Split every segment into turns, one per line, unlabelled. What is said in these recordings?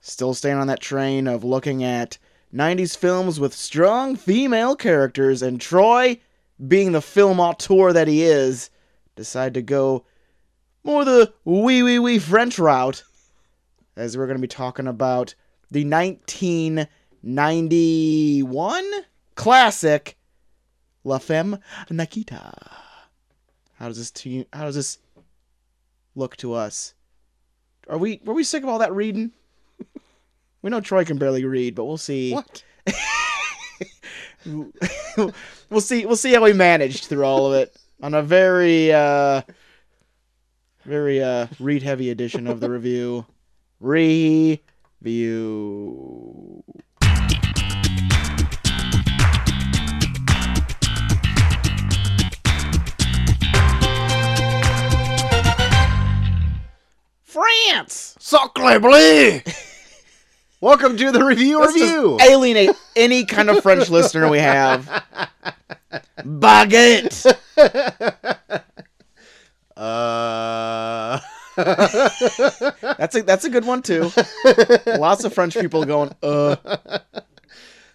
Still staying on that train of looking at 90s films with strong female characters, and Troy, being the film auteur that he is, decided to go more the wee wee wee French route, as we're going to be talking about the 1991 classic La Femme Nikita. How does this team? How does this look to us? Are we were we sick of all that reading? we know Troy can barely read, but we'll see.
What?
we'll see. We'll see how we managed through all of it on a very, uh, very uh, read-heavy edition of the review. Review. France.
Sacre bleu! Welcome to the review
Let's just
review.
alienate any kind of French listener we have. Baguette.
Uh,
That's a that's a good one too. Lots of French people going, uh.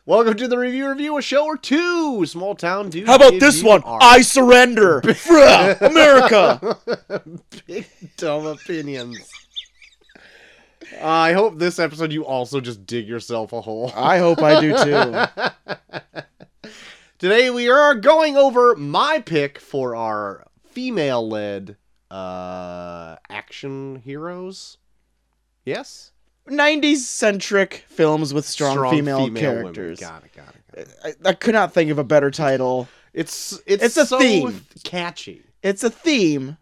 welcome to the review review, a show or two. Small town dude.
How about this one? I uh, surrender. Fra, America.
big dumb opinions. I hope this episode you also just dig yourself a hole.
I hope I do too.
Today we are going over my pick for our female-led uh, action heroes. Yes,
90s centric films with strong, female,
women.
characters.
Got it, got it. Got it.
I, I could not think of a better title.
It's it's
It's a
so
theme.
catchy,
It's a theme.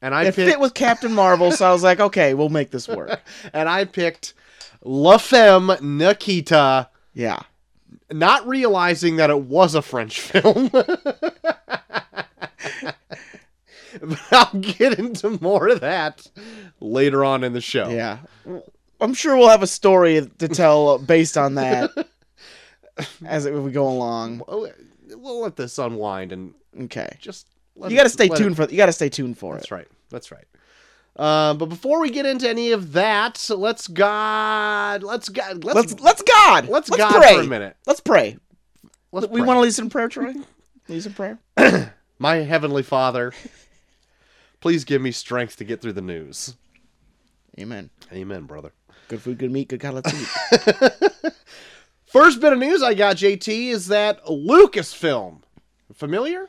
and I
It
picked
fit with Captain Marvel, so I was like, okay, we'll make this work.
and I picked La Femme Nikita,
Yeah.
not realizing that it was a French film. but I'll get into more of that later on in the show.
Yeah. I'm sure we'll have a story to tell based on that as we go along.
We'll, we'll let this unwind and
Okay.
just let
You got to
it-
stay
let it-
tuned for you got to stay tuned for it.
That's right. That's right. Uh, but before we get into any of that, so let's God, let's God, let's
Let's let's God.
let's,
let's
God
pray.
for a minute.
Let's pray.
Let's
we
pray.
want to lead in prayer, Troy. lead in prayer.
My heavenly Father, please give me strength to get through the news.
Amen.
Amen, brother.
Good food, good meat, good God. Let's eat.
First bit of news I got, JT, is that Lucasfilm. Familiar?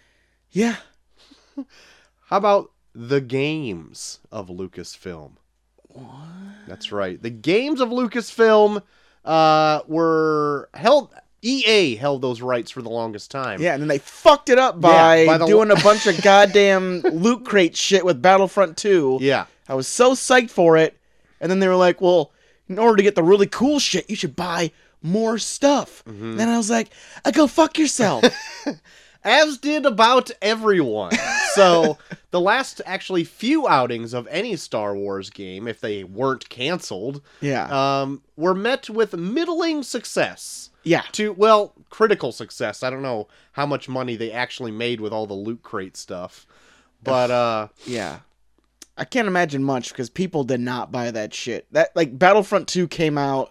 yeah.
How about the games of Lucasfilm? That's right. The games of Lucasfilm uh, were held. EA held those rights for the longest time.
Yeah, and then they fucked it up by,
by the-
doing a bunch of goddamn loot crate shit with Battlefront 2.
Yeah.
I was so psyched for it, and then they were like, "Well, in order to get the really cool shit, you should buy more stuff."
Mm-hmm.
And then I was like, "I go fuck yourself."
as did about everyone. So the last actually few outings of any Star Wars game, if they weren't canceled,
yeah,
um, were met with middling success.
yeah,
To well, critical success. I don't know how much money they actually made with all the loot crate stuff, but uh,
yeah. I can't imagine much because people did not buy that shit. That like Battlefront Two came out.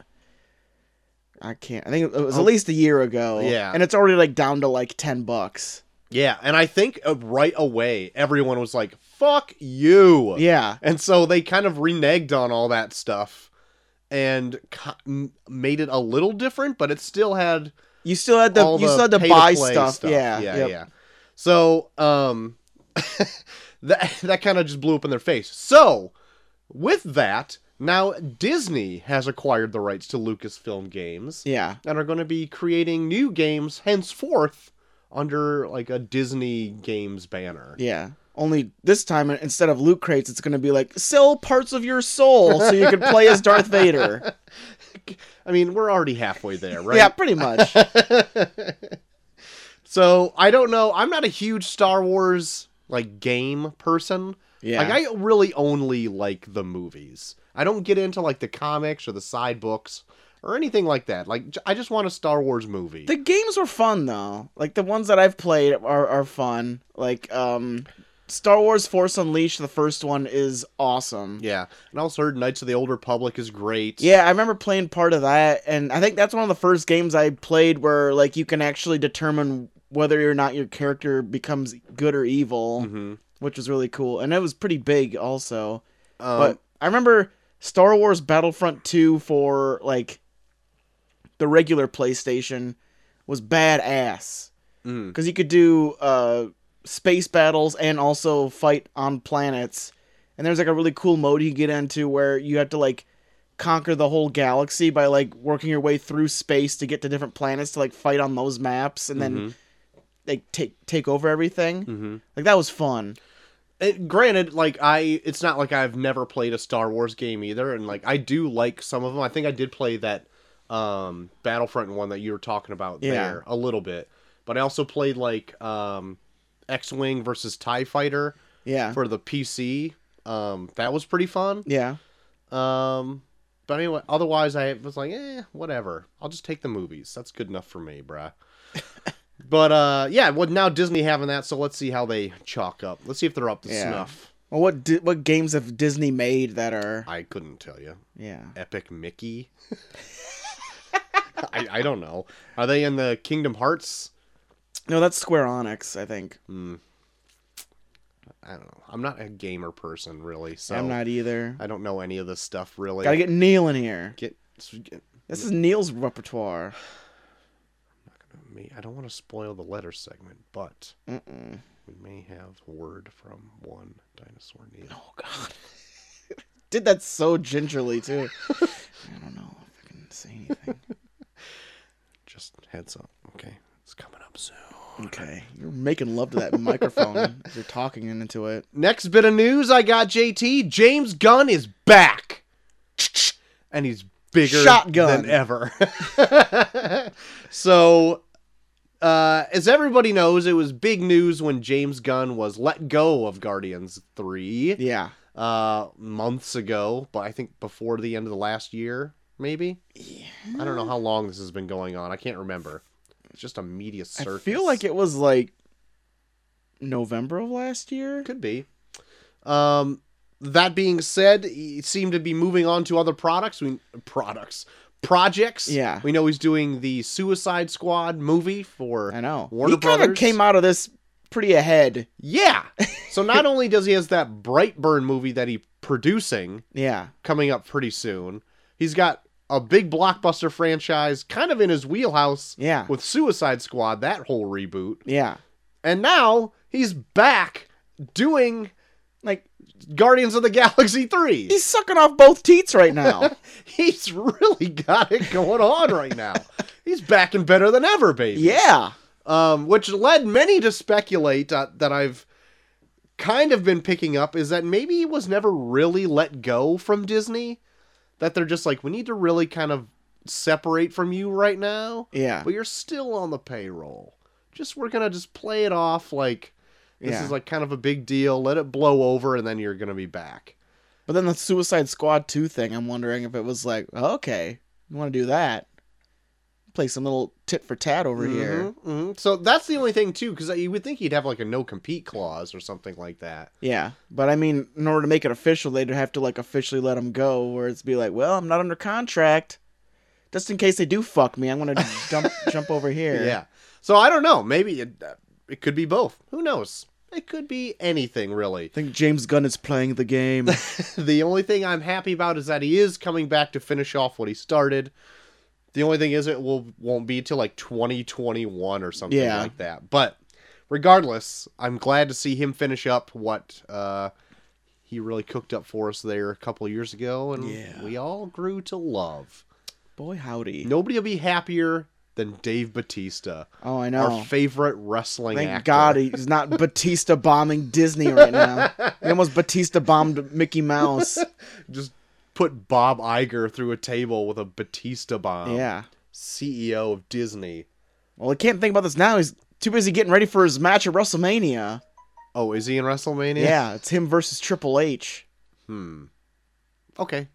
I can't. I think it was at least a year ago.
Oh. Yeah.
and it's already like down to like ten bucks.
yeah. And I think uh, right away everyone was like, "Fuck you."
Yeah,
And so they kind of reneged on all that stuff and co- m- made it a little different, but it still had
you still had to
all
you
the
still had to buy
pay-to-play
stuff. Yeah,
yeah,
yep.
yeah. So, um, that that kind of just blew up in their face. So, with that, now Disney has acquired the rights to Lucasfilm games
yeah.
and are going to be creating new games henceforth under like a Disney Games banner.
Yeah. Only this time, instead of loot crates, it's going to be like sell parts of your soul so you can play as Darth Vader.
I mean, we're already halfway there, right?
Yeah, pretty much.
So I don't know. I'm not a huge Star Wars like game person.
Yeah.
Like I really only like the movies. I don't get into like the comics or the side books or anything like that. Like j- I just want a Star Wars movie.
the games were fun though. Like the ones that I've played are, are fun. Like um, Star Wars Force Unleashed, the first one, is awesome.
Yeah, and I also heard Knights of the Old Republic is great.
Yeah, I remember playing part of that, and I think that's one of the first games I played where like you can actually determine whether or not your character becomes good or evil,
hmm
which was really cool, and it was pretty big also.
Um,
but I remember Star Wars Battlefront 2 for like the regular PlayStation was badass
mm,
because you could do uh, space battles and also fight on planets. And there's like a really cool mode you get into where you have to like conquer the whole galaxy by like working your way through space to get to different planets to like fight on those maps and
Mm-hmm.
then like take take over everything.
mhm.
Like that was fun.
And granted, like I, it's not like I've never played a Star Wars game either, and like I do like some of them. I think I did play that um, Battlefront one that you were talking about
Yeah.
there a little bit, but I also played like um, X-wing versus Tie Fighter
Yeah.
for the PC. Um, that was pretty fun.
yeah.
Um, but anyway, otherwise I was like, eh, whatever. I'll just take the movies. That's good enough for me, bruh. but uh, yeah, well now Disney having that, so let's see how they chalk up. Let's see if they're up to
Yeah.
snuff.
Well, what di- what games have Disney made that are
I couldn't tell you.
yeah?
Epic Mickey. I, I don't know. Are they in the Kingdom Hearts?
No, that's Square Onyx, I think.
I don't know. I'm not a gamer person really, so
I'm not either.
I don't know any of this stuff really.
Gotta get Neil in here.
get, get
This is Neil's repertoire.
me. I don't want to spoil the letter segment, but
Mm-mm.
We may have word from one dinosaur needle.
Oh God, did that so gingerly too. I don't know if I can say anything.
Just heads up, okay? It's coming up soon.
Okay, you're making love to that microphone as you're talking into it.
Next bit of news I got JT. James Gunn is back. And he's bigger
Shotgun.
than ever. so uh, as everybody knows, it was big news when James Gunn was let go of Guardians 3
Yeah,
uh, months ago, but I think before the end of the last year, maybe.
yeah.
I don't know how long this has been going on. I can't remember. It's just a media
I
circus.
feel like it was like November of last year.
could be. Um, that being said, he seemed to be moving on to other products. We products projects.
Yeah.
we know he's doing the Suicide Squad movie for.
I know.
Warner
he kind of
Brothers.
came out of this pretty ahead.
Yeah. so not only does he has that Brightburn movie that he producing
Yeah,
coming up pretty soon, he's got a big blockbuster franchise kind of in his wheelhouse
yeah,
with Suicide Squad. That whole reboot.
yeah.
and now he's back doing
Like
Guardians of the Galaxy 3.
he's sucking off both teats right now.
He's really got it going on right now. He's back and better than ever, baby.
yeah.
Um, which led many to speculate uh, that I've kind of been picking up is that maybe he was never really let go from Disney. That they're just like, we need to really kind of separate from you right now.
Yeah.
but you're still on the payroll. Just we're gonna just play it off like this
Yeah.
is like kind of a big deal. Let it blow over, and then you're gonna be back.
But then the Suicide Squad 2 thing, I'm wondering if it was like, oh, okay, you want to do that? Play some little tit for tat over here.
Mhm, mhm. So that's the only thing too, because you would think he'd have like a no compete clause or something like that.
Yeah. But I mean, in order to make it official, they'd have to like officially let him go, where it's be like, well, I'm not under contract. Just in case they do fuck me, I'm going to jump jump over here.
Yeah. So I don't know. Maybe it, uh, it could be both. Who knows? It could be anything really.
I think James Gunn is playing the game.
the only thing I'm happy about is that he is coming back to finish off what he started. The only thing is it will won't be till like 2021 or something
Yeah.
like that. But regardless, I'm glad to see him finish up what uh, he really cooked up for us there a couple of years ago, and
Yeah.
we all grew to love.
Boy, howdy.
Nobody will be happier than Dave Batista,
Oh, I
our
know.
favorite wrestling
Thank
actor.
God he's not Batista bombing Disney right now. He almost Batista bombed Mickey Mouse.
Just put Bob Iger through a table with a Batista bomb.
yeah.
CEO of Disney.
Well, I can't think about this now. He's too busy getting ready for his match at WrestleMania.
Oh, is he in WrestleMania?
Yeah, it's him versus Triple H.
Hmm. Okay.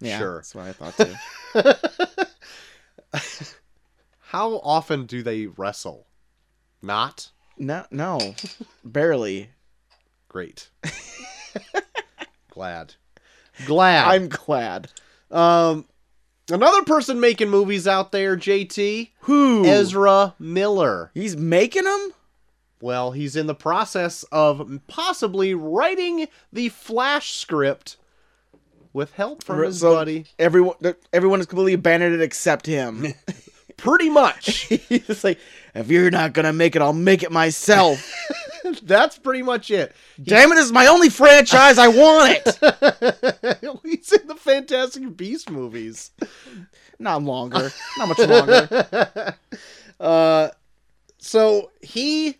Yeah,
Sure.
That's what I thought too.
How often do they wrestle? Not.
no, no, barely.
Great. Glad. Glad.
I'm glad.
Um, another person making movies out there, JT
Who?
Ezra Miller.
He's making them?
Well, he's in the process of possibly writing the Flash script with help from
Re-
his
so-
buddy.
Everyone everyone is completely abandoned it except him.
Pretty much.
He's like, if you're not gonna make it, I'll make it myself.
That's pretty much it.
Damn it, it's my only franchise. I want it.
he's in the Fantastic Beast movies.
Not longer. Not much longer.
uh, so he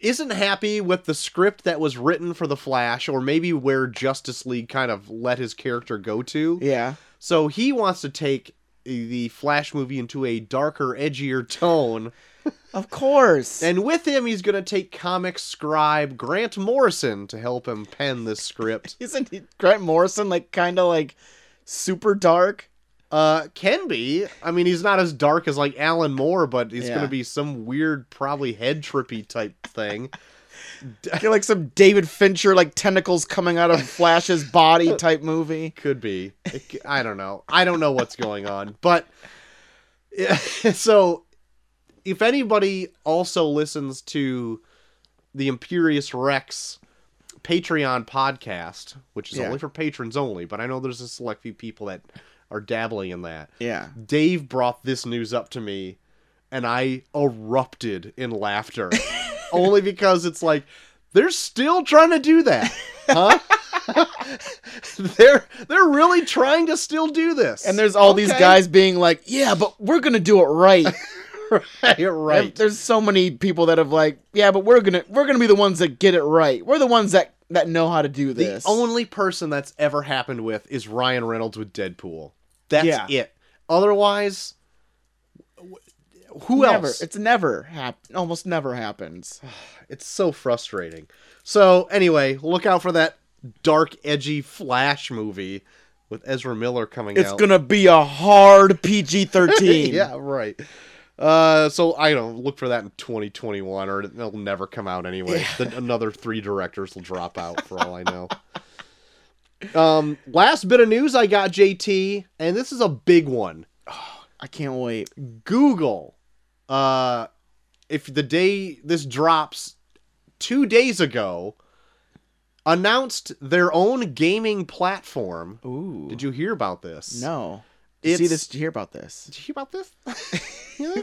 isn't happy with the script that was written for the Flash, or maybe where Justice League kind of let his character go to.
Yeah.
So he wants to take the Flash movie into a darker, edgier tone.
Of course.
And with him, he's going to take comic scribe Grant Morrison to help him pen this script.
isn't he- Grant Morrison like kind of like super dark?
Uh, can be. I mean, he's not as dark as like Alan Moore, but he's
Yeah.
going to be some weird, probably head trippy type thing.
I feel like some David Fincher like tentacles coming out of Flash's body type movie.
Could be. It c- I don't know. I don't know what's going on. But yeah, so, if anybody also listens to the Imperious Rex Patreon podcast, which is
Yeah.
only for patrons only, but I know there's a select few people that are dabbling in that.
Yeah.
Dave brought this news up to me, and I erupted in laughter. Only because it's like, they're still trying to do that. Huh? they're they're really trying to still do this.
And there's all these
Okay.
guys being like, "Yeah, but we're gonna do it right."
right. right.
There's so many people that have like, "Yeah, but we're gonna we're gonna be the ones that get it right. We're the ones that that know how to do
The
this."
only person that's ever happened with is Ryan Reynolds with Deadpool. That's
Yeah.
it. Otherwise, w- who
never,
else?
It's never happened. Almost never happens.
It's so frustrating. So anyway, look out for that dark, edgy Flash movie with Ezra Miller coming
It's
out.
gonna be a hard PG thirteen.
yeah, right. Uh, so I don't look for that in 2021, or it'll never come out anyway. Then another three directors will drop out for all I know. Um, last bit of news I got, JT, and this is a big one.
I can't wait.
Google, uh, if the day this drops two days ago, announced their own gaming platform.
Ooh.
Did you hear about this?
No. Did you see
It's-
this? Did you hear about this?
Did you hear about this? Yeah.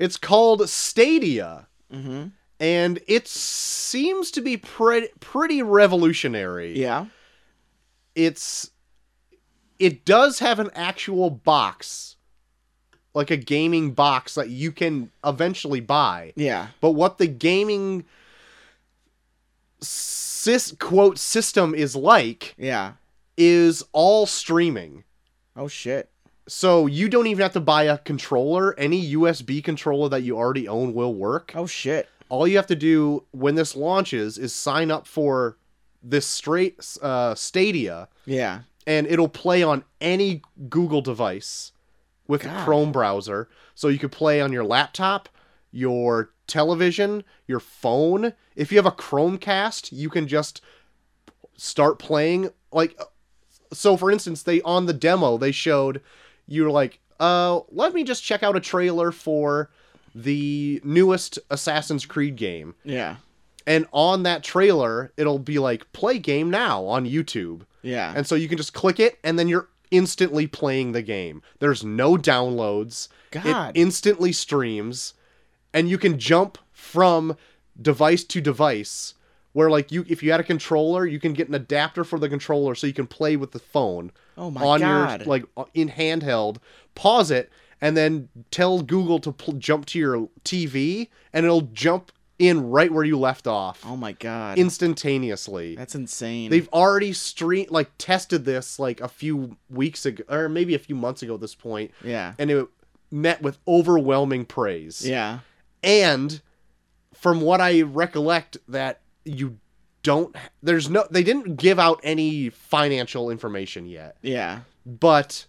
it's called Stadia,
Mm-hmm.
and it seems to be pre- pretty revolutionary.
Yeah.
It's it does have an actual box, like a gaming box that you can eventually buy.
Yeah.
But what the gaming sys quote system is like
Yeah.
is all streaming.
Oh shit.
So you don't even have to buy a controller. Any USB controller that you already own will work.
Oh shit.
All you have to do when this launches is sign up for this straight uh, Stadia,
Yeah.
and it'll play on any Google device with
God.
Chrome browser. So you could play on your laptop, your television, your phone. If you have a Chromecast, you can just start playing like so for instance, they on the demo they showed you're like, "Uh, let me just check out a trailer for the newest Assassin's Creed game."
Yeah.
And on that trailer, it'll be like, "Play game now on YouTube."
Yeah.
And so you can just click it and then you're instantly playing the game. There's no downloads.
God.
It instantly streams and you can jump from device to device where like you if you had a controller, you can get an adapter for the controller so you can play with the phone
oh my
on
god.
your like in handheld, pause it and then tell Google to pl- jump to your TV and it'll jump in right where you left off
oh my god.
instantaneously.
That's insane.
They've already stream like tested this like a few weeks ago or maybe a few months ago at this point
yeah.
and it met with overwhelming praise.
Yeah.
And from what I recollect that you don't there's no they didn't give out any financial information yet.
Yeah.
But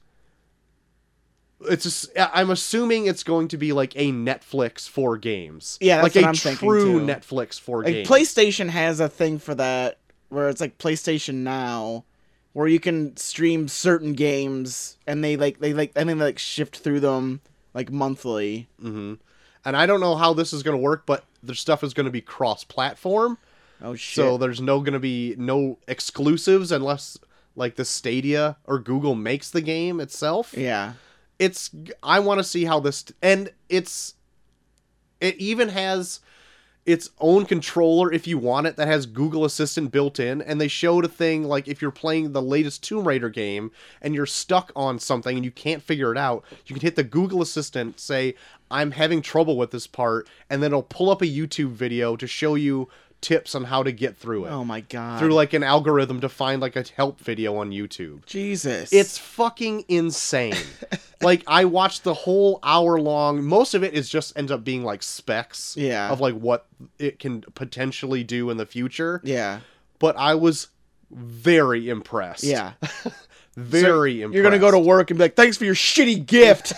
It's just, I- I'm assuming it's going to be like a Netflix for games.
Yeah, that's
like
what
a
I'm thinking,
true
too.
Netflix for
Like
games.
PlayStation has a thing for that where it's like PlayStation Now where you can stream certain games and they like they like and then they like shift through them like monthly.
hmm And I don't know how this is going to work, but their stuff is going to be cross-platform,
Oh shit.
so there's no going to be no exclusives unless like the Stadia or Google makes the game itself.
yeah.
it's i want to see how this and it's it even has its own controller if you want it that has google assistant built in and they showed a thing like if you're playing the latest tomb raider game and you're stuck on something and you can't figure it out you can hit the google assistant say i'm having trouble with this part and then it'll pull up a youtube video to show you tips on how to get through it
Oh my god.
through like an algorithm to find like a help video on youtube
Jesus.
it's fucking insane. like I watched the whole hour long. Most of it is just ends up being like specs
Yeah.
of like what it can potentially do in the future.
yeah.
But I was very impressed.
Yeah.
very impressed.
You're going to go to work and be like, "Thanks for your shitty gift."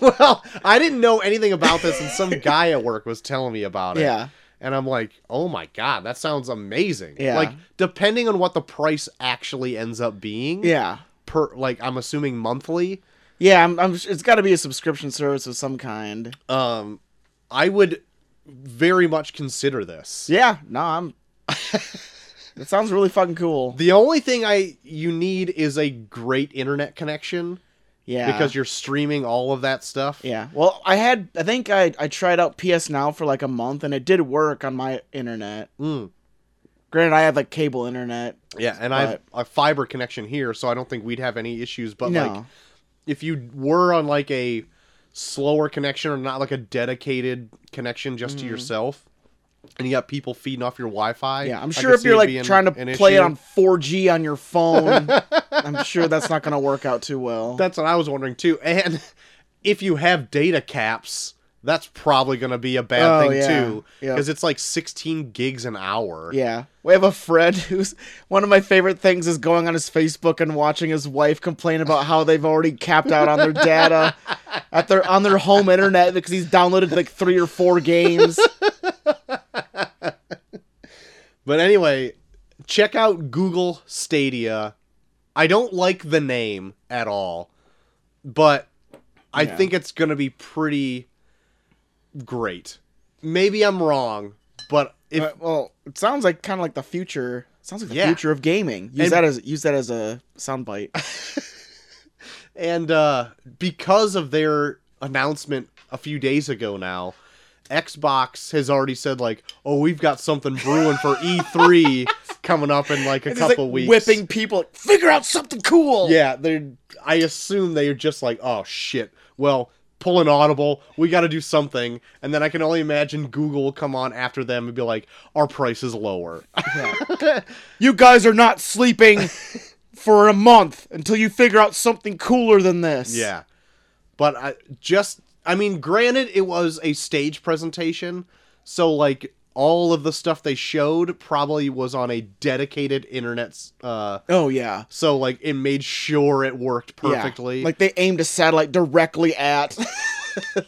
well. I didn't know anything about this, and some guy at work was telling me about it.
yeah.
And I'm like, oh my god, that sounds amazing.
Yeah.
Like depending on what the price actually ends up being.
Yeah.
Per like I'm assuming monthly.
Yeah, I'm, I'm it's got to be a subscription service of some kind.
um i would very much consider this
Yeah, no, I'm That sounds really fucking cool.
the only thing i you need is a great internet connection
yeah.
because you're streaming all of that stuff
Yeah. Well, I had I think I I tried out PS Now for like a month and it did work on my internet.
Mm.
Granted, I had like cable internet.
yeah and i have a fiber connection here so i don't think we'd have any issues but
no.
like if you were on like a slower connection or not like a dedicated connection just
Mm.
to yourself and you got people feeding off your wi-fi
yeah, I'm
I
sure
could
if
see
you're
it
like
being
trying to
an
play it
issue.
on 4G on your phone, I'm sure that's not going to work out too well.
That's what I was wondering too. And if you have data caps, that's probably going to be a bad
Oh,
thing
yeah.
too,
Yeah.
because it's like 16 gigs an hour.
yeah. We have a friend who's one of my favorite things is going on his Facebook and watching his wife complain about how they've already capped out on their data at their on their home internet because he's downloaded like three or four games.
But anyway, check out Google Stadia. I don't like the name at all, but I
Yeah.
think it's going to be pretty great. Maybe I'm wrong, but if
But, well, it sounds like kind of like the future. Sounds like the
Yeah.
future of gaming. Use
And-
that as use that as a soundbite.
And uh, because of their announcement a few days ago now, Xbox has already said like, "Oh, we've got something brewing for E3 coming up in like a
It's just,
couple
like,
weeks."
whipping people. like, Figure out something cool.
Yeah, they. I assume they are just like, "Oh shit." Well, pull an audible. We got to do something, and then I can only imagine Google will come on after them and be like, "Our price is lower."
You guys are not sleeping for a month until you figure out something cooler than this.
Yeah. But I just I mean, granted it was a stage presentation, so like all of the stuff they showed probably was on a dedicated internet s- uh
Oh yeah.
so like it made sure it worked
Yeah.
perfectly.
Like they aimed a satellite directly at.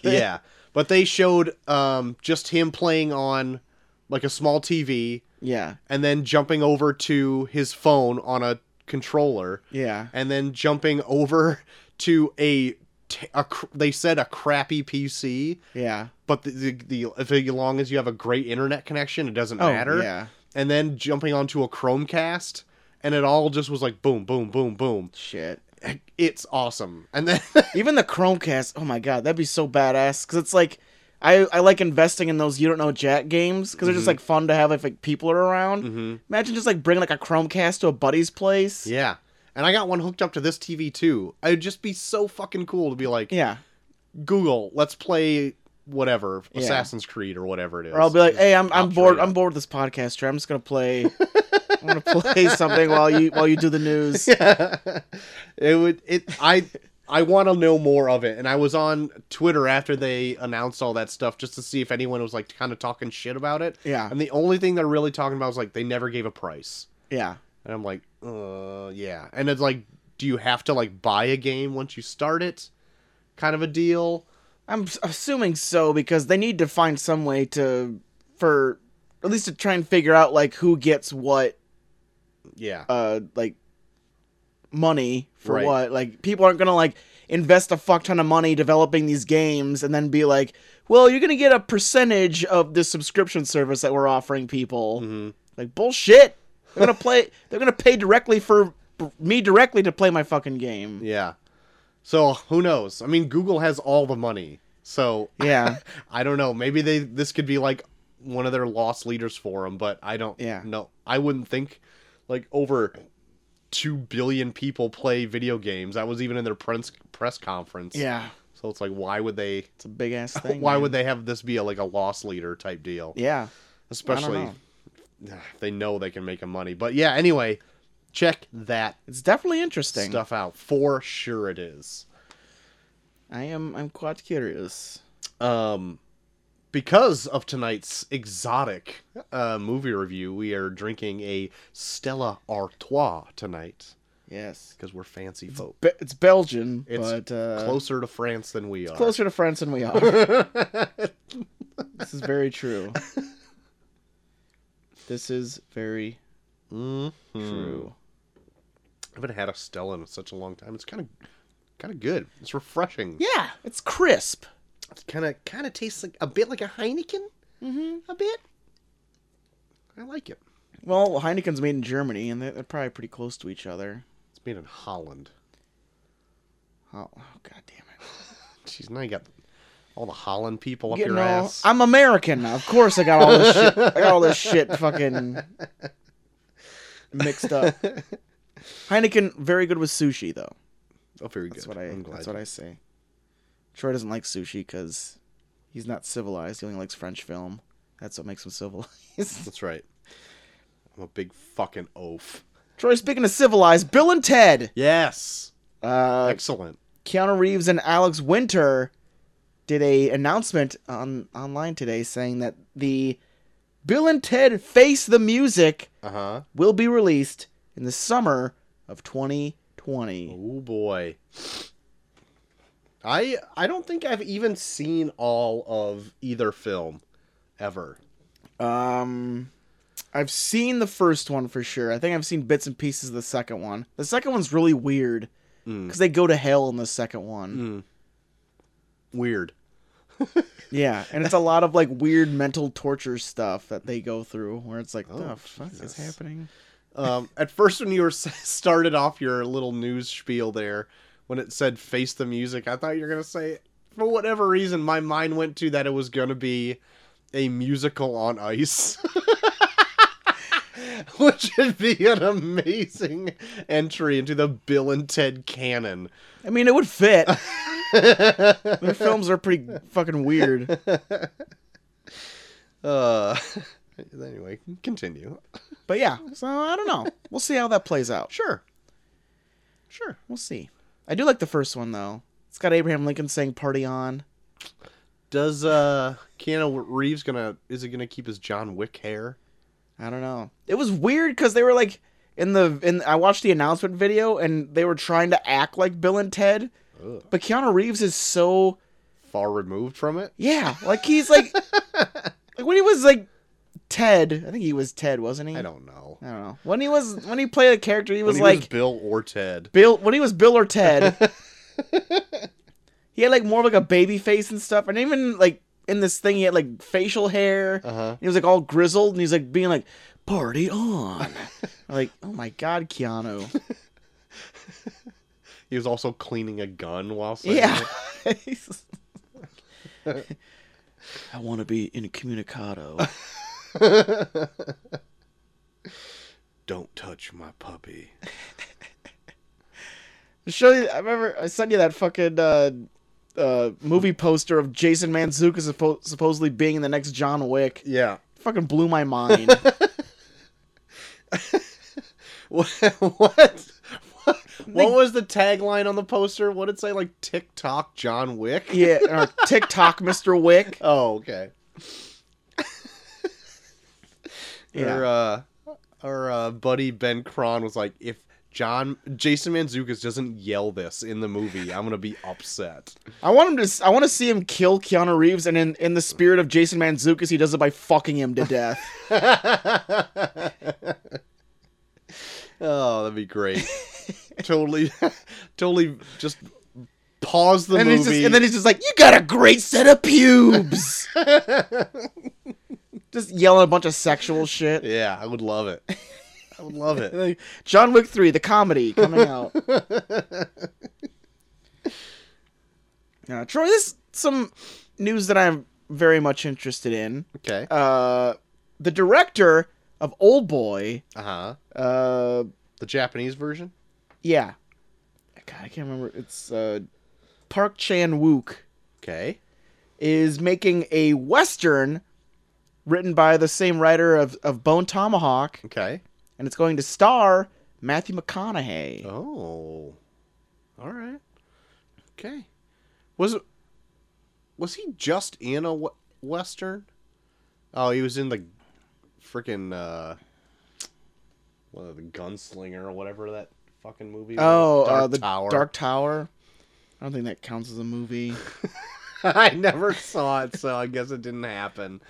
yeah. But they showed um just him playing on like a small TV
yeah.
and then jumping over to his phone on a controller
Yeah.
and then jumping over to a, t- a cr- they said a crappy PC
Yeah.
but the, the, the if as long as you have a great internet connection, it doesn't
Oh
matter.
yeah.
And then jumping onto a Chromecast, and it all just was like boom, boom, boom, boom.
Shit.
It's awesome. And then
Even the Chromecast, oh my god, that'd be so badass. Cause it's like, I, I like investing in those you don't know Jack games because they're just like fun to have if like people are around. Imagine just like bringing like a Chromecast to a buddy's place.
yeah, and I got one hooked up to this TV too. It'd just be so fucking cool to be like
Yeah.
Google, let's play whatever
Yeah.
Assassin's Creed or whatever it is.
Or I'll be like, hey, I'm, I'm
I'll
bored.
trade
I'm bored with this podcast. Trey. I'm just gonna play. I'm gonna play something while you while you do the news.
it would it i i want to know more of it and i was on twitter after they announced all that stuff just to see if anyone was like kind of talking shit about it
Yeah.
and the only thing they're really talking about was like they never gave a price
Yeah.
and i'm like uh yeah and it's like do you have to like buy a game once you start it? Kind of a deal.
I'm s- assuming so because they need to find some way to, for at least to try and figure out like who gets what,
Yeah.
uh, like money for
Right.
what. Like people aren't gonna like invest a fuck ton of money developing these games and then be like, well, you're gonna get a percentage of this subscription service that we're offering people.
Mhm.
Like bullshit. They're gonna play. They're gonna pay directly for for me directly to play my fucking game.
Yeah. So who knows? I mean, Google has all the money. So
Yeah.
I don't know. Maybe they this could be like one of their lost leaders for them, but I don't
Yeah.
know. I wouldn't think like over 2 billion people play video games. That was even in their press press conference.
yeah.
So it's like why would they
It's a big ass thing.
why would they have this be a, like a loss leader type deal?
Yeah.
Especially
know.
if they know they can make them money. But yeah, anyway, check that
It's definitely interesting.
stuff out. For sure it is.
I am I'm quite curious.
Um, because of tonight's exotic uh, movie review, we are drinking a Stella Artois tonight
Yes.
because we're fancy folk.
Be- it's Belgian,
It's
but uh,
Closer to France than we are.
closer to France than we are. this is very true. This is very
Mhm.
true.
I haven't had a Stella in such a long time. It's kind of kind of good. It's refreshing.
Yeah, it's crisp.
It's kind of kind of tastes like a bit like a Heineken. Mm-hmm. A bit. I like it.
Well, Heineken's made in Germany, and they're, they're probably pretty close to each other.
It's made in Holland.
Oh, oh god damn it!
Jeez, now you got all the Holland people up
Getting
your
all-
ass.
I'm American. Of course, I got all this shit. I got all this shit fucking mixed up. Heineken very good with sushi though.
oh, very good.
That's what I.
I'm glad.
That's what I say. Troy doesn't like sushi because he's not civilized. He only likes French film. That's what makes him civilized.
That's right. I'm a big fucking oaf.
Troy, speaking of civilized, Bill and Ted.
Yes.
Uh,
Excellent.
Keanu Reeves and Alex Winter did a announcement on online today saying that the Bill and Ted Face the Music
Uh huh.
will be released in the summer of 2020.
Oh boy. I I don't think I've even seen all of either film ever.
Um, I've seen the first one for sure. I think I've seen bits and pieces of the second one. The second one's really weird
Mm.
because they go to hell in the second one.
Weird.
Yeah, and it's a lot of like weird mental torture stuff that they go through, where it's like,
Oh,
the fuck
Jesus.
is happening?
Um, at first, when you were s- started off your little news spiel there, when it said "face the music," I thought you were gonna say, for whatever reason, my mind went to that it was gonna be a musical on ice, which would be an amazing entry into the Bill and Ted canon.
I mean, it would fit. Their films are pretty fucking weird.
uh, anyway, continue.
But yeah, so I don't know. We'll see how that plays out.
Sure, sure.
We'll see. I do like the first one though. It's got Abraham Lincoln saying "Party on."
Does uh Keanu Reeves gonna is he gonna keep his John Wick hair?
I don't know. It was weird because they were like in the in. I watched the announcement video and they were trying to act like Bill and Ted,
Ugh.
but Keanu Reeves is so
Far removed from it.
yeah, like he's like like when he was like Ted. I think he was Ted, wasn't he?
I don't know.
I don't know. When he was when he played a character, he
When
Mm. was
he
like
Bill or Ted.
Bill. When he was Bill or Ted, he had like more of like a baby face and stuff, and even like in this thing, he had like facial hair.
Uh huh.
He was like all grizzled, and he's like being like, "Party on!" I'm like, oh my god, Keanu.
He was also cleaning a gun while saying
yeah.
it.
He's just- I want to be incommunicado.
Don't touch my puppy.
Show you. I remember I sent you that fucking uh, uh, movie poster of Jason Manzukis suppo- supposedly being in the next John Wick.
Yeah.
Fucking blew my mind.
What? What? What was the tagline on the poster? What did it say? Like TikTok John Wick?
yeah, or TikTok, Mr. Wick.
Oh, okay.
Yeah. uh,
Our uh, our uh, buddy Ben Cron was like, if John Jason Manzukis doesn't yell this in the movie, I'm gonna be upset.
I want him to. s- I want to see him kill Keanu Reeves, and in in the spirit of Jason Manzukis, he does it by fucking him to death.
oh, that'd be great. totally, totally, just pause the
and
movie.
he's just, and then he's just like, "You got a great set of pubes." just yelling a bunch of sexual shit.
yeah, I would love it. I would love it.
Like, John Wick Three, the comedy coming out. now, Uh, Troy, this is some news that I'm very much interested in.
Okay.
Uh, the director of Old Boy,
Uh huh.
uh,
The Japanese version.
yeah, God, I can't remember. It's uh, Park Chan Wook
Okay.
is making a western written by the same writer of, of Bone Tomahawk,
Okay.
and it's going to star Matthew McConaughey.
Oh. All right. Okay. Was it? Was he just in a we- western? Oh, he was in the freaking uh, what, the gunslinger or whatever that fucking movie. was.
Oh, uh, the
Tower.
Dark Tower. I don't think that counts as a movie.
I never saw it, so I guess it didn't happen.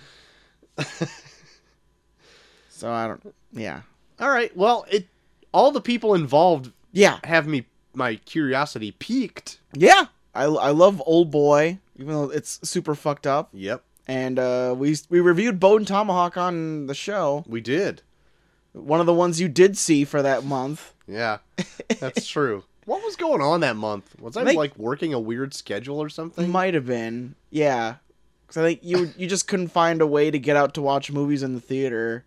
So I don't. Yeah.
All right. Well, it all the people involved
Yeah.
have me my curiosity piqued.
Yeah. I, I love Old Boy, even though it's super fucked up.
Yep,
And uh, we we reviewed Bone Tomahawk on the show,
we did.
one of the ones you did see for that month.
Yeah, that's true. What was going on that month? Was I
Make-
like working a weird schedule or
It
something?
might have been, yeah, because I think you you just couldn't find a way to get out to watch movies in the theater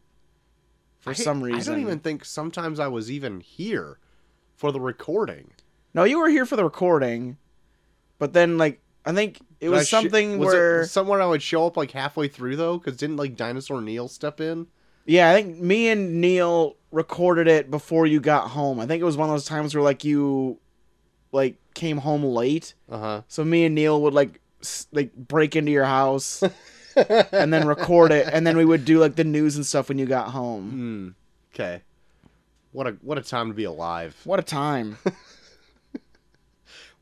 for
I-
some reason.
I don't even think sometimes I was even here for the recording.
No, you were here for the recording, but then like I think it was
I sh-
something
was it
where
somewhere I would show up like halfway through though, because didn't like Dinosaur Neil step in?
Yeah, I think me and Neil recorded it before you got home. I think it was one of those times where like you like came home late.
Uh
So me and Neil would like s- like break into your house
huh.
and then record it and then we would do like the news and stuff when you got home.
Hmm. Okay. What a what a time to be alive.
What a time.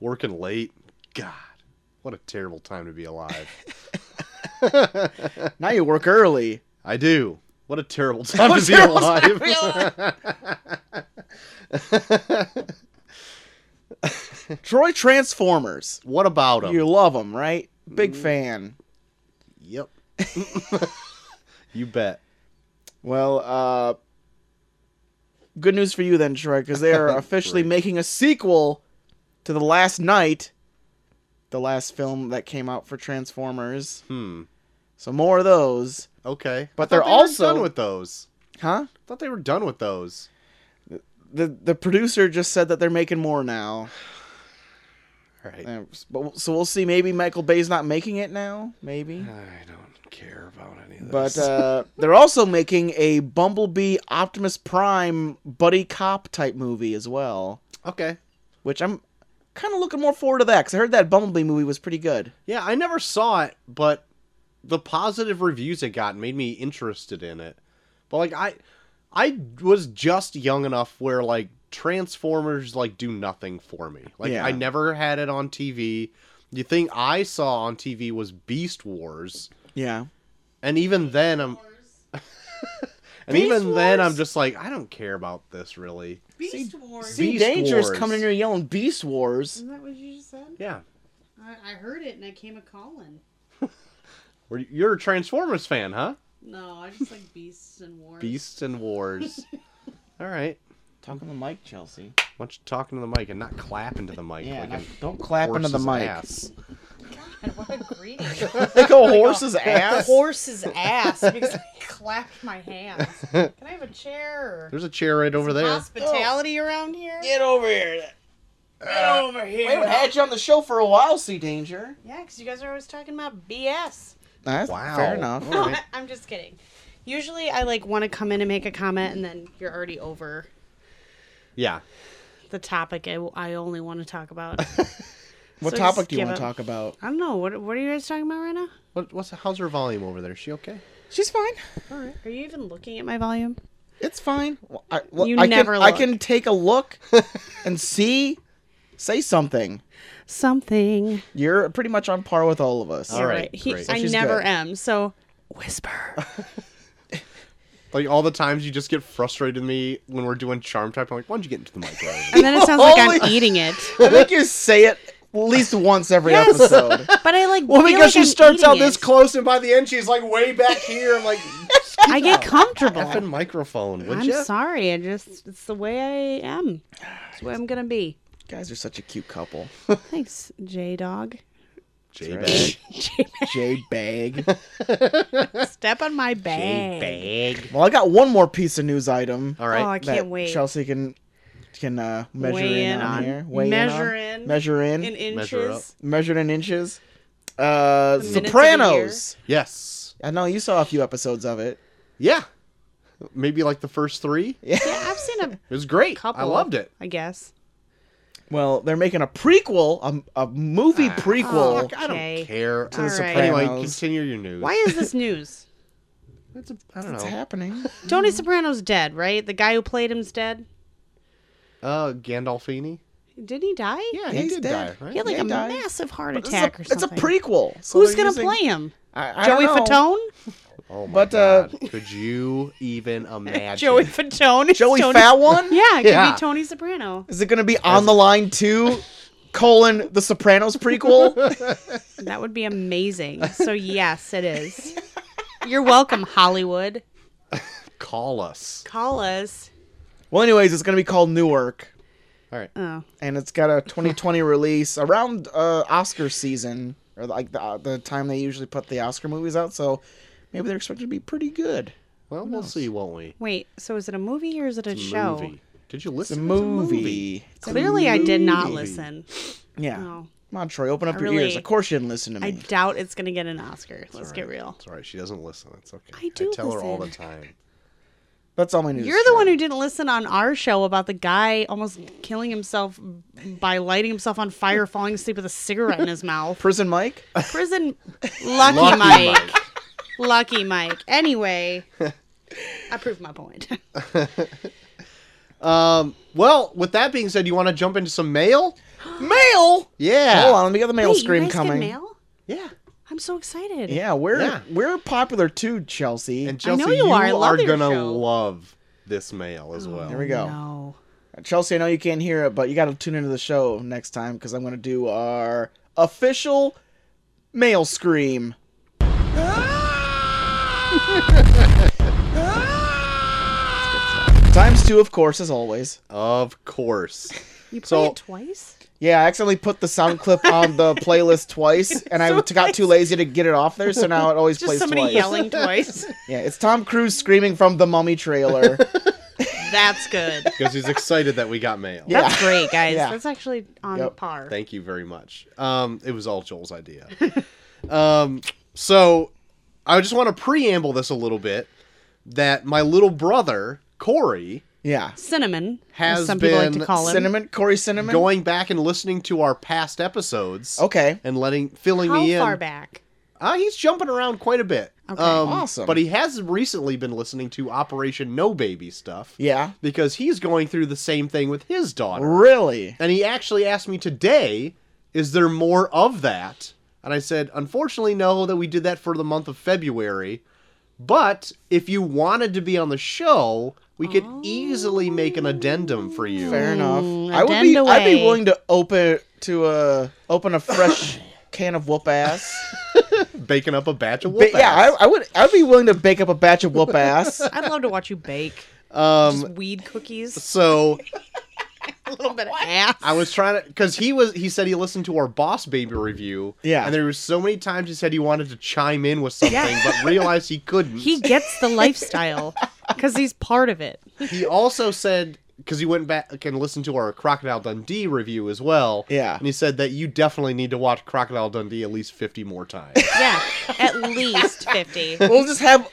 Working late. God. What a terrible time to be alive.
Now you work early.
I do. What a terrible time
What
to
a
be
terrible
alive.
time Troy Transformers.
what about him?
You love them, right? Big fan.
Yep. you bet.
Well, uh good news for you then, Troy, because they are officially
Great.
making a sequel to the last night, the last film that came out for Transformers.
Hmm.
So more of those,
Okay.
But
I thought
they're
they were
also-
done with those.
huh?
I thought they were done with those.
The the producer just said that they're making more now.
All right.
Uh, But so we'll see. Maybe Michael Bay's not making it now. Maybe.
I don't care about any of
But uh, they're also making a Bumblebee Optimus Prime buddy cop type movie as well,
okay.
which I'm kind of looking more forward to that because I heard that Bumblebee movie was pretty good.
Yeah, I never saw it, but the positive reviews it got made me interested in it. But like I I was just young enough where like Transformers like do nothing for me. Like
Yeah.
I never had it on TV. The thing I saw on TV was Beast Wars,
Yeah.
and even then I'm and
Beast
even then
Wars?
I'm just like I don't care about this really.
Beast
See-
Wars.
See,
Beast
Danger's
Wars.
coming in here yelling Beast Wars.
Isn't that what you just said?
Yeah.
I, I heard it and I came a calling.
Were you- You're a Transformers fan, huh?
No, I just like beasts and wars.
Beasts and Wars. All right.
Talking the mic, Chelsea.
Why don't you talking to the mic and not clapping to the mic?
Yeah,
like
not-
a
don't clap into the
horse's
mic.
ass.
God, what a greeting.
They go horse's
The
ass.
horse's ass because I clapped my hands. Can I have a chair? Or
There's a chair right over there.
hospitality around here?
Get over here.
Get over
We
here.
haven't had you on the show for a while, Sea Danger.
yeah, because you guys are always talking about BS.
That's
Wow.
Fair enough.
All right.
I'm just kidding. Usually I like want to come in and make a comment and then you're already over
Yeah.
the topic I, I only want to talk about.
What
So
topic
just
do you
give
want to
up.
talk about?
I don't know. What, what are you guys talking about right now?
What, what's how's her volume over there? Is she okay?
She's fine.
All right. Are you even looking at my volume?
It's fine. Well, I, well,
You
I
never
can, I
look.
can take a look and see, say something.
Something.
You're pretty much on par with all of us.
All
All
right,
right. He,
great.
So
I
she's
never
good.
am. So whisper.
Like all the times you just get frustrated with me when we're doing charm type. I'm like, why don't you get into the mic? Riley?"
And then it sounds like I'm
Holy-
eating it.
I think you say it at least once every episode.
But I like.
well,
feel
because
like
she
I'm
starts
eating
out this
it.
close, and by the end she's like way back here. I'm like,
I get
effing
comfortable.
microphone, would
I'm
you?
sorry. I just it's the way I am. It's where I'm gonna be.
You guys are such a cute couple.
Thanks, J Dog.
J-bag.
J Bag.
Step on my bag.
Well, I got one more piece of news item.
All
Oh, I
right.
that
can't wait.
Chelsea can can uh, measure
Weigh
in,
in
on
on-
here. Weigh
measure
in, on-
in.
measure in,
In
Measure up.
inches.
measured in inches. Uh,
minutes of the
Sopranos.
Yes.
I know you saw a few episodes of it.
Yeah. Maybe like the first three. It
Yeah, I've seen a
was great.
couple.
I loved it.
I guess.
Well, they're making a prequel, a, a movie prequel.
Fuck, I
Okay.
don't care.
the
All right.
Sopranos.
Anyway, continue your news.
Why is this news?
It's a, I don't
It's
know.
happening.
Tony Soprano's dead, right? The guy who played him's dead.
Uh, Gandolfini.
Did he die?
Yeah,
He's
he did
dead.
die, right?
He had like
Yeah,
a
he died.
massive heart
It's a,
attack or
it's a
something.
prequel. so
Who's
they're
gonna
using-
play him?
I, I
Joey
don't know.
Fatone?
Oh my
But, uh,
god! Could you even imagine?
Joey Fatone? is
Joey
Tony-
Fat One.
Yeah, it could
Yeah.
be Tony Soprano.
Is it gonna be on the line two? Colon the Sopranos prequel.
That would be amazing. So yes, it is. You're welcome, Hollywood.
Call us.
Call us.
well, anyways, it's gonna be called Newark.
All right.
Oh,
and it's got a 2020 release around uh, Oscar season or like the, uh, the time they usually put the Oscar movies out. So maybe they're expected to be pretty good.
Well, we'll see, won't we?
wait. So is it a movie or is it a show?
Movie. Did you
It's a
listen?
movie. It's a
Clearly, I did not
movie.
listen.
Yeah.
Oh,
Come on, Troy, open up
I
your
really-
ears. Of course you didn't listen to
I
me.
doubt it's gonna get an Oscar. Let's get real.
It's all right. She doesn't listen. It's okay.
I do
tell her all the
listen.
time.
That's all my news.
You're the
Troy.
one who didn't listen on our show about the guy almost killing himself by lighting himself on fire, falling asleep with a cigarette in his mouth.
Prison Mike?
Prison, lucky,
Lucky
Mike.
Mike.
lucky Mike. Anyway, I proved my point.
Um. Well, with that being said, you want to jump into some mail?
mail!
Yeah.
Hold on, let me get the mail
Wait,
scream
you guys
coming.
Get mail?
Yeah.
I'm so excited.
Yeah, we're
Yeah.
we're popular too, Chelsea.
And
I
Chelsea,
know you are. I love your
gonna
show. Oh,
love this mail as well.
Here we go.
No.
Chelsea, I know you can't hear it, but you got to tune into the show next time because I'm going to do our official mail scream. Times two, of course, as always.
Of course.
You play
So-
it twice?
Yeah, I accidentally put the sound clip on the playlist twice, and I got too lazy to get it off there, so now it always
Just
plays
somebody
twice.
yelling twice.
Yeah, it's Tom Cruise screaming from the Mummy trailer.
That's good.
Because he's excited that we got mail.
Yeah.
That's great, guys.
Yeah.
That's actually on
Yep.
par.
Thank you very much. Um, it was all Joel's idea. um, so I just want to preamble this a little bit that my little brother, Corey,
yeah,
Cinnamon,
Has
as some people like
been
to call him.
cinnamon, Corey cinnamon.
going back and listening to our past episodes
Okay,
and letting filling
Oh. How
me in.
far back?
Uh, he's jumping around quite a bit.
Okay.
Um,
Awesome.
But he has recently been listening to Operation No Baby stuff
yeah,
because he's going through the same thing with his daughter.
really.
And he actually asked me today, is there more of that? And I said, unfortunately, no, that we did that for the month of February. But if you wanted to be on the show, we could easily make an addendum for you.
Fair enough.
Mm,
I would be.
addenda
I'd be
way.
willing to open to uh, open a fresh can of whoop ass.
Baking up a batch of
Ba-
whoop
yeah, I, I would. I'd be willing to bake up a batch of whoop ass.
I'd love to watch you bake.
um,
Just weed cookies,
so
a little bit of ass.
I was trying to, because he was, he said he listened to our Boss Baby review.
Yeah.
And there was so many times he said he wanted to chime in with something, but realized he couldn't.
He gets the lifestyle because he's part of it.
he also said because he went back and listened to our Crocodile Dundee review as well.
Yeah.
and he said that you definitely need to watch Crocodile Dundee at least fifty more times.
Yeah, at least fifty.
We'll just have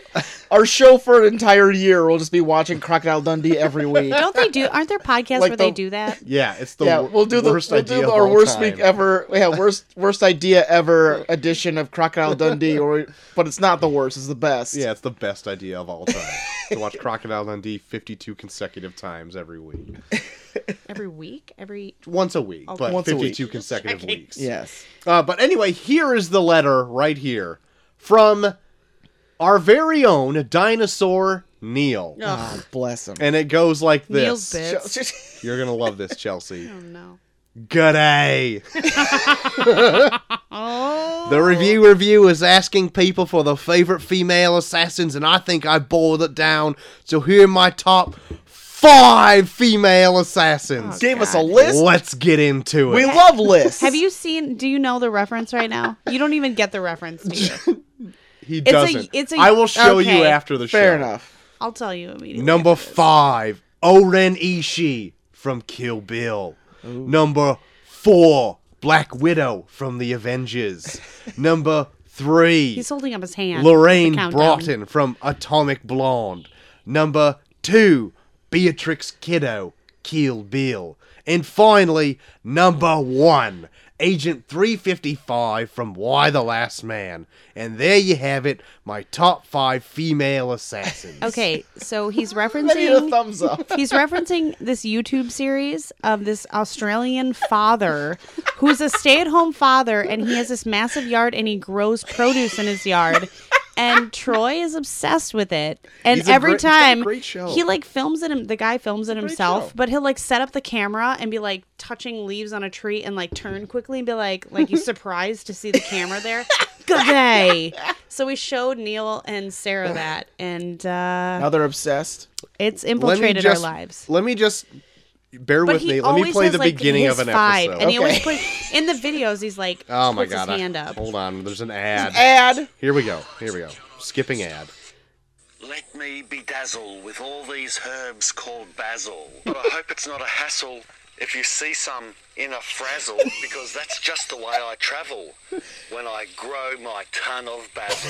Our show for an entire year will just be watching Crocodile Dundee every week.
Don't they do? Aren't there podcasts
Like
where they
the-
do that?
Yeah, it's the
yeah,
wor-
we'll do the
worst
we'll
idea
do
of
our
all
worst
time.
week ever. Yeah, worst worst idea ever edition of Crocodile Dundee, or but it's not the worst; it's the best.
Yeah, it's the best idea of all time. to watch Crocodile Dundee 52 consecutive times every week.
Every week? Every
Once a week, but
Once a week.
52 consecutive
Checking.
weeks.
Yes.
Uh, but anyway, here is the letter right here from our very own dinosaur Neil.
Ugh.
Oh, bless him.
And it goes like
Neil's
this.
bits.
You're going to love this, Chelsea.
Oh no.
G'day.
Oh.
The review review is asking people for their favorite female assassins, and I think I boiled it down. So here are my top five female assassins.
Gave Oh, us a list.
Let's get into it.
We love lists.
Have you seen? Do you know the reference right now? You don't even get the reference. Do you?
he
a-
doesn't.
it's a-
I will show you
okay.
after the show.
Fair enough.
I'll tell you immediately.
Number five, Oren Ishii from Kill Bill. Number four, Black Widow from The Avengers. Number three,
He's holding up his hand.
Lorraine
The countdown.
Broughton from Atomic Blonde. Number two, Beatrix Kiddo, Kill Bill. And finally, number one, Agent 355 from Why the Last Man. And there you have it, my top five female assassins.
Okay, so he's
I need a
referencing.
thumbs up.
He's referencing this YouTube series of this Australian father who's a stay at home father and he has this massive yard and he grows produce in his yard. And Troy is obsessed with it. And
He's a
every
great- he's got a
time
great show.
he like films it, him- the guy films it
show.
himself, but he'll like set up the camera and be like touching leaves on a tree and like turn quickly and be like, like he's surprised to see the camera there. Good day. So we showed Neil and Sarah that, and uh,
Now they're obsessed.
it's
Let me
infiltrated
just-
our lives.
Let me just bear with me. Let me
always
play
has,
the
like,
beginning
his
of an
five,
episode.
And he always
Okay.
put in the videos. He's like,
oh my
puts
god. I-
his hand up.
Hold on, there's an ad.
Ad.
Here we go. Here we go. Skipping ad.
Let me bedazzle with all these herbs called basil. But I hope it's not a hassle if you see some in a frazzle, because that's just the way I travel when I grow my ton of basil.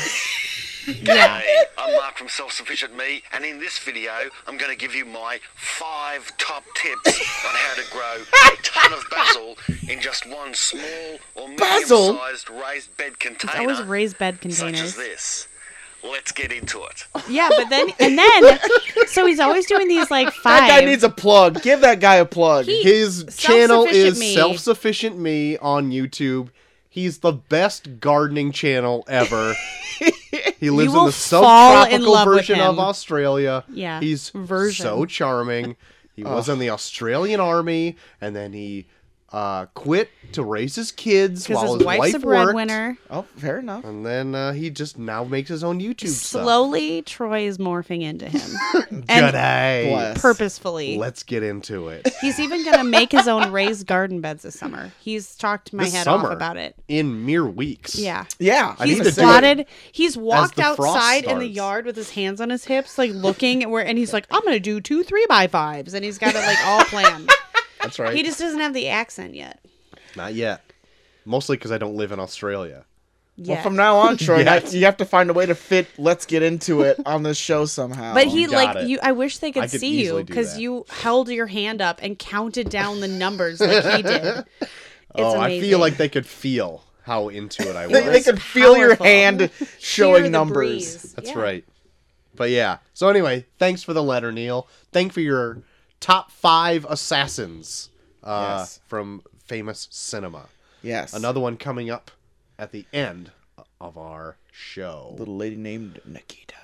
Yeah. I'm Mark from Self Sufficient Me, and in this video, I'm going to give you my five top tips on how to grow a ton of basil in just one small or
Basil?
medium-sized raised bed container.
It's always raised bed
such as
containers.
this. Let's get into it.
Yeah, but then and then, so he's always doing these like five.
That guy needs a plug. Give that guy a plug.
His channel
Self-Sufficient
is
Me.
Self Sufficient Me on YouTube. He's the best gardening channel ever. he lives in
will
the
fall in
subtropical
love with
version of
him.
Australia.
Yeah,
He's
version.
so charming. He was in the Australian army and then he uh, quit to raise his kids
because
while
his
his
wife's
wife
a
worked.
breadwinner.
oh, fair enough.
And then uh, he just now makes his own YouTube stuff.
Slowly, Troy is morphing into him, and
G'day.
Bless.
purposefully.
Let's get into it.
He's even gonna make his own raised garden beds this summer. He's talked my
This
head
summer.
off about it.
In mere weeks.
Yeah.
Yeah.
I need to
He's
do it.
plotted. He's walked
the frost
outside in the
starts.
yard with his hands on his hips, like looking at where, and he's like, "I'm gonna do two three by fives," and he's got it like all planned.
That's right.
he just doesn't have the accent yet.
Not yet. Mostly because I don't live in Australia.
Yeah,
Well, from now on, Troy,
Yeah.
that- you have to find a way to fit "Let's Get Into It" on this show somehow.
but he
got
like
it.
you. I wish they could,
I could
see you
easily do
because
that.
you held your hand up and counted down the numbers like he did. It's
oh, I feel
amazing.
like they could feel how into it I
they, they
was.
could feel your
powerful.
hand
Hear the
showing numbers.
breeze.
That's
Yeah.
right. But yeah. So anyway, thanks for the letter, Neil. Thank for your top five assassins uh,
Yes.
from famous cinema.
Yes.
Another one coming up at the end of our show
little lady named Nikita.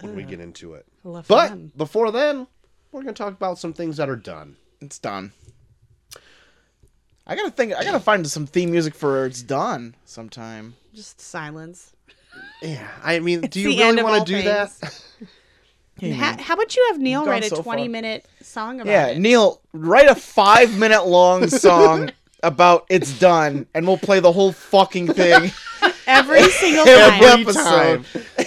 when we
Uh,
get into it.
La
But
femme.
before then, we're gonna talk about some things that are done.
It's done. I gotta think. I gotta find some theme music for "It's Done" sometime.
just silence.
Yeah, I mean, do you
the
really
end of
want
all
to do
things.
that?
Ha- how about you have Neil
You've gone
write a
so far.
twenty-minute song about
Yeah,
it?
Neil, write a five-minute-long song about "It's Done," and we'll play the whole fucking thing
Every single time.
every
Every
episode.
time.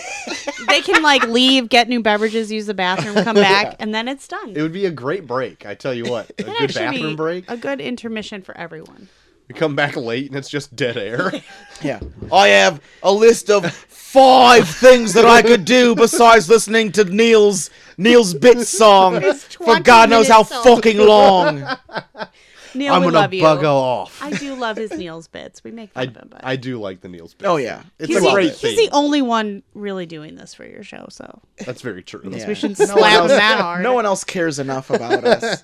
they can like leave, get new beverages, use the bathroom, come back, and then it's done.
It would be a great break, I tell you what. A
That'd
good
actually
bathroom
be
break.
a good intermission for everyone.
We come back late and it's just dead air.
Yeah. I have a list of five things that I could do besides listening to Neil's Neil's bit song for
20
God knows how
minutes long.
fucking long.
Neil,
I'm
we
gonna
love you.
bugger off.
I do love his Neil's bits. We make fun
I,
of him, but
I do like the Neil's. Bits.
Oh yeah.
it's
he's,
a
the,
great
he's
thing.
the only one really doing this for your show, so
That's very true.
Yeah.
we shouldn't
No one
slap him
else-
that hard.
No one else cares enough about us.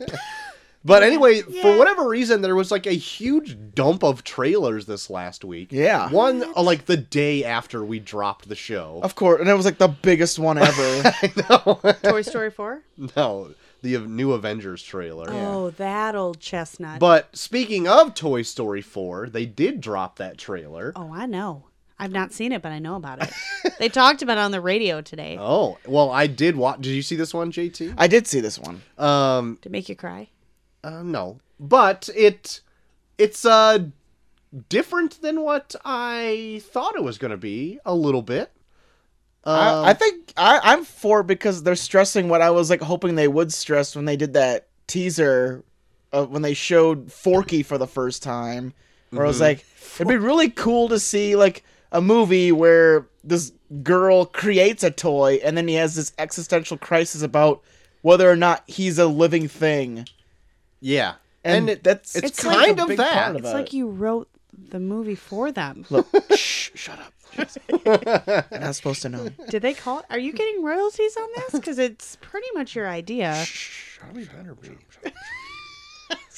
But anyway, for
Yeah.
whatever reason, there was like a huge dump of trailers this last week.
Yeah.
One uh, like the day after we dropped the show.
Of course, and it was like the biggest one ever.
Toy Story Four.
No, the av- new Avengers trailer.
Oh, that old chestnut.
But speaking of Toy Story 4, they did drop that trailer.
oh, I know. I've not seen it, but I know about it. they talked about it on the radio today.
Oh, well, I did watch. Did you see this one, JT?
I did see this one.
Um,
To make you cry.
uh, no, but it it's uh different than what I thought it was going to be a little bit.
I,
Um,
I think I, I'm for it because they're stressing what I was like hoping they would stress when they did that teaser, of when they showed Forky for the first time, where I was
Mm-hmm.
like, it'd be really cool to see like a movie where this girl creates a toy and then he has this existential crisis about whether or not he's a living thing.
Yeah,
And,
it-
that's
it's,
It's like
kind
a
of
big
that.
part of
It's
Uh,
like you wrote the movie for them.
look, shh, shut up. You're not supposed to know.
Did they call it? Are you getting royalties on this? Because it's pretty much your idea.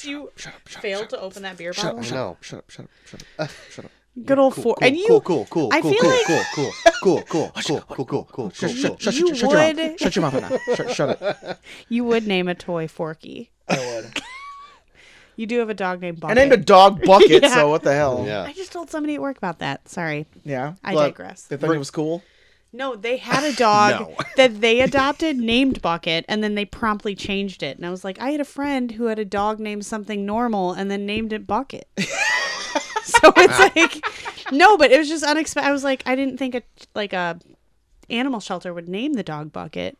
you failed to open that beer bottle.
I know.
Shut up, shut up, shut up, shut up.
Good old four.
Cool,
and you,
cool, cool, cool,
I
cool,
feel
cool,
like-
cool, cool, cool, cool, cool, cool, cool, cool, cool, cool.
Shut, your-
You
shut your mouth.
would-
Shut your mouth right now. Shut, shut it.
you would name a toy Forky.
I would.
You do have a dog named
I
Bucket.
named a dog Bucket,
Yeah.
so what the hell?
Yeah.
I just told somebody at work about that. Sorry,
Yeah.
I
But-
digress.
They think it was cool.
No, they had a dog
No.
that they adopted named Bucket, and then they promptly changed it. And I was like, I had a friend who had a dog named something normal and then named it Bucket. so it's like, no, but it was just unexpected. I was like, I didn't think a like a animal shelter would name the dog Bucket,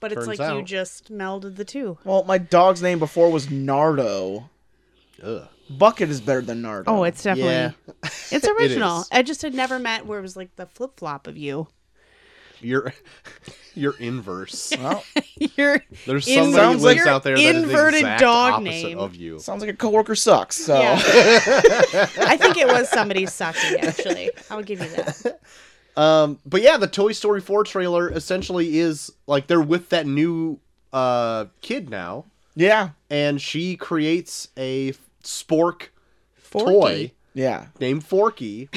but it's
Turns
like you
out.
just melded the two.
Well, my dog's name before was Nardo.
Ugh.
Bucket is better than Nardo.
Oh, it's definitely
Yeah.
it's original.
is.
I just had never met where it was like the flip flop of you.
You're you're inverse.
Well,
You're
There's
in-
somebody who
Sounds
lives
like
out there that is the
inverted
exact
dog
opposite
name.
of you.
sounds like a coworker sucks. So
Yeah. I think it was somebody sucking, actually. I'll give you that.
Um, but yeah, the Toy Story 4 trailer essentially is like they're with that new uh kid now,
yeah,
and she creates a spork toy
Forky.
yeah.
named Forky.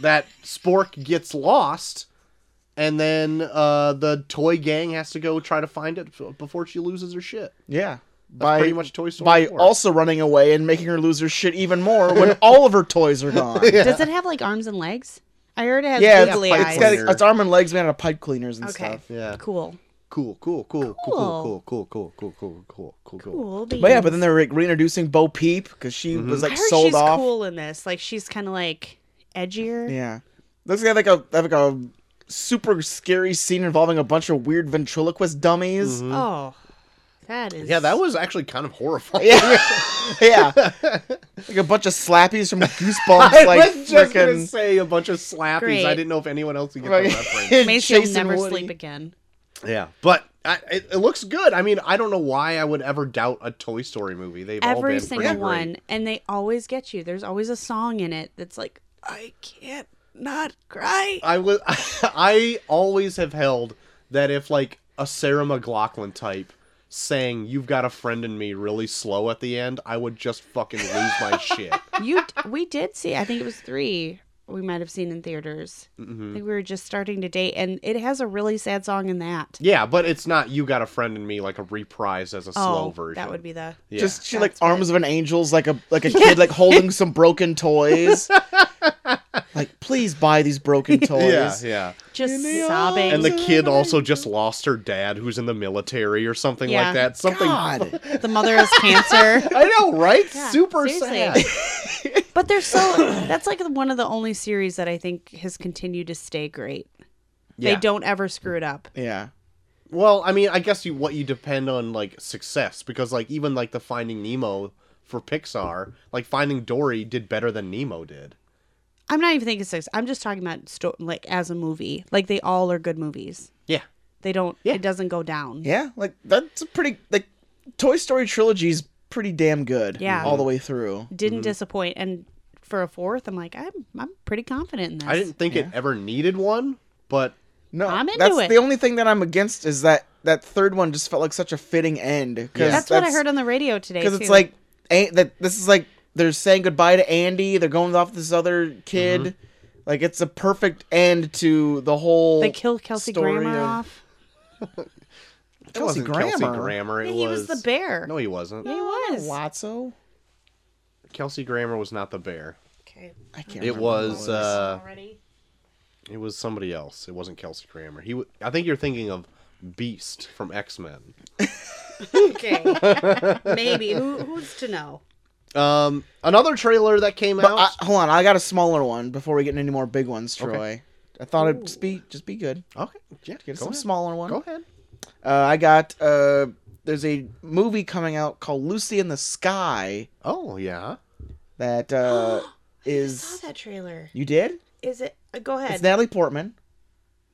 that spork gets lost, and then uh the toy gang has to go try to find it f- before she loses her shit.
yeah.
That's
By
pretty much Toy Story
by
4.
also running away and making her lose her shit even more when all of her toys are gone. yeah,
Does it have like arms and legs? I heard it has
yeah it's,
googly
it's
eyes.
got
cleaner.
its arm and legs made out of pipe cleaners and
okay.
stuff.
Yeah.
Cool.
Cool, cool, cool, cool,
Cool.
cool, cool, cool, cool, cool, cool, cool, cool.
Cool.
But yeah, but then they're like reintroducing Bo Peep because she
Mm-hmm.
was
I
like
heard
sold
she's
off.
cool in this. Like she's kind of like edgier.
Yeah, looks like like a like a super scary scene involving a bunch of weird ventriloquist
Mm-hmm.
dummies.
Oh, that is.
Yeah, that was actually kind of horrifying.
yeah, like a bunch of slappies from Goosebumps, like
I was just gonna
freaking
say a bunch of slappies.
Great.
I didn't know if anyone else could get
Right.
the reference.
Macy will
chasing
never
Woody.
sleep again.
Yeah, but I, it, it looks good. I mean, I don't know why I would ever doubt a Toy Story movie. They've all
Every
been
single
pretty great.
one, and they always get you. There's always a song in it that's like, I can't not cry.
I was I always have held that if like a Sarah McLaughlin type sang "You've Got a Friend in Me" really slow at the end, I would just fucking lose my shit.
You we did see. I think it was three. We might have seen in theaters.
Mm-hmm.
I think we were just starting to date, and it has a really sad song in that.
Yeah, but it's not "You Got a Friend in Me" like a reprise as a slow
oh,
version.
that would be the.
Yeah.
just she like arms of an angel's, like a like a kid like holding some broken toys. like, please buy these broken toys.
yeah, yeah.
Just
the
sobbing.
And the
the,
kid also just lost her dad, who's in the military or something
Yeah.
like that. Something.
God.
mother has cancer.
I know, right?
Yeah,
Super
seriously.
sad.
But they're so. That's like one of the only series that I think has continued to stay great.
Yeah.
They don't ever screw it up.
yeah.
Well, I mean, I guess you what you depend on like success because like even like the Finding Nemo for Pixar. Like Finding Dory did better than Nemo did.
I'm not even thinking six. I'm just talking about sto- like as a movie. Like they all are good movies.
Yeah.
They don't.
Yeah.
It doesn't go down.
Yeah, like that's a pretty like Toy Story trilogy is pretty damn good.
Yeah.
all the way through.
Didn't
Mm-hmm.
disappoint. And for a fourth, I'm like, I'm I'm pretty confident in this.
I didn't think it ever needed one, but
No,
I'm into
that's
it.
the only thing that I'm against is that that third one just felt like such a fitting end. 'cause
Yeah.
That's, what I heard on the radio today.
because it's
too.
like a, that this is like they're saying goodbye to Andy. They're going off this other kid.
Mm-hmm.
Like it's a perfect end to the whole.
they kill Kelsey
story
Grammer
of-
off.
it
Kelsey
wasn't Kelsey
Grammer.
Grammer. It
Yeah, he was the bear.
No, he wasn't.
he was.
Lotso.
Kelsey Grammer was not the bear.
Okay.
I can't.
It
remember who
was uh,
Already.
it was somebody else. It wasn't Kelsey Grammer. He, w- I think you're thinking of Beast from X Men.
Okay. Maybe. Who, who's to know?
Um, another trailer that came
But
out.
I, hold on, I got a smaller one before we get into any more big ones, Troy. I thought it'd just be just be good.
okay, yeah,
Get us
go
some
ahead.
smaller one.
Go ahead.
Uh, I got uh, there's a movie coming out called Lucy in the Sky
Oh yeah.
that uh, is
that trailer.
you did?
Is it? uh, go ahead.
It's Natalie Portman.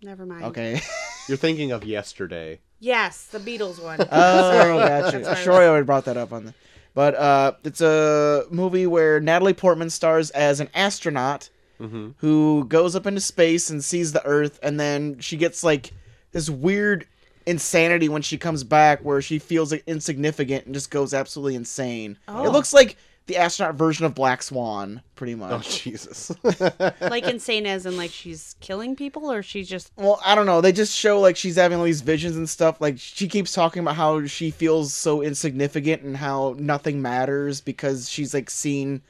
Never mind.
Okay.
You're thinking of yesterday.
Yes, the Beatles one.
Oh, gotcha.
That's
Troy already brought that up on the. But uh, it's a movie where Natalie Portman stars as an astronaut
Mhm.
who goes up into space and sees the Earth, and then she gets like this weird insanity when she comes back, where she feels like, insignificant and just goes absolutely insane. It
Oh.
looks like the astronaut version of Black Swan, pretty
Oh
much.
Jesus.
like insane as in like she's killing people or she's just
Well, I don't know. They just show like she's having all these visions and stuff. Like she keeps talking about how she feels so insignificant and how nothing matters because she's like seen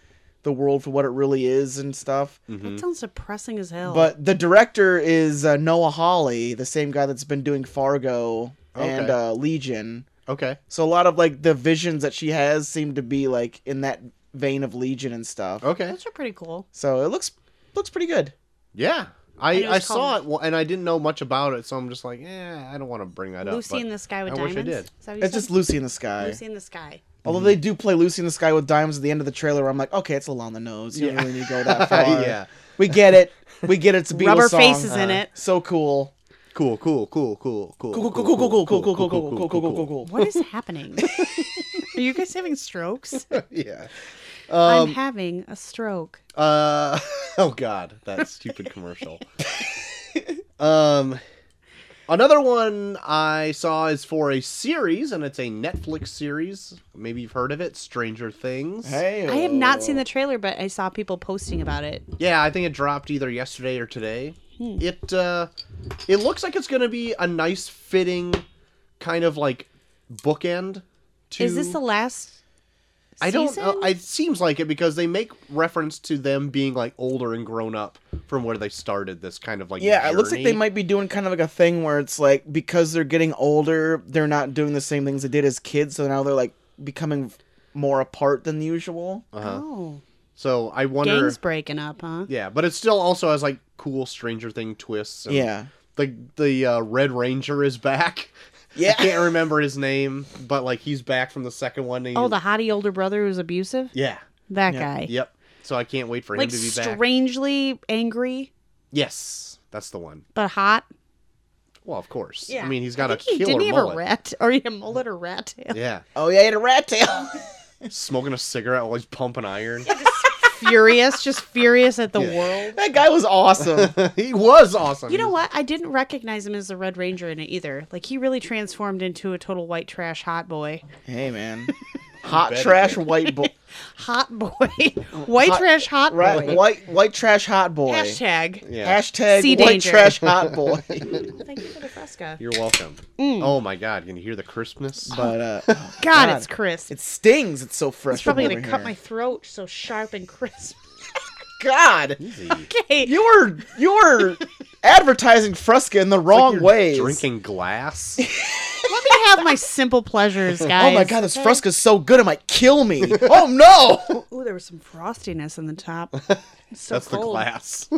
the world for what it really is and stuff.
Mm-hmm.
that sounds depressing as hell.
But the director is uh, Noah Hawley, the same guy that's been doing Fargo and
Okay.
uh, Legion.
okay.
So a lot of like the visions that she has seem to be like in that vein of Legion and stuff.
Okay.
those are pretty cool.
So it looks looks pretty good.
Yeah.
And
I,
it
I
was
saw it well, and I didn't know much about it, so I'm just like, eh, I don't want to bring that up.
Lucy
but
in the Sky with
I wish I
Diamonds.
did.
Is that what you
It's
said?
just Lucy in the sky.
Lucy in the Sky.
Although they do play Lucy in the Sky with Dimes at the end of the trailer, where I'm like, okay, it's a little on the nose. You
Yeah.
don't really need to go that far.
Yeah.
we get it. We get it. It's a Beatles
Rubber
song.
faces in it.
So cool.
Cool, cool, cool, cool, cool,
Cool, cool, cool, cool, cool, cool, cool, cool, cool, cool, cool, cool, cool, cool.
What is happening? Are you guys having strokes?
Yeah.
I'm having a stroke.
Uh, oh God, that stupid commercial. um, another one I saw is for a series, and it's a Netflix series. Maybe you've heard of it, Stranger Things.
Hey.
I have not
Oh.
seen the trailer, but I saw people posting about it.
Yeah, I think it dropped either yesterday or today.
Hmm.
It uh, it looks like it's gonna be a nice fitting, kind of like bookend. To
Is this the last?
I don't
season?
know. It seems like it because they make reference to them being like older and grown up from where they started this kind of like
Yeah, it looks like they
journey.
might be doing kind of like a thing where it's like because they're getting older, they're not doing the same things they did as kids, so now they're like becoming more apart than usual.
oh,
So I Uh-huh. wonder.
gang's breaking up, huh?
Yeah, but it still also has like cool Stranger Thing twists. and
Yeah.
the the uh, Red Ranger is back.
Yeah.
I can't remember his name, but like he's back from the second one. and he-
Oh, the hottie older brother who's abusive.
yeah,
That
Yeah.
guy.
yep. So I can't wait for
Like
him to be back.
strangely angry,
Yes, that's the one.
but hot.
Well, of course. I mean, he's got a
think he-
killer
Didn't he have
mullet.
a rat or he had a mullet or rat tail?
Yeah,
Oh yeah, he had a rat tail.
smoking a cigarette while he's pumping iron.
furious, just furious at the
Yeah.
world.
that guy was awesome.
he was awesome.
You know what? I didn't recognize him as the Red Ranger in it either. Like he really transformed into a total white trash hot boy.
hey man. Hot
bet he
trash white boy.
Hot boy. white trash hot
Right,
boy.
white white trash hot boy.
Hashtag.
Yeah.
Hashtag
Sea
white
danger.
trash hot boy.
Thank you for the fresca.
You're welcome.
Mm.
Oh my God! Can you hear the crispness?
but uh, oh,
God, it's crisp.
it stings. It's so fresh.
It's probably
from
gonna
over
cut my
here.
throat so sharp and crisp.
God.
Easy.
Okay.
You were you were advertising Fresca in the wrong way.
Drinking glass.
Let me have my simple pleasures, guys.
Oh my god, this Fresca's so good it might kill me. oh no.
Ooh, there was some frostiness in the top. It's so
That's the
cold.
glass.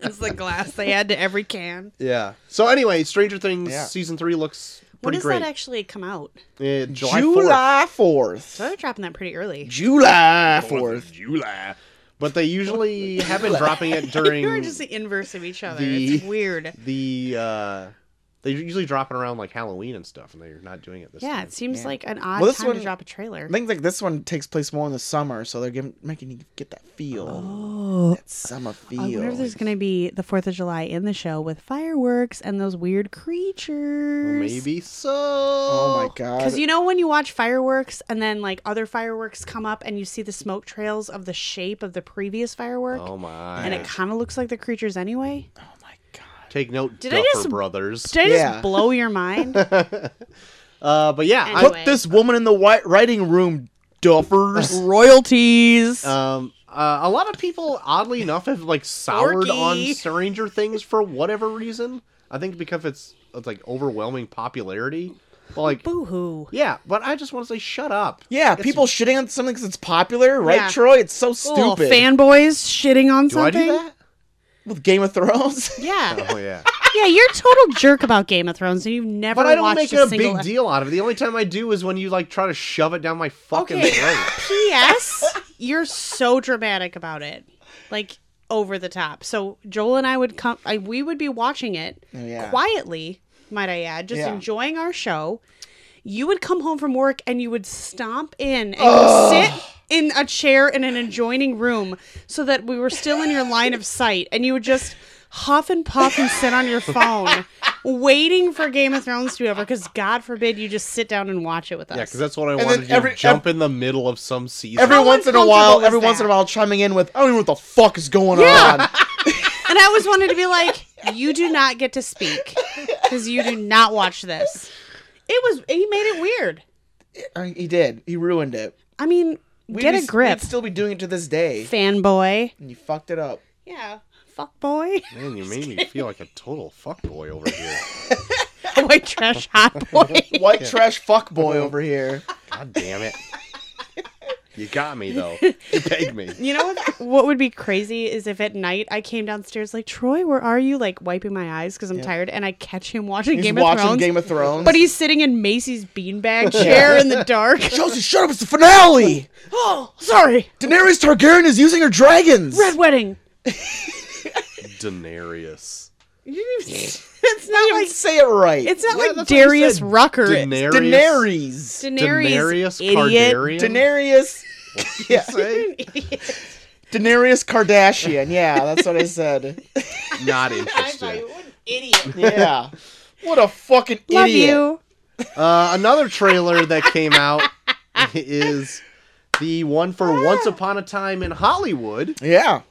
It's the glass they add to every can.
Yeah. So anyway, Stranger Things
Yeah.
season three looks
When
Pretty
does
great.
that actually come out?
Uh, July, 4th.
July
So
4th.
they're dropping that pretty early.
July
4th
4th.
of July. But they usually have been dropping it during
You are just the inverse of each other.
the-
It's weird.
the. Uh, they usually drop it around like Halloween and stuff, and they're not doing it this
Yeah,
time.
it seems
Yeah.
like an odd
Well, this
time
one-
to drop a trailer.
I think like this one takes place more in the summer, so they're giving, making you get that feel,
Oh,
that summer feel.
I wonder if there's going to be the Fourth of July in the show with fireworks and those weird creatures.
Well, maybe so.
oh my god!
Because you know when you watch fireworks and then like other fireworks come up and you see the smoke trails of the shape of the previous firework,
Oh my.
and it kind of looks like the creatures anyway.
oh my god!
Take note,
Did I
Duffer
just-
Brothers.
Did I
Yeah.
just blow your mind?
uh, but yeah, I,
Anyway.
Put this woman in the white writing room, duffers.
Royalties.
Um, uh, a lot of people, oddly enough, have like soured
Forky.
on Stranger Things for whatever reason. I think because it's, it's like overwhelming popularity. But like,
Boo hoo.
yeah, but I just want to say, shut up.
Yeah, people shitting on something because it's popular, right,
Yeah.
Troy? It's so
Little
stupid.
fanboys shitting on
Do
something.
I do that?
With Game of Thrones,
Yeah,
Oh yeah,
yeah. You're a total jerk about Game of Thrones, and you've never.
but I don't
watched
make it a
single
big
ep-
deal out of it. The only time I do is when you like try to shove it down my fucking
Okay.
throat.
P.S. You're so dramatic about it, like over the top. So Joel and I would come. I, we would be watching it
Oh, Yeah.
quietly, might I add, just
Yeah.
enjoying our show. You would come home from work and you would stomp in and sit in a chair in an adjoining room so that we were still in your line of sight, and you would just huff and puff and sit on your phone. Waiting for Game of Thrones to be over because God forbid you just sit down and watch it with us.
Yeah, because that's what I
then
wanted to do,
every-
jump in the middle of some season.
every
How
once in a while,
uncomfortable is
every once in a
that?
while, chiming in with, "I don't even know what the fuck is going
Yeah.
on."
And I always wanted to be like, you do not get to speak because you do not watch this. It was he made it weird.
I mean, Uh, he did. He ruined it.
I mean,
We'd
get
be-
a grip,
We'd still be doing it to this day,
fanboy.
and you fucked it up.
Yeah, fuck boy,
Man, you made me feel like a total fuckboy over here.
white trash hot boy.
White trash fuck boy over here.
God damn it. You got me though. You pegged me.
You know what? What would be crazy is if at night I came downstairs like Troy, where are you? Like wiping my eyes because I'm tired, and I catch him watching
He's
Game of
watching
Thrones.
Game of Thrones.
but he's sitting in Macy's beanbag chair in the dark.
Josie, shut up! It's the finale.
oh, sorry.
Daenerys Targaryen is using her dragons.
Red wedding.
Daenerys.
You didn't even- it's not
I
like
didn't say it right.
It's not
Yeah,
like
that's what I
Darius
said.
Rucker.
Daenerys.
Daenerys.
Daenerys,
Daenerys
idiot.
Cardaryan.
Daenerys. yeah.
Say?
Daenerys Kardashian. Yeah, that's what I said.
Not
I thought
interested.
you were an idiot.
Yeah. What a fucking
Love
idiot.
you.
Uh, another trailer that came out is the one
Ah.
for Once Upon a Time in Hollywood.
Yeah.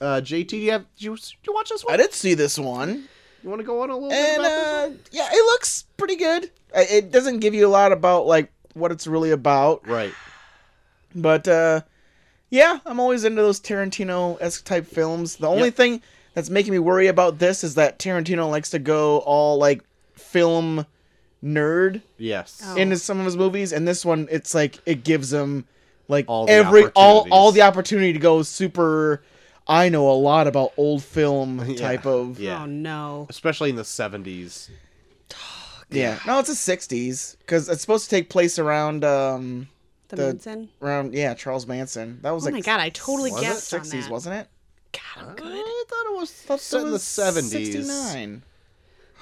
Uh, JT, do you, have, did you, did you watch this
I
one?
did see this one.
You want to go on a little bit
And
about this
uh, yeah, it looks pretty good. I- It doesn't give you a lot about like what it's really about,
one? Right.
but uh yeah, I'm always into those Tarantino-esque type films. The only
Yep.
thing that's making me worry about this is that Tarantino likes to go all like film nerd
Yes.
Oh.
into some of his movies, and this one it's like it gives him like
All the
every all all
opportunities.
the opportunity to go super. I know a lot about old film type of yeah.
Yeah.
Oh no.
Especially in the 70s.
No, it's the '60s because it's supposed to take place around um
The,
The-
Manson.
around yeah Charles Manson. That was
Oh
like
my god, I totally
was it
guessed on
'60s,
that.
wasn't it?
God, I'm
Uh,
good.
I thought it was set
It
in the
was
70s.
69.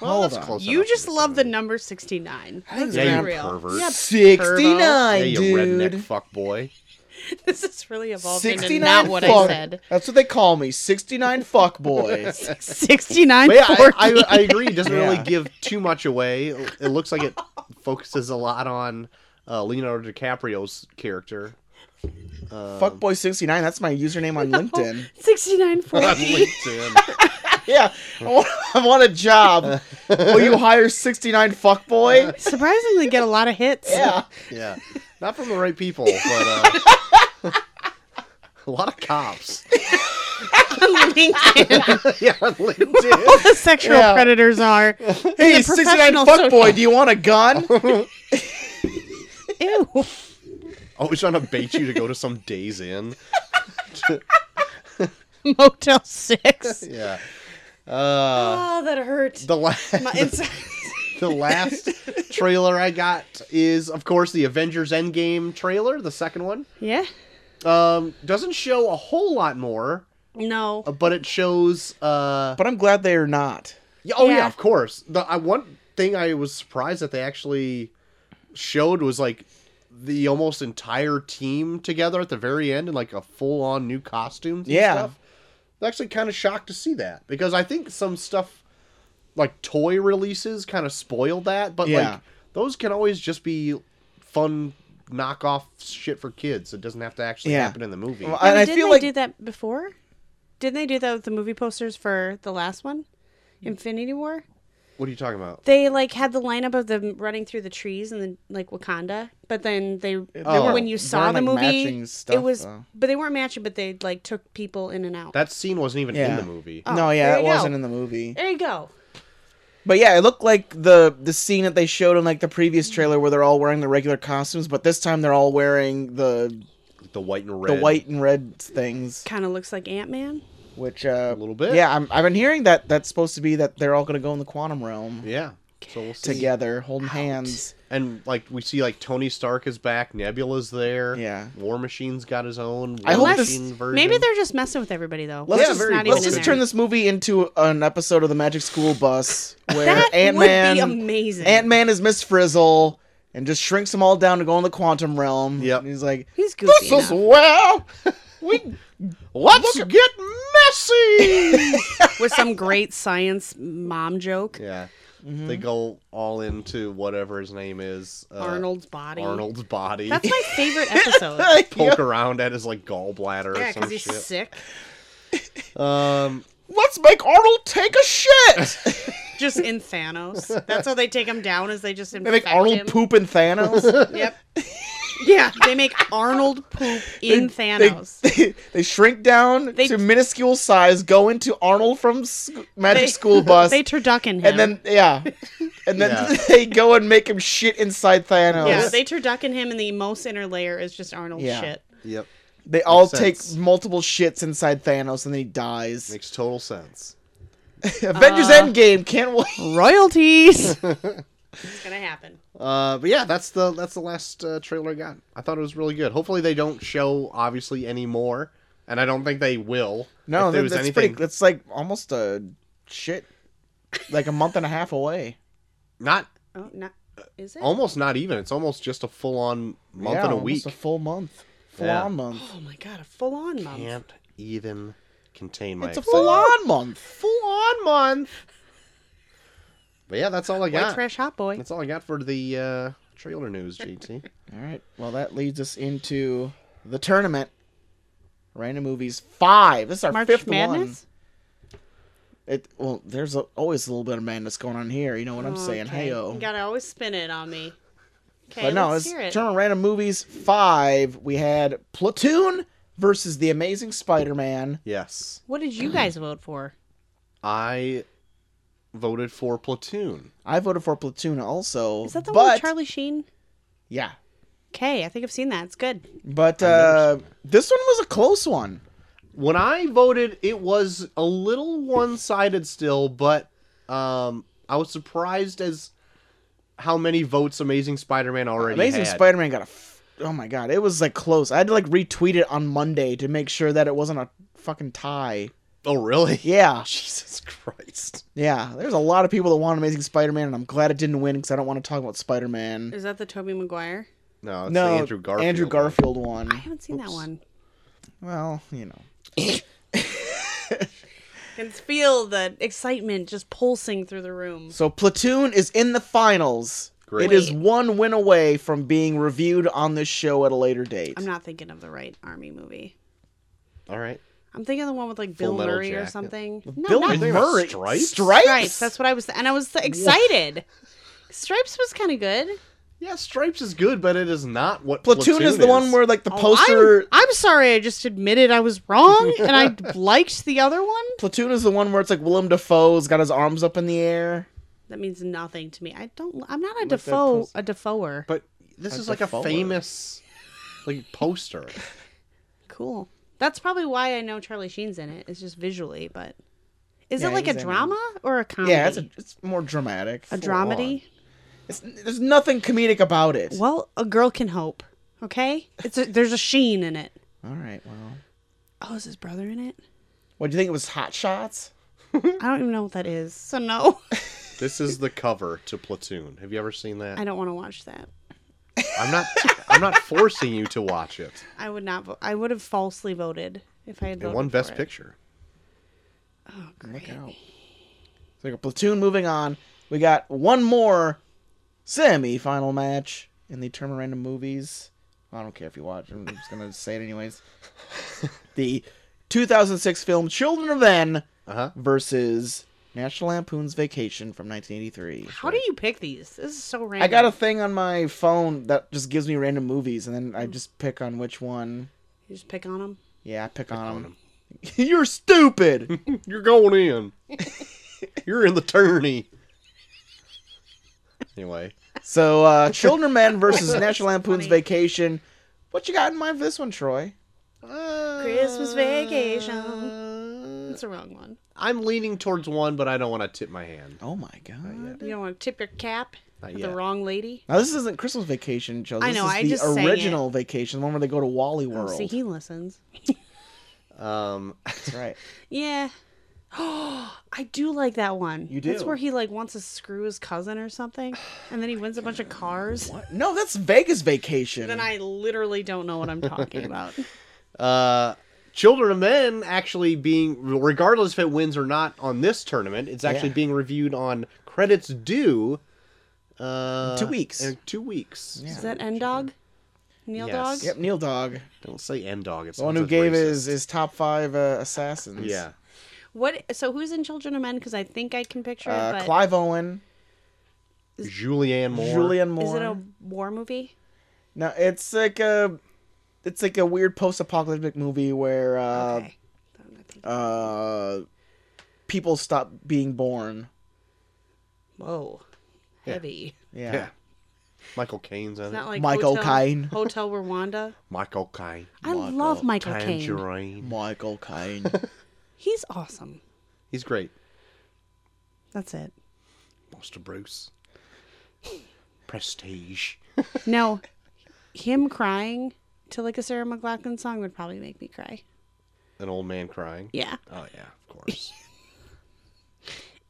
Well,
Hold
that's
on.
close
You
enough to
just love the number sixty nine. Let's
Yeah,
be
you
real.
pervert.
Yeah,
69,
Yeah, you redneck
dude.
fuckboy.
this is really evolving into
69
not what I
fuck.
said.
That's what they call me, 69 fuck boy.
Sixty nine.
But yeah, I, I, I agree. It doesn't really
Yeah.
give too much away. It looks like it focuses a lot on uh, Leonardo DiCaprio's character.
Fuckboy 69, that's my username on LinkedIn.
Sixty nine
On
forty.
LinkedIn.
Yeah, I want, I want a job. Will you hire 69 fuckboy?
Surprisingly, get a lot of hits.
Yeah.
yeah. Not from the right people, but uh, a lot of cops.
on LinkedIn.
yeah, on LinkedIn.
the sexual
Yeah.
predators are.
Hey,
the
69
professional
fuckboy, do you want a gun?
Ew.
Always Oh, trying to bait you to go to some days in.
Motel Six.
Yeah. Uh,
Oh, that hurt.
the last.
My insides.
the last trailer I got is, of course, the Avengers Endgame trailer, the second one.
Yeah.
Um, doesn't show a whole lot more,
No.
uh, but it shows. Uh,
But I'm glad they are not.
yeah, oh yeah,
Yeah.
of course. The I, one thing I was surprised that they actually showed was like the almost entire team together at the very end in like a full on new costumes. And
Yeah.
stuff. I'm actually kind of shocked to see that because I think some stuff like toy releases kind of spoil that, but
Yeah.
like those can always just be fun knockoff shit for kids. It doesn't have to actually
Yeah.
happen in the movie.
Well,
And
and I
didn't
feel
they
like
do that before? Didn't they do that with the movie posters for the last one,
Mm.
Infinity War?
what are you talking about?
They like had the lineup of them running through the trees and then like Wakanda, but then they,
weren't-
when you
they
saw the
weren't, like,
movie,
matching stuff,
it was
though.
but they weren't matching, but they like took people in and out.
That scene wasn't even in
Yeah.
the movie.
Oh,
no, yeah,
there
it
you
wasn't
go.
in the movie.
there you go.
But yeah, it looked like the the scene that they showed in like the previous trailer where they're all wearing the regular costumes, but this time they're all wearing the
The white and
the
red.
white and red things.
Kind of looks like Ant Man.
Which uh,
A little bit.
Yeah, I'm, I've been hearing that that's supposed to be that they're all gonna go in the quantum realm
Yeah. So we'll see.
together, holding hands.
And like we see, like Tony Stark is back, Nebula's there.
Yeah.
War Machine's got his own War
I hope this-
Machine version.
Maybe they're just messing with everybody though.
Let's
It's
just,
just
let's
not even in
just
there.
turn this movie into an episode of the Magic School Bus where
That
Ant
would be
Man
amazing.
Ant Man is Miss Frizzle and just shrinks them all down to go in the quantum realm.
Yep.
And he's like,
He's goofy.
"This is
enough.
well, we
Let's get messy.
with some great science mom joke.
yeah.
Mm-hmm.
They go all into whatever his name is. Uh,
Arnold's body.
Arnold's body.
That's my favorite episode.
Poke around at his like gallbladder
yeah,
or some
because
shit.
he's sick.
Um,
let's make Arnold take a shit."
Just in Thanos. That's how they take him down. Is they just
They
infect
make Arnold
him.
poop and Thanos.
Yep. Yeah, they make Arnold poop in Thanos.
They, they shrink down
They-
to minuscule size, go into Arnold from sc- Magic
They-
School Bus,
They turducken him.
and then yeah, and then
Yeah.
they go and make him shit inside Thanos.
yeah, they turducken him, and the most inner layer is just Arnold
Yeah.
shit.
yep.
They all take
sense.
multiple shits inside Thanos, and then he dies.
Makes total sense.
Avengers
Uh,
Endgame can't wait.
Royalties. it's gonna happen.
Uh, but yeah, that's the that's the last uh, trailer I got. I thought it was really good. Hopefully they don't show obviously any more, and I don't think they will.
No,
if there
that,
was
that's
anything,
pretty. That's like almost a shit, like a month and a half away.
not
Oh, not is it?
almost not even. It's almost just a full on month
Yeah,
and a
almost
week.
a full month, full
Yeah.
on month.
Oh my god, a full-on month.
Can't even contain my.
Um, It's a
excitement.
full on month.
full on month. But yeah, that's all I
White
got.
trash hot boy.
That's all I got for the uh, trailer news, GT.
All right. Well, that leads us into the tournament. Random movies five. This is our
March
fifth one.
Madness.
It well, there's a, always a little bit of madness going on here. You know what I'm saying?
Oh, Okay.
Heyo.
You gotta always spin it on me. Okay,
But no,
let's
it's
hear it.
Tournament Random Movies 5. We had Platoon versus The Amazing Spider Man.
Yes,
What did you guys vote for?
I voted for Platoon.
I voted for Platoon also.
Is that the
but,
one with Charlie Sheen?
Yeah.
Okay, I think I've seen that. It's good.
But uh, this one was a close one.
When I voted, it was a little one sided still, but um, I was surprised as how many votes Amazing Spider Man already
Amazing
had.
Spider Man got a. F- oh my god, it was like close. I had to like retweet it on Monday to make sure that it wasn't a fucking tie.
oh, really?
Yeah.
Jesus Christ.
Yeah. There's a lot of people that want Amazing Spider Man, and I'm glad it didn't win because I don't want to talk about Spider Man.
Is that the Toby Maguire?
No, it's
No,
the Andrew Garfield.
Andrew
one.
Garfield one.
I haven't seen that one.
Well, you know.
I can feel the excitement just pulsing through the room.
So Platoon is in the finals.
Great.
It is one win away from being reviewed on this show at a later date.
I'm not thinking of the right army movie.
All right.
I'm thinking of the one with like
Full
Bill
Metal
Murray or
Jacket.
something. No,
Bill
not
Murray?
Murray.
Stripes?
Stripes?
Stripes. That's what I was, and I was excited. Stripes was kind of good.
Yeah, Stripes is good, but it is not what
Platoon, is the one where like the poster.
Oh, I'm, I'm sorry, I just admitted I was wrong, and I liked the other one.
Platoon is the one where it's like Willem Dafoe's got his arms up in the air.
That means nothing to me. I don't. I'm not a
that
Defoe,
post-
a Defoer.
But this
Like
is
the
like a
forward.
famous like poster.
Cool. That's probably why I know Charlie Sheen's in it. It's just visually, but is
Yeah,
it like
he's
a
in it.
drama or a comedy?
Yeah, it's a, it's more dramatic.
a dramedy.
It's, there's nothing comedic about it.
Well, a girl can hope. Okay, it's a, there's a sheen in it.
All right. Well,
Oh, is his brother in it?
what do you think it was? Hot Shots.
I don't even know what that is. So no,
This is the cover to Platoon. Have you ever seen that?
I don't want to watch that.
I'm not. I'm not forcing you to watch it.
I would not. Vo- I would have falsely voted if I had
It
voted
won
for
Best
it.
Picture.
Oh, great.
Look out. It's like a platoon moving on. We got one more semi-final match in the term random movies. I don't care if you watch. I'm just gonna say it anyways. the 2006 film Children of Men
Uh huh.
versus National Lampoon's Vacation from 1983.
How do you pick these? This is so random.
I got a thing on my phone that just gives me random movies, and then I just pick on which one.
You just pick on them.
Yeah, I pick, on,
on
them. You're stupid.
You're going in. You're in the tourney. Anyway,
so, uh, Children of Men versus National Lampoon's
funny.
Vacation. What you got in mind for this one, Troy?
Christmas vacation. That's the wrong one.
Uh, I'm leaning towards one, but I don't want to tip my hand.
Oh my god.
You don't want to tip your cap
Not
at the
yet.
wrong lady.
Now this isn't Christmas Vacation, Joe. This
I know,
Is
I
the
just sang it.
original Vacation, the one where they go to Wally World.
Oh, see, he listens.
Um,
That's right.
Yeah. I do like that one.
You
That's
do?
where he like wants to screw his cousin or something, and then he wins a bunch of cars.
What? No, that's Vegas Vacation.
Then I literally don't know what I'm talking about.
uh, Children of Men actually being, regardless if it wins or not on this tournament, it's actually
Yeah.
being reviewed on credits due. Uh,
two weeks.
In two weeks.
Yeah.
Is that N Dog? Neil
Yes.
Dog?
Yep, Neil Dog,
Don't say end dog. It's
the one who gave his, his top five uh, assassins.
yeah.
What? So who's in Children of Men? Because I think I can picture
Uh,
it. But
Clive Owen,
Julianne Moore.
Julianne Moore.
is it a war movie?
No, it's like a it's like a weird post-apocalyptic movie where uh,
okay. Then I think-
uh, people stop being born.
Whoa,
Yeah.
heavy.
Yeah.
Yeah. Michael Caine's in
It's
it.
not like
Michael
Hotel,
Caine.
Hotel Rwanda.
Michael Caine.
I
Michael
love Michael Caine.
Tangerine.
Michael Caine.
He's awesome.
He's great.
That's it.
Master Bruce. Prestige.
No, him crying to like a Sarah McLachlan song would probably make me cry.
An old man crying.
Yeah.
Oh yeah, of course.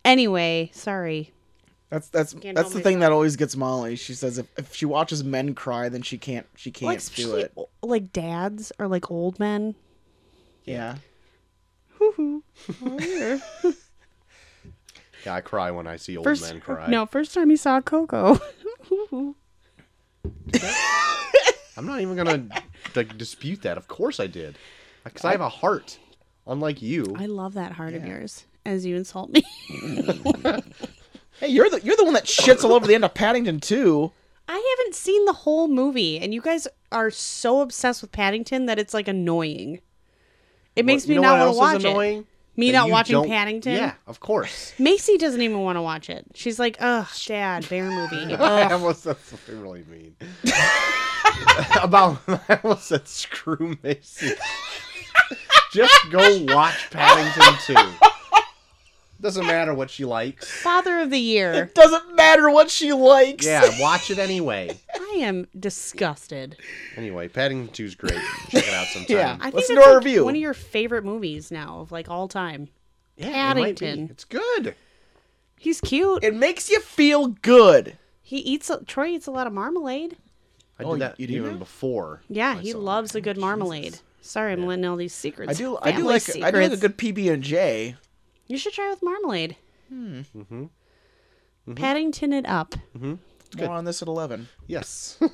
Anyway, sorry.
that's that's that's
Can't help
the
myself.
thing that always gets Molly. She says if, if she watches men cry, then she can't she can't do
Like especially
it.
o- like dads or like old men.
Yeah.
yeah, I cry when I see old
First,
men cry.
no, first time he saw Coco.
I'm not even gonna like dispute that. Of course I did, because I have a heart, unlike you.
I love that heart of yours. As you insult me,
Hey, you're the you're the one that shits all over the end of Paddington too.
I haven't seen the whole movie, and you guys are so obsessed with Paddington that it's like annoying. It makes me
You know what
not
else
want
is
to watch it.
annoying?
Me
That
not
you
watching
don't-
Paddington?
Yeah, of course.
Macy doesn't even want to watch it. She's like, "Ugh, Dad, bear movie."
I almost that's what they really mean. About I almost said screw Macy. Just go watch Paddington 2. Doesn't matter what she likes.
Father of the year.
Doesn't matter what she likes.
Yeah, watch it anyway.
I am disgusted.
Anyway, Paddington 2 is great. Check it out sometime.
Yeah.
I think
Listen
that's
to our
like
review.
one of your favorite movies now of like all time.
Yeah, it might be.
Paddington.
It's good.
He's cute.
It makes you feel good.
He eats a, Troy eats a lot of marmalade.
I
Oh,
did that
you do
even
that?
before.
Yeah,
I
he
saw
loves a good marmalade. Sorry, I'm letting all these secrets.
I do I do
family
like I do like a
secrets.
good PB and J.
You should try with marmalade.
Mm-hmm.
Hmm. Paddington it up.
More on this at eleven.
Yes.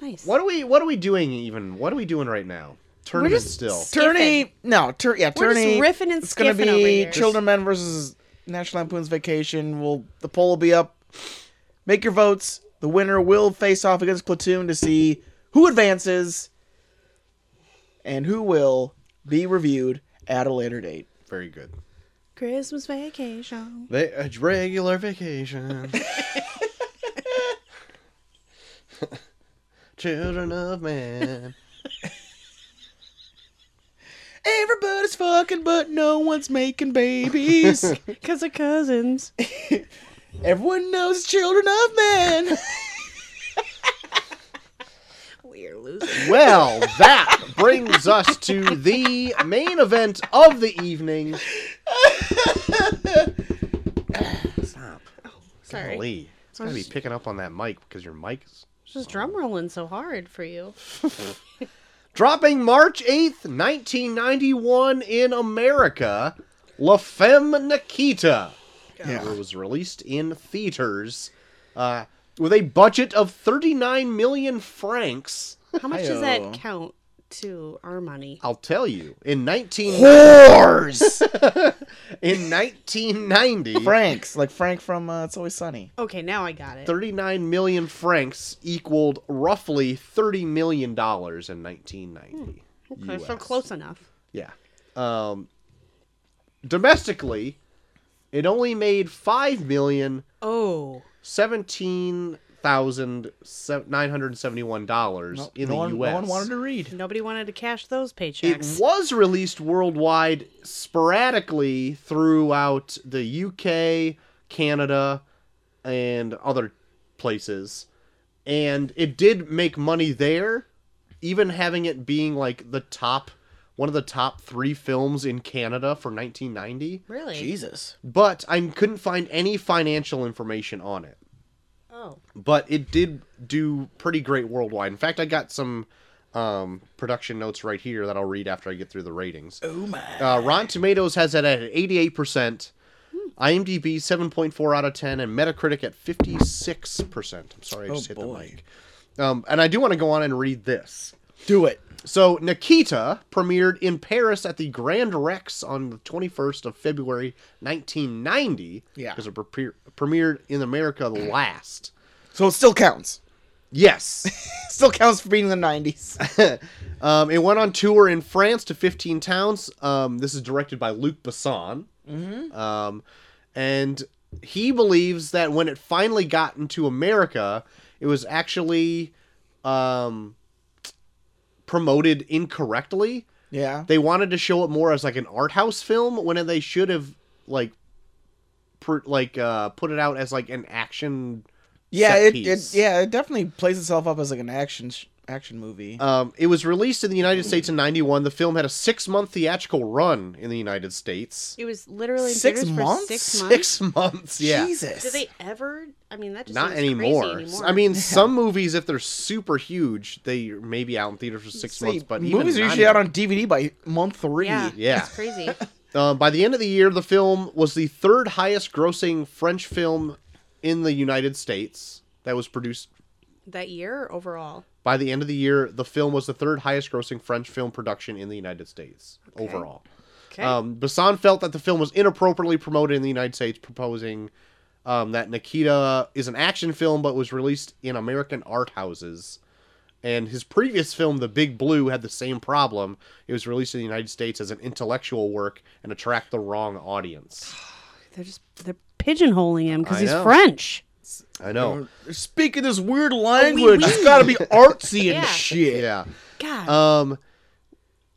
Nice.
what are we what are we doing even? What are we doing right now? Tournament
just
still.
skipping.
Tourney, no, tur- yeah,
We're just
tourney.
riffing and
It's gonna
skiffing over
be
here.
Children of Men versus National Lampoon's Vacation. Will the poll will be up? Make your votes. The winner will face off against Platoon to see who advances and who will be reviewed at a later date.
Very good.
Christmas vacation.
They, a uh, regular vacation. Children of man.
Everybody's fucking, but no one's making babies.
Because of cousins.
Everyone knows Children of Men.
We're losing.
Well, that brings us to the main event of the evening. Stop.
Sorry.
Golly. It's going to be picking up on that mic because your mic is.
Just drum rolling so hard for you.
Dropping March 8th, 1991 in America, La Femme Nikita.
Yeah.
It was released in theaters uh, with a budget of 39 million francs.
How much does that
Hi-yo.
count to our money?
I'll tell you, in 19
Whores.
in 1990,
Franks, like Frank from uh, It's Always Sunny.
Okay, now I got it.
39 million francs equaled roughly 30 million dollars in 1990.
Hmm.
Okay, so
US.
close enough.
Yeah. Um domestically, it only made 5 million
Oh,
dollars
No,
in
no
the
one,
US.
no one wanted to read.
nobody wanted to cash those
It
paychecks.
was released worldwide sporadically throughout the UK, Canada, and other places. And it did make money there, even having it being like the top one of the top 3 films in Canada for 1990,
really?
Jesus.
but I couldn't find any financial information on it
Oh,
but it did do pretty great worldwide. In fact, I got some um, production notes right here that I'll read after I get through the ratings. Oh my! Uh, Rotten Tomatoes has it at eighty-eight percent, IMDb seven point four out of ten, and Metacritic at fifty-six percent. I'm sorry, I just hit
boy.
the mic. Um, and I do want to go on and read this.
Do it.
So Nikita premiered in Paris at the Grand Rex on the 21st of February 1990.
Yeah.
because it pre- premiered in America last.
So it still counts.
Yes.
Still counts for being in the 90s.
Um, it went on tour in France to 15 towns. Um, this is directed by Luc Besson. Mm-hmm. Um, and he believes that when it finally got into America, it was actually um, promoted incorrectly.
Yeah.
They wanted to show it more as like an art house film when they should have like pr- like uh, put it out as like an action.
Yeah,
set
it, it
piece.
yeah, it definitely plays itself up as like an action sh- action movie.
Um, it was released in the United States in '91. The film had a six-month theatrical run in the United States.
it was literally in
Six
theaters
months?
for six months.
Six months, yeah.
Jesus.
Did they ever? I mean, that just
Not
seems crazy
anymore.
anymore.
I mean, some movies, if they're super huge, they may be out in theaters for six
See,
months. But even
movies are
none-
usually out on DVD by month three.
yeah,
yeah.
it's crazy.
Um, by the end of the year, the film was the third highest-grossing French film in the United States. That was produced
that year or overall.
by the end of the year. The film was the third highest-grossing French film production in the United States overall.
Okay.
Um, Bassan felt that the film was inappropriately promoted in the United States, proposing um, that Nikita is an action film but was released in American art houses. And his previous film, The Big Blue, had the same problem. It was released in the United States as an intellectual work and attract the wrong audience.
they're just they're pigeonholing him because
I
he's
know.
French.
I know.
They're speaking this weird language. It's gotta be artsy and
Yeah.
shit.
Yeah.
God,
Um,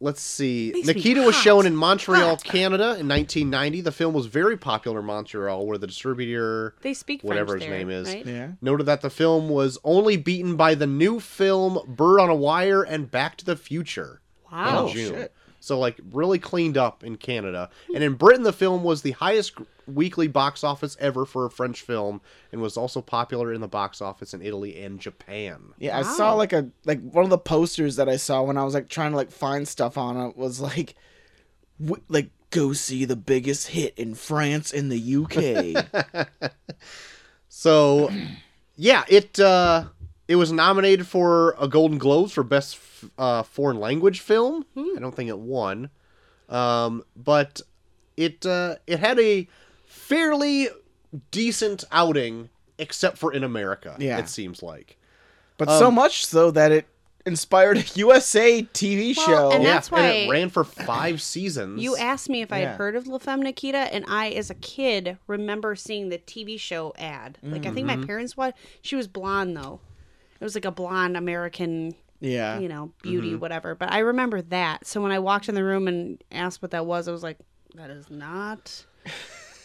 let's see.
Makes me
Nikita was
hot.
shown in Montreal,
Hot.
Canada, in 1990. The film was very popular in Montreal, where the distributor
they speak French
whatever his
there,
name is.
right?
Yeah.
noted that the film was only beaten by the new film Bird on a Wire and Back to the Future in
Wow.
Oh,
June.
shit.
So like really cleaned up in Canada. And in Britain the film was the highest weekly box office ever for a French film and was also popular in the box office in Italy and Japan.
Yeah, I
Wow.
saw like a like one of the posters that I saw when I was like trying to like find stuff on it was like, w- like go see the biggest hit in France and the UK.
So yeah, it uh it was nominated for a Golden Globes for best f- uh, foreign language film.
Hmm.
I don't think it won. Um, but it uh, it had a fairly decent outing, except for in America.
Yeah.
it seems like.
but so much so that it inspired a USA TV
Well,
show.
and
yeah,
that's
and it
why-
ran for five seasons.
You asked me if I
Yeah.
had heard of La Femme Nikita, and I, as a kid, remember seeing the TV show ad. Like, I think my parents watched. She was blonde, though. It was like a blonde American,
yeah.
you know, beauty, whatever. But I remember that. So when I walked in the room and asked what that was, I was like, that is not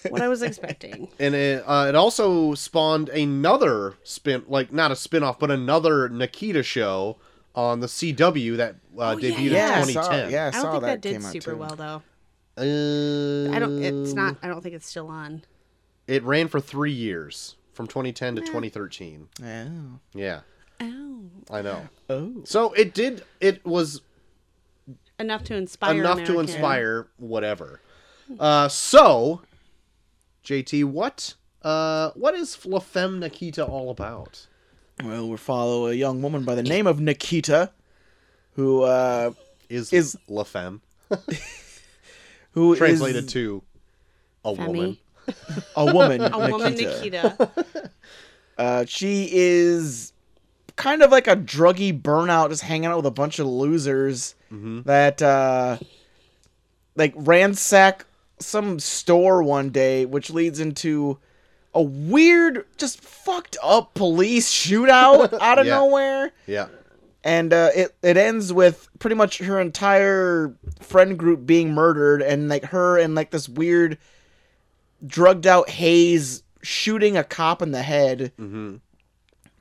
what I was expecting.
and it, uh, it also spawned another spin like not a spin-off but another nikita show on the cw that uh,
Oh, yeah,
debuted
yeah, I
in
saw,
2010
yeah, I
I
saw
don't think that,
that,
did
came out
super
too.
well though.
Uh,
I don't. It's not. I don't think it's still on.
it ran for three years from 2010 to 2013
Oh.
yeah
Oh,
i know
Oh.
so it did it was
enough to inspire.
enough to
American.
inspire whatever uh so jt what uh what is la femme nikita all about
Well, we follow a young woman by the name of Nikita, who uh,
is
Is-
la femme
who is
translated to a
Femi.
woman.
a woman.
A woman, Nikita.
Uh, she is kind of like a druggy burnout, just hanging out with a bunch of losers that uh, like ransack some store one day, which leads into a weird, just fucked up police shootout out of
Yeah.
nowhere.
Yeah.
and uh, it it ends with pretty much her entire friend group being murdered, and like her and like this weird, drugged out haze shooting a cop in the head,
Mm-hmm.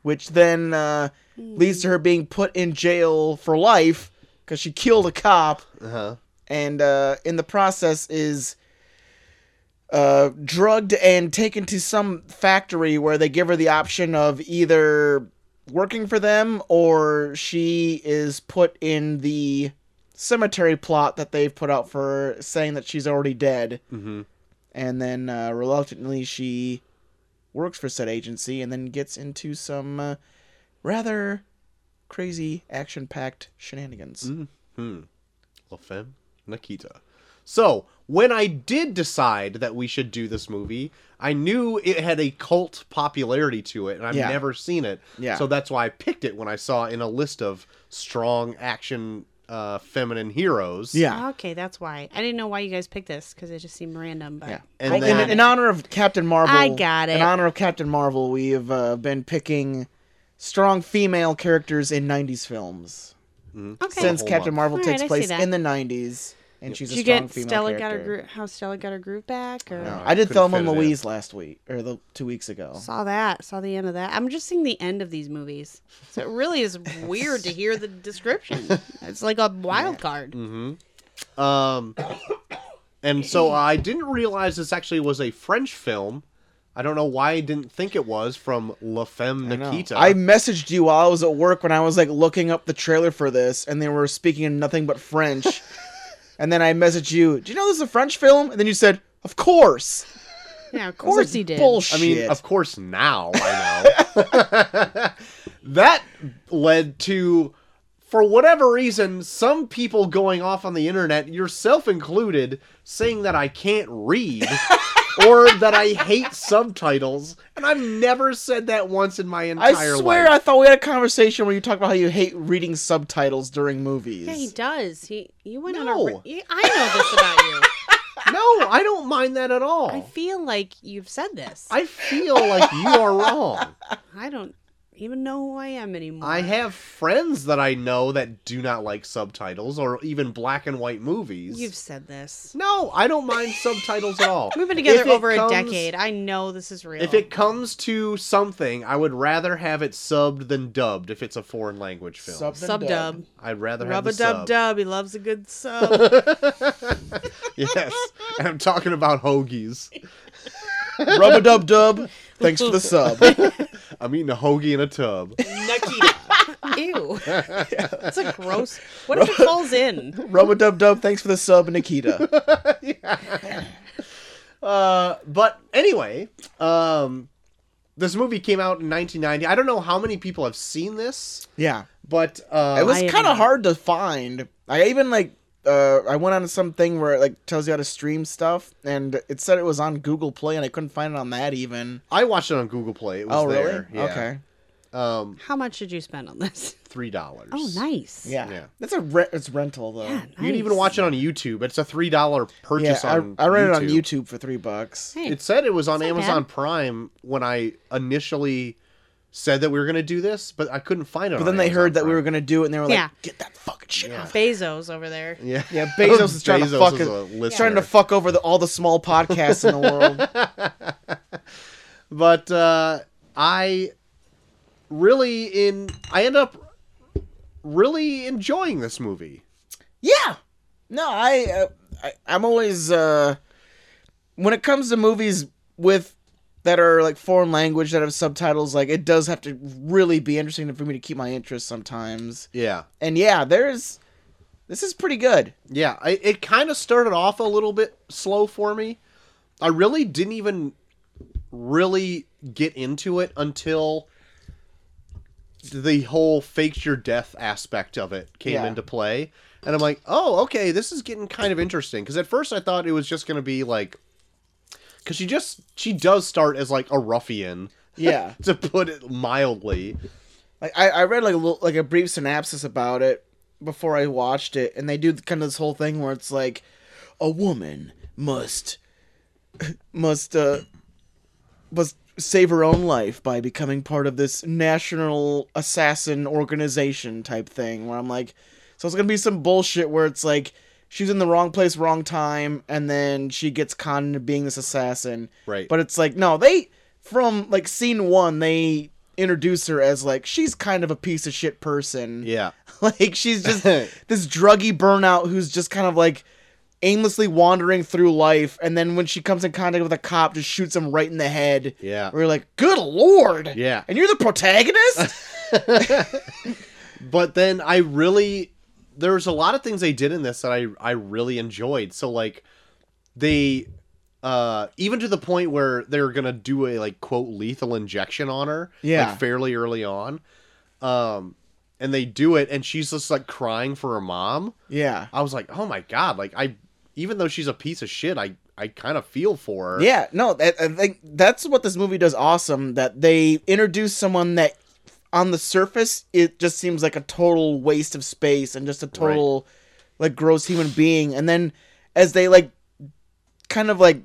which then uh, leads to her being put in jail for life because she killed a cop,
Uh-huh.
and uh, in the process is. Uh, drugged and taken to some factory where they give her the option of either working for them or she is put in the cemetery plot that they've put out for her, saying that she's already dead
Mm-hmm.
and then uh, reluctantly she works for said agency and then gets into some uh, rather crazy action-packed shenanigans
Hmm. La Femme Nikita. So, when I did decide that we should do this movie, I knew it had a cult popularity to it, and I've
Yeah.
never seen it.
Yeah.
So that's why I picked it when I saw it in a list of strong action uh, feminine heroes.
yeah
Ah, okay, that's why. I didn't know why you guys picked this because it just seemed random. But
Yeah.
And
Well,
I got
in,
then-
it.
in honor of Captain Marvel,
I got it.
In honor of Captain Marvel, we have uh, been picking strong female characters in '90s films
okay.
since
whole
Captain
month.
Marvel
All right,
takes
I see
place
that.
in the '90s, and she's a
Did you
strong
get
female
Stella got
character.
her groove? How Stella got her groove back? Or
I did
Couldn't
Thelma and
fit it in.
Louise last week or the two weeks ago.
saw that. Saw the end of that. I'm just seeing the end of these movies, so it really is weird to hear the description. It's like a wild card.
Mm-hmm. Um, and so I didn't realize this actually was a French film. I don't know why I didn't think it was from La Femme
I know.
Nikita.
I messaged you while I was at work when I was like looking up the trailer for this, and they were speaking in nothing but French. and then I messaged you, "Do you know this is a French film?" And then you said, "Of course."
Yeah, of
I was
course
like,
he did.
Bullshit.
I mean, of course, now I know. that led to, for whatever reason, some people going off on the internet, yourself included, saying that I can't read or that I hate subtitles. And I've never said that once in my
I
entire life.
swear I thought we had a conversation where you talked about how you hate reading subtitles during movies.
Yeah, he does. He you went
No.
on a. ra- you- I know this about you.
No, I don't mind that at all.
I feel like you've said this. I,
I feel like you are wrong.
don't even know who I am anymore.
I have friends that I know that do not like subtitles or even black and white movies.
You've said this.
No, I don't mind subtitles at all.
We've been together
If it
over
comes-
a decade. I know this is real.
If it comes to something, I would rather have it subbed than dubbed if it's a foreign language film.
Sub-
sub dub,
I'd rather have
rub
the
a dub
sub.
dub. He loves a good sub.
Yes. And I'm talking about hoagies.
Rub a dub dub. Thanks for the sub.
I'm eating a hoagie in a tub.
Nikita. Ew. It's a gross. What if it falls in?
Rub a dub dub. Thanks for the sub, Nikita.
Uh, but anyway, um, this movie came out in 1990. I don't know how many people have seen this,
Yeah,
but uh,
it was
I am
kind of
not.
hard to find. I even like uh, I went on something where it like tells you how to stream stuff, and it said it was on Google Play, and I couldn't find it on that even.
I watched it on Google Play. It was
Oh really?
there. Yeah.
Okay.
Um,
How much did you spend on this?
three dollars.
Oh, nice.
Yeah.
Yeah.
That's a re- it's rental though.
Yeah,
You can even
nice.
watch it on YouTube. It's a three dollar
Yeah,
purchase
I,
on.
I read it on YouTube for three bucks.
Hey,
It said it was on
not
Amazon
bad.
Prime when I initially said that we were going to do this, but I couldn't find it.
But then they heard that we were
going
going to do it, and they were like,
Yeah.
"Get that fucking shit off."
Bezos over there.
Yeah.
Yeah, Bezos is trying to
Bezos
fuck
is a listener.
trying to fuck over the, all the small podcasts in the world.
but uh, I really in I end up really enjoying this movie.
Yeah. No, I, uh, I I'm always uh when it comes to movies with that are like foreign language that have subtitles, like it does have to really be interesting for me to keep my interest sometimes.
Yeah.
And yeah, there's this is pretty good.
Yeah, I, it kind of started off a little bit slow for me. I really didn't even really get into it until the whole fake your death aspect of it came
Yeah.
into play. And I'm like, oh, okay, this is getting kind of interesting. Because at first I thought it was just going to be like. Because she just. She does start as like a ruffian,
Yeah.
to put it mildly.
like I, I read like a little, like a brief synopsis about it before I watched it, and they do kind of this whole thing where it's like a woman must must uh must save her own life by becoming part of this national assassin organization type thing. Where I'm like, so it's gonna be some bullshit where it's like she's in the wrong place, wrong time, and then she gets conned into being this assassin.
Right.
But it's like no, they from like scene one they introduce her as like she's kind of a piece of shit person.
Yeah.
Like she's just this druggy burnout who's just kind of like aimlessly wandering through life and then when she comes in contact with a cop just shoots him right in the head.
Yeah.
We're like, "Good lord."
Yeah.
And you're the protagonist?
but then I really there was a lot of things they did in this that I I really enjoyed. So like they uh even to the point where they're gonna do a like quote lethal injection on her
Yeah.
like fairly early on um and they do it and she's just like crying for her mom
yeah.
i was like oh my god like i even though she's a piece of shit i i kind of feel for her
Yeah, no, I, I think that's what this movie does awesome that they introduce someone that on the surface it just seems like a total waste of space and just a total like gross human being and then as they like kind of like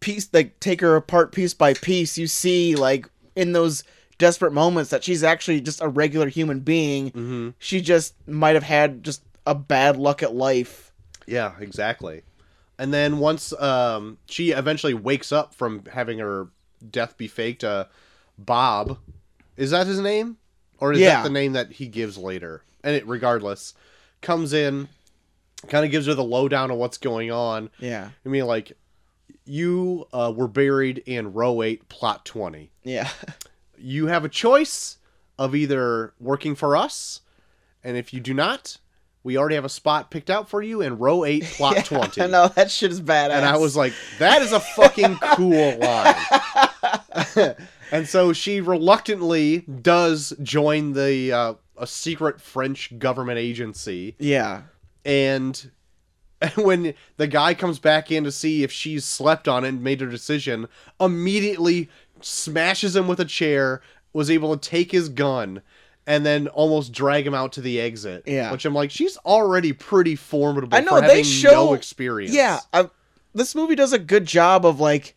piece like take her apart piece by piece you see like in those desperate moments that she's actually just a regular human being
mm-hmm.
she just might have had just a bad luck at life
Yeah, exactly. And then once um, she eventually wakes up from having her death be faked, uh, Bob, is that his name, or is
Yeah.
that the name that he gives later? And it, regardless, comes in, kind of gives her the lowdown on what's going on.
yeah
I mean, like, you uh, were buried in row eight, plot twenty
yeah
you have a choice of either working for us, and if you do not, we already have a spot picked out for you in row eight, plot twenty.
i know that shit is badass
And I was like, that is a fucking cool line. and so she reluctantly does join the uh, a secret French government agency,
yeah
and when the guy comes back in to see if she's slept on it and made her decision, immediately smashes him with a chair, was able to take his gun, and then almost drag him out to the exit.
Yeah.
Which I'm like, she's already pretty formidable
I know,
for
they
having
show-
no experience.
Yeah, I, this movie does a good job of like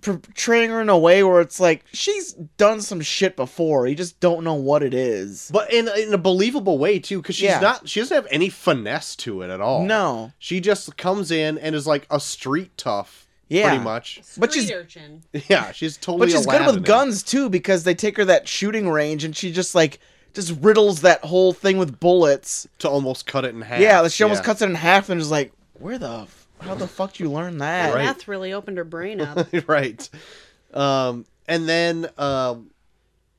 portraying her in a way where it's like she's done some shit before. You just don't know what it is.
But in, in a believable way too, because she's
Yeah.
not she doesn't have any finesse to it at all.
No,
She just comes in and is like a street tough,
Yeah.
pretty much.
But she's-
urchin.
Yeah, she's totally.
but she's
a
good
lad in
with
it.
guns too because they take her that shooting range and she just like just riddles that whole thing with bullets.
to almost cut it in half.
Yeah, she almost
Yeah.
cuts it in half and is like, "Where the f- how the fuck do you learn that?"
Right.
Meth really opened her brain up.
right. Um, and then um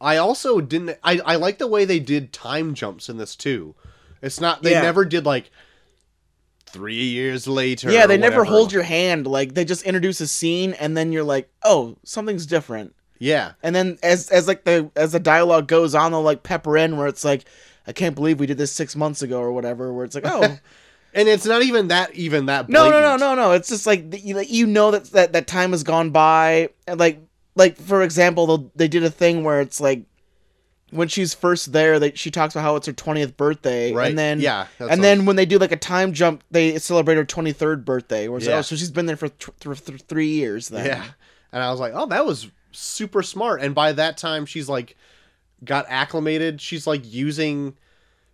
I also didn't. I I like the way they did time jumps in this too. It's not they
Yeah.
never did like three years later.
Yeah, they
or
never
whatever.
hold your hand. Like they just introduce a scene and then you're like, "Oh, something's different."
Yeah,
And then as as like the as the dialogue goes on, they'll like pepper in where it's like, I can't believe we did this six months ago or whatever. Where it's like, oh
and it's not even that even that.
no no no
blatant.
no no, it's just like the, you, like, you know that that that time has gone by. And like like for example, they'll- they did a thing where it's like when she's first there, they she talks about how it's her twentieth birthday,
Right.
and then
yeah, that's
and
what-
then when they do like a time jump, they celebrate her twenty third birthday. Where it's like,
Yeah.
oh, so she's been there for th- th- th- three years then.
yeah, and I was like, oh, that was super smart. And by that time, she's like got acclimated. She's like using.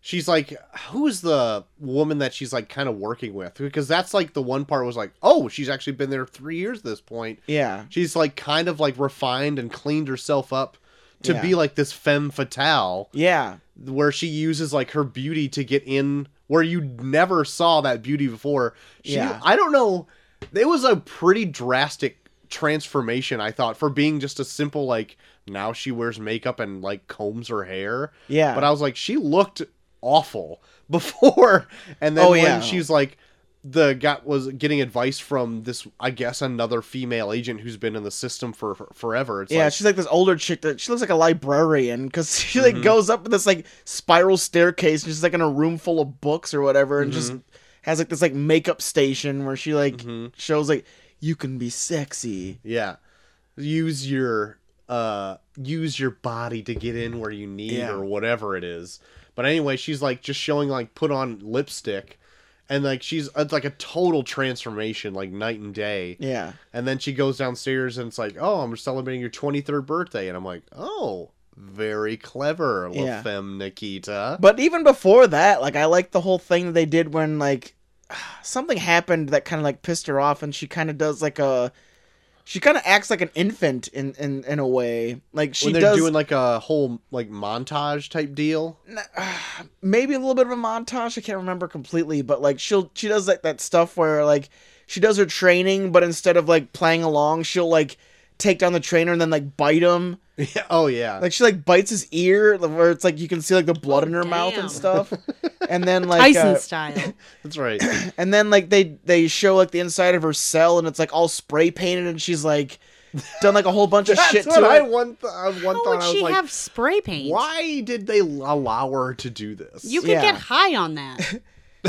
She's like, who's the woman that she's like kind of working with? Because that's like the one part was like, oh, she's actually been there three years at this point.
Yeah.
She's like kind of like refined and cleaned herself up to
Yeah.
be like this femme fatale
Yeah.
where she uses like her beauty to get in where you never saw that beauty before. She,
Yeah.
I don't know. It was a pretty drastic transformation, I thought, for being just a simple like now she wears makeup and like combs her hair.
Yeah.
But I was like, she looked awful before, and then
Oh,
when
yeah.
she's like. The got was getting advice from this, I guess, another female agent who's been in the system for, for forever. It's
yeah,
like,
she's like this older chick that she looks like a librarian because she
Mm-hmm.
like goes up this like spiral staircase and she's like in a room full of books or whatever and just
Mm-hmm.
has like this like makeup station where she like shows like you can be sexy.
Yeah. Use your uh use your body to get in where you need
Yeah.
or whatever it is. But anyway, she's like just showing like put on lipstick and like she's it's like a total transformation like night and day.
Yeah,
And then she goes downstairs and it's like, "Oh, I'm celebrating your 23rd birthday." And I'm like, "Oh, very clever, La
Yeah.
Femme Nikita."
but even before that, like I like the whole thing that they did when like something happened that kind of like pissed her off and she kind of does like a she kind of acts like an infant in in in a way like she
when they're
does
doing like a whole like montage type deal.
maybe a little bit of a montage. I can't remember completely, but like she'll she does like that stuff where like she does her training, but instead of like playing along, she'll like take down the trainer and then like bite him.
Yeah. Oh yeah.
Like she like bites his ear, where it's like you can see like the blood in her mouth
damn.
and stuff. and then like uh,
Tyson style.
That's right.
and then like they they show like the inside of her cell and it's like all spray painted and she's like done like a whole bunch of
That's
shit to
what I
it.
one th- I one
How
thought
would
I was
she
like
have spray paint?
Why did they allow her to do this?
You could
Yeah.
get high on that.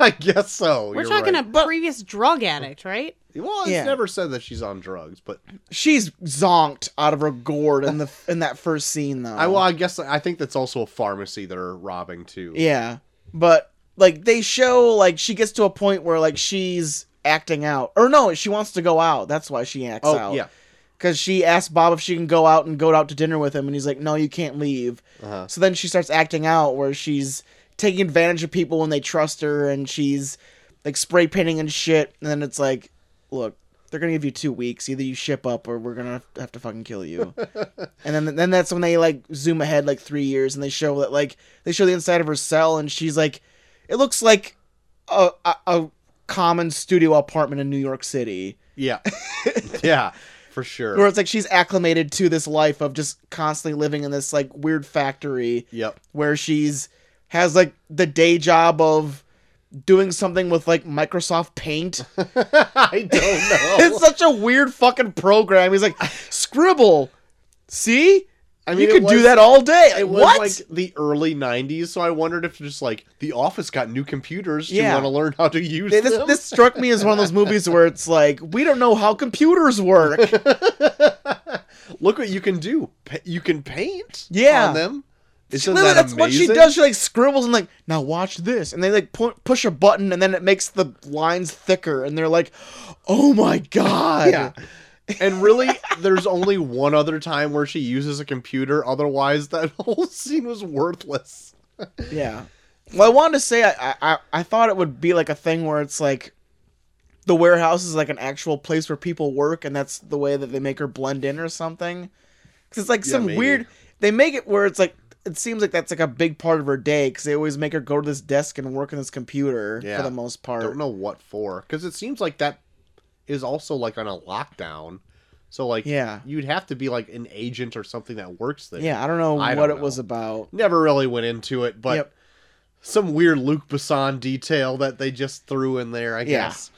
I guess so.
We're
You're
talking
right.
a previous drug addict, right?
Well, it's
Yeah.
never said that she's on drugs, but
She's zonked out of her gourd in the in that first scene though.
I well, I guess I think that's also a pharmacy they're robbing too.
Yeah. But like they show like she gets to a point where like she's acting out. Or no, she wants to go out. That's why she acts
Oh
out.
yeah.
Cuz she asks Bob if she can go out and go out to dinner with him and he's like, "No, you can't leave."
Uh-huh.
So then she starts acting out where she's taking advantage of people when they trust her and she's like spray painting and shit and then it's like, "Look, they're gonna give you two weeks. Either you ship up, or we're gonna have to fucking kill you. and then, then that's when they like zoom ahead like three years, and they show that like they show the inside of her cell, and she's like, it looks like a a, a common studio apartment in New York City,
Yeah. yeah. For sure.
where it's like she's acclimated to this life of just constantly living in this like weird factory
yep.
where she's has like the day job of doing something with like Microsoft Paint.
I don't know.
it's such a weird fucking program. He's like, scribble. See?
I
you
it
could do
was-
that all day.
It was
what?
like the early '90s, so I wondered if just like the office got new computers. Do you
Yeah.
want to learn how to use
this,
them?
this struck me as one of those movies where it's like, we don't know how computers work.
Look what you can do. Pa- you can paint.
Yeah.
On them. Isn't
Literally,
that
that's what she
amazing?
does. She like scribbles and like, now watch this, and they like pu- push a button, and then it makes the lines thicker, and they're like, oh my god.
Yeah. And really, there's only one other time where she uses a computer. Otherwise, that whole scene was worthless.
Yeah. Well, I wanted to say I, I I- I thought it would be like a thing where it's like the warehouse is like an actual place where people work, and that's the way that they make her blend in or something. Because it's like
Yeah,
some
maybe.
weird. They make it where it's like it seems like that's like a big part of her day because they always make her go to this desk and work on this computer
Yeah.
for the most
I
part.
don't know what for, because it seems like that is also like on a lockdown. So like,
Yeah.
you'd have to be like an agent or something that works there.
Yeah, I don't know
I
what
don't
it was
know.
about.
Never really went into it, but
Yep.
some weird Luke Besson detail that they just threw in there, I
Yeah.
guess.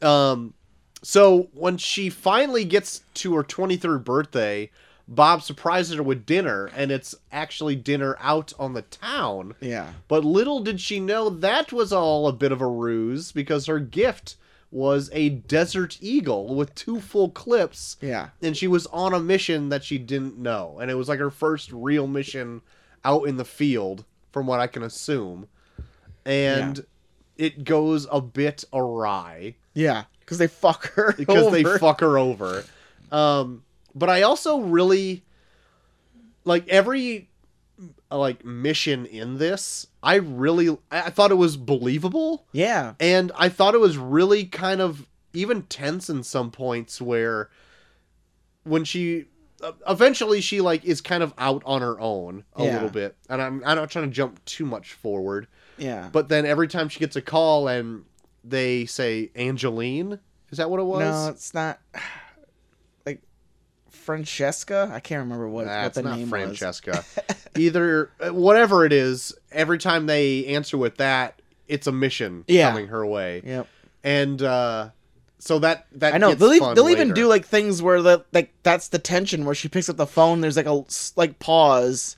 Um, so when she finally gets to her 23rd birthday, Bob surprises her with dinner, and it's actually dinner out on the town.
Yeah.
But little did she know that was all a bit of a ruse because her gift was a desert eagle with two full clips
Yeah.
and she was on a mission that she didn't know and it was like her first real mission out in the field from what i can assume and it goes a bit awry
Yeah. Because they fuck her.
because they
over.
fuck her over um but I also really like every uh, like mission in this. I really I I thought it was believable
Yeah.
and I thought it was really kind of even tense in some points where when she uh, eventually she like is kind of out on her own a
Yeah.
little bit and I'm I'm not trying to jump too much forward
Yeah.
but then every time she gets a call and they say Angeline is that what it was
no, it's not. Like Francesca, I can't remember what, what
That's
the
not
name was.
Francesca. Either uh, whatever it is, every time they answer with that, it's a mission
Yeah.
coming her way,
Yep.
and uh, so that that
I know
gets
they'll, ev-
fun
they'll even
later.
do like things where the like that's the tension where she picks up the phone. There's like a s- like pause,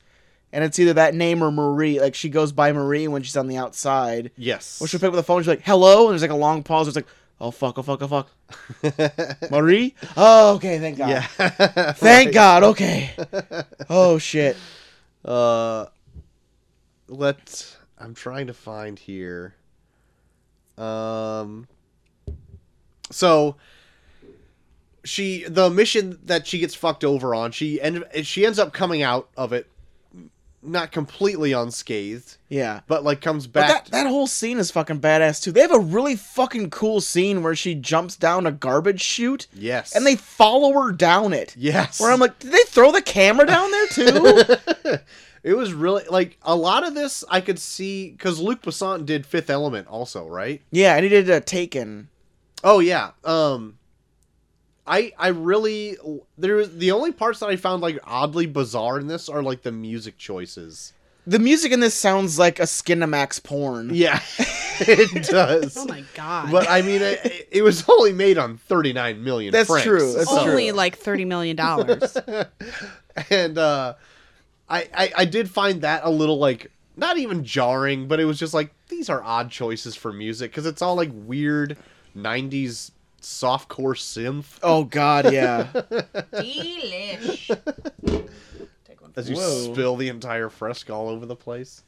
and it's either that name or Marie. Like she goes by Marie when she's on the outside.
yes.
Or she'll pick up the phone. She's like, "Hello," and there's like a long pause. It's like, "Oh fuck! Oh fuck! Oh fuck!" Marie. Oh, okay. Thank God.
yeah.
Thank
Right.
God. Okay. oh shit.
Uh, let I'm trying to find here. Um, so she the mission that she gets fucked over on she end she ends up coming out of it not completely unscathed
Yeah.
but like comes
But
back
that, that whole scene is fucking badass too. They have a really fucking cool scene where she jumps down a garbage chute
yes
and they follow her down it.
yes
Where I'm like, did they throw the camera down there too?
it was really like a lot of this I could see because Luc Besson did Fifth Element also right
yeah, I needed a uh, taken.
Oh yeah. Um I I really there was the only parts that I found like oddly bizarre in this are like the music choices.
The music in this sounds like a Skinamax porn.
Yeah. it does.
Oh my god.
But I mean it, it was only made on 39 million
That's
francs,
true, that's
so-
Only like thirty million dollars.
and uh I, I I did find that a little like not even jarring, but it was just like these are odd choices for music cuz it's all like weird 90s softcore synth
Oh god, yeah.
Delish.
as you
Whoa.
spill the entire fresco all over the place.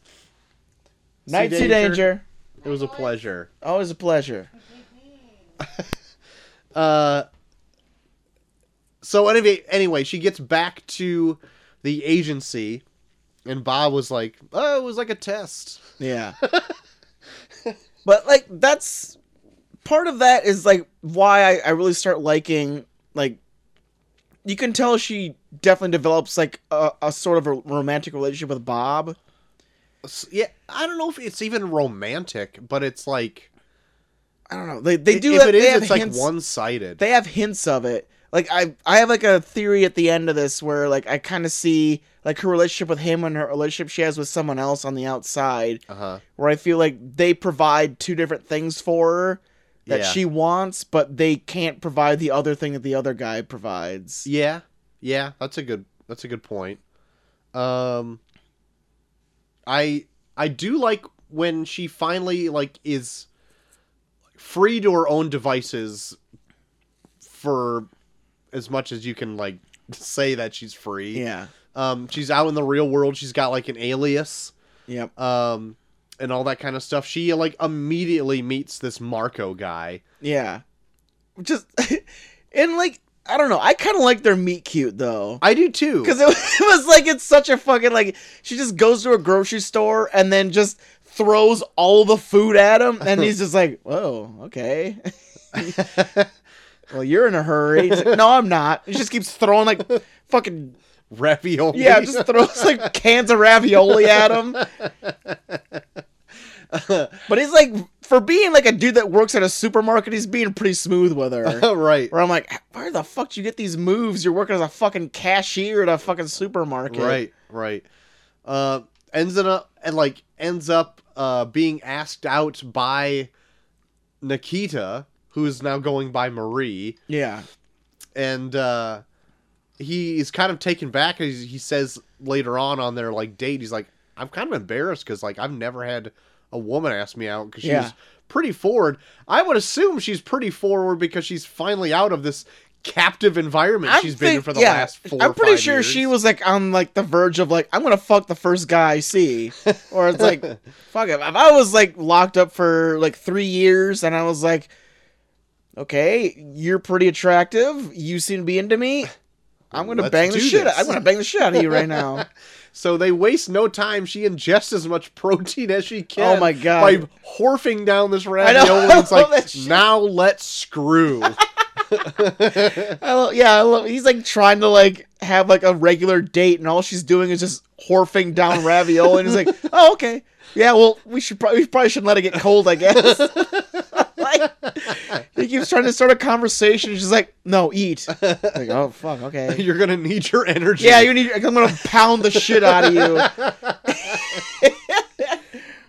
Night
Sea
to
Danger.
danger.
It was a pleasure.
Always a pleasure.
Uh, so anyway, anyway, she gets back to the agency, and Bob was like, "Oh, it was like a test."
Yeah. but like that's part of that is like why I, I really start liking like you can tell she definitely develops like a, a sort of a romantic relationship with Bob.
S- Yeah, I don't know if it's even romantic, but it's like
I don't know. They they do
if
have-
it
they
is,
have
it's
hints-
like one-sided.
they have hints of it. Like I I have like a theory at the end of this where like I kind of see like her relationship with him and her relationship she has with someone else on the outside
uh huh.
where I feel like they provide two different things for her that
Yeah.
she wants, but they can't provide the other thing that the other guy provides.
Yeah, yeah, that's a good that's a good point. Um, I I do like when she finally like is free to her own devices for as much as you can like say that she's free.
Yeah.
Um, she's out in the real world. She's got like an alias.
Yep.
Um. And all that kind of stuff. She like immediately meets this Marco guy.
Yeah. Just and like I don't know. I kind of like their meet cute though.
I do too.
Because it, was- it was like it's such a fucking like she just goes to a grocery store and then just throws all the food at him and he's just like, whoa, okay. well, you're in a hurry. He's like, no, I'm not. He just keeps throwing like fucking
Ravioli.
yeah, just throws like cans of ravioli at him. But he's like, for being like a dude that works at a supermarket, he's being pretty smooth with her.
right.
Where I'm like, where the fuck do you get these moves? You're working as a fucking cashier at a fucking supermarket.
Right, right. Uh, ends up and like ends up uh, being asked out by Nikita, who is now going by Marie,
Yeah.
and uh, he is kind of taken back. As he says later on on their like date, he's like, "I'm kind of embarrassed because like I've never had a woman ask me out because she's
Yeah.
pretty forward. I would assume she's pretty forward because she's finally out of this." captive environment
I'm
she's been in
think-
for the
yeah,
last four
I'm
or
pretty
five
sure she
years.
was like on like the verge of like I'm gonna fuck the first guy I see, or it's like fuck it. If I was like locked up for like three years and I was like, okay, you're pretty attractive, you seem to be into me. I'm gonna
Let's
bang the
do
shit.
this.
Out, I'm gonna bang the shit out of you right now.
So they waste no time. She ingests as much protein as she can.
Oh my God.
By horfing down this
know.
ravioli, it's
I love
like
that shit.
now let's screw.
I lo- yeah, I lo- he's like trying to like have like a regular date, and all she's doing is just horfing down ravioli, and he's like, "Oh, okay, yeah, well, we should probably we probably shouldn't let it get cold, I guess." like he keeps trying to start a conversation, and she's like, "No, eat." Like, oh fuck, okay.
You're gonna need your energy.
Yeah, you need. I'm gonna pound the shit out of you.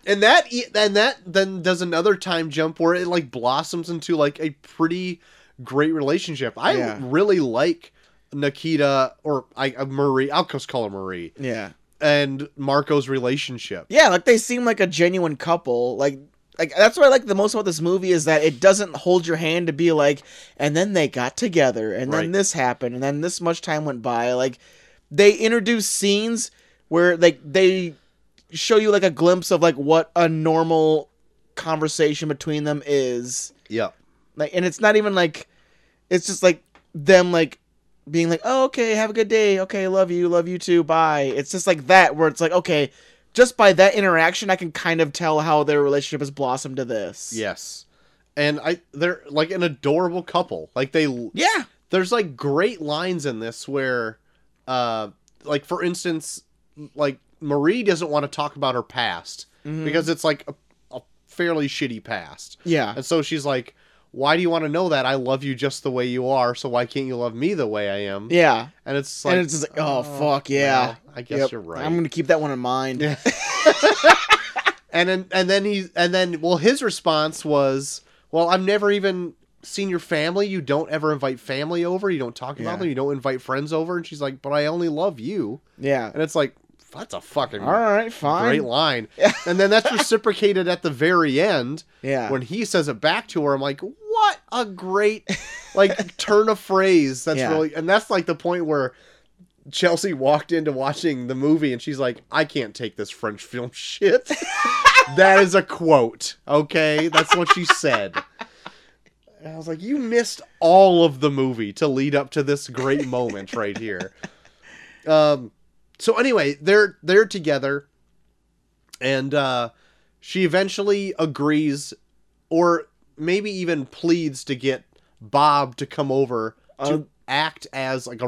and that e- and that then does another time jump where it like blossoms into like a pretty great relationship. I
Yeah.
really like Nikita or I uh, Marie. I'll just call her Marie
Yeah,
and Marco's relationship.
yeah. Like they seem like a genuine couple. Like, like that's what I like the most about this movie is that it doesn't hold your hand to be like. And then they got together, and
Right.
then this happened, and then this much time went by. Like they introduce scenes where like they show you like a glimpse of like what a normal conversation between them is.
Yeah.
like and it's not even like it's just like them like being like oh okay have a good day okay love you love you too bye it's just like that where it's like okay just by that interaction i can kind of tell how their relationship has blossomed to this
Yes. And I they're like an adorable couple. Like they
yeah
there's like great lines in this where uh like for instance like Marie doesn't want to talk about her past
Mhm.
because it's like a, a fairly shitty past.
yeah
And so she's like, "Why do you want to know that? I love you just the way you are, so why can't you love me the way I am?"
yeah
And it's like
and it's just like oh, fuck yeah
well, I guess
Yep.
you're right.
i'm gonna keep that one in mind
Yeah. and then and then he and then well his response was well i've never even seen your family you don't ever invite family over you don't talk about
Yeah.
them you don't invite friends over and she's like but i only love you
yeah
and it's like that's a fucking
all right
great
fine
line and then that's reciprocated at the very end
yeah
when he says it back to her i'm like what a great like turn of phrase that's
Yeah.
really and that's like the point where chelsea walked into watching the movie and she's like i can't take this french film shit that is a quote okay that's what she said and i was like you missed all of the movie to lead up to this great moment right here um so anyway they're they're together and uh she eventually agrees or maybe even pleads to get bob to come over to
Um,
act as like a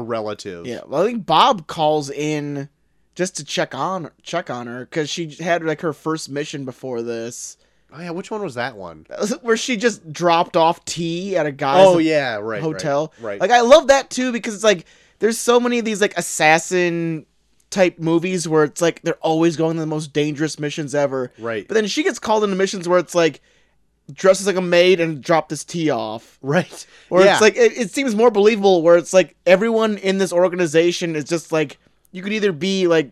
relative
Yeah, well, I think Bob calls in just to check on check on her because she had like her first mission before this,
oh yeah which one was that one?
where she just dropped off tea at a guy's
Oh yeah right
hotel.
right, right.
Like I love that too because it's like there's so many of these like assassin type movies where it's like they're always going to the most dangerous missions ever.
right
But then she gets called into missions where it's like dresses like a maid and drop this tea off.
right
Where
Yeah.
it's like it, it seems more believable. Where it's like everyone in this organization is just like you could either be like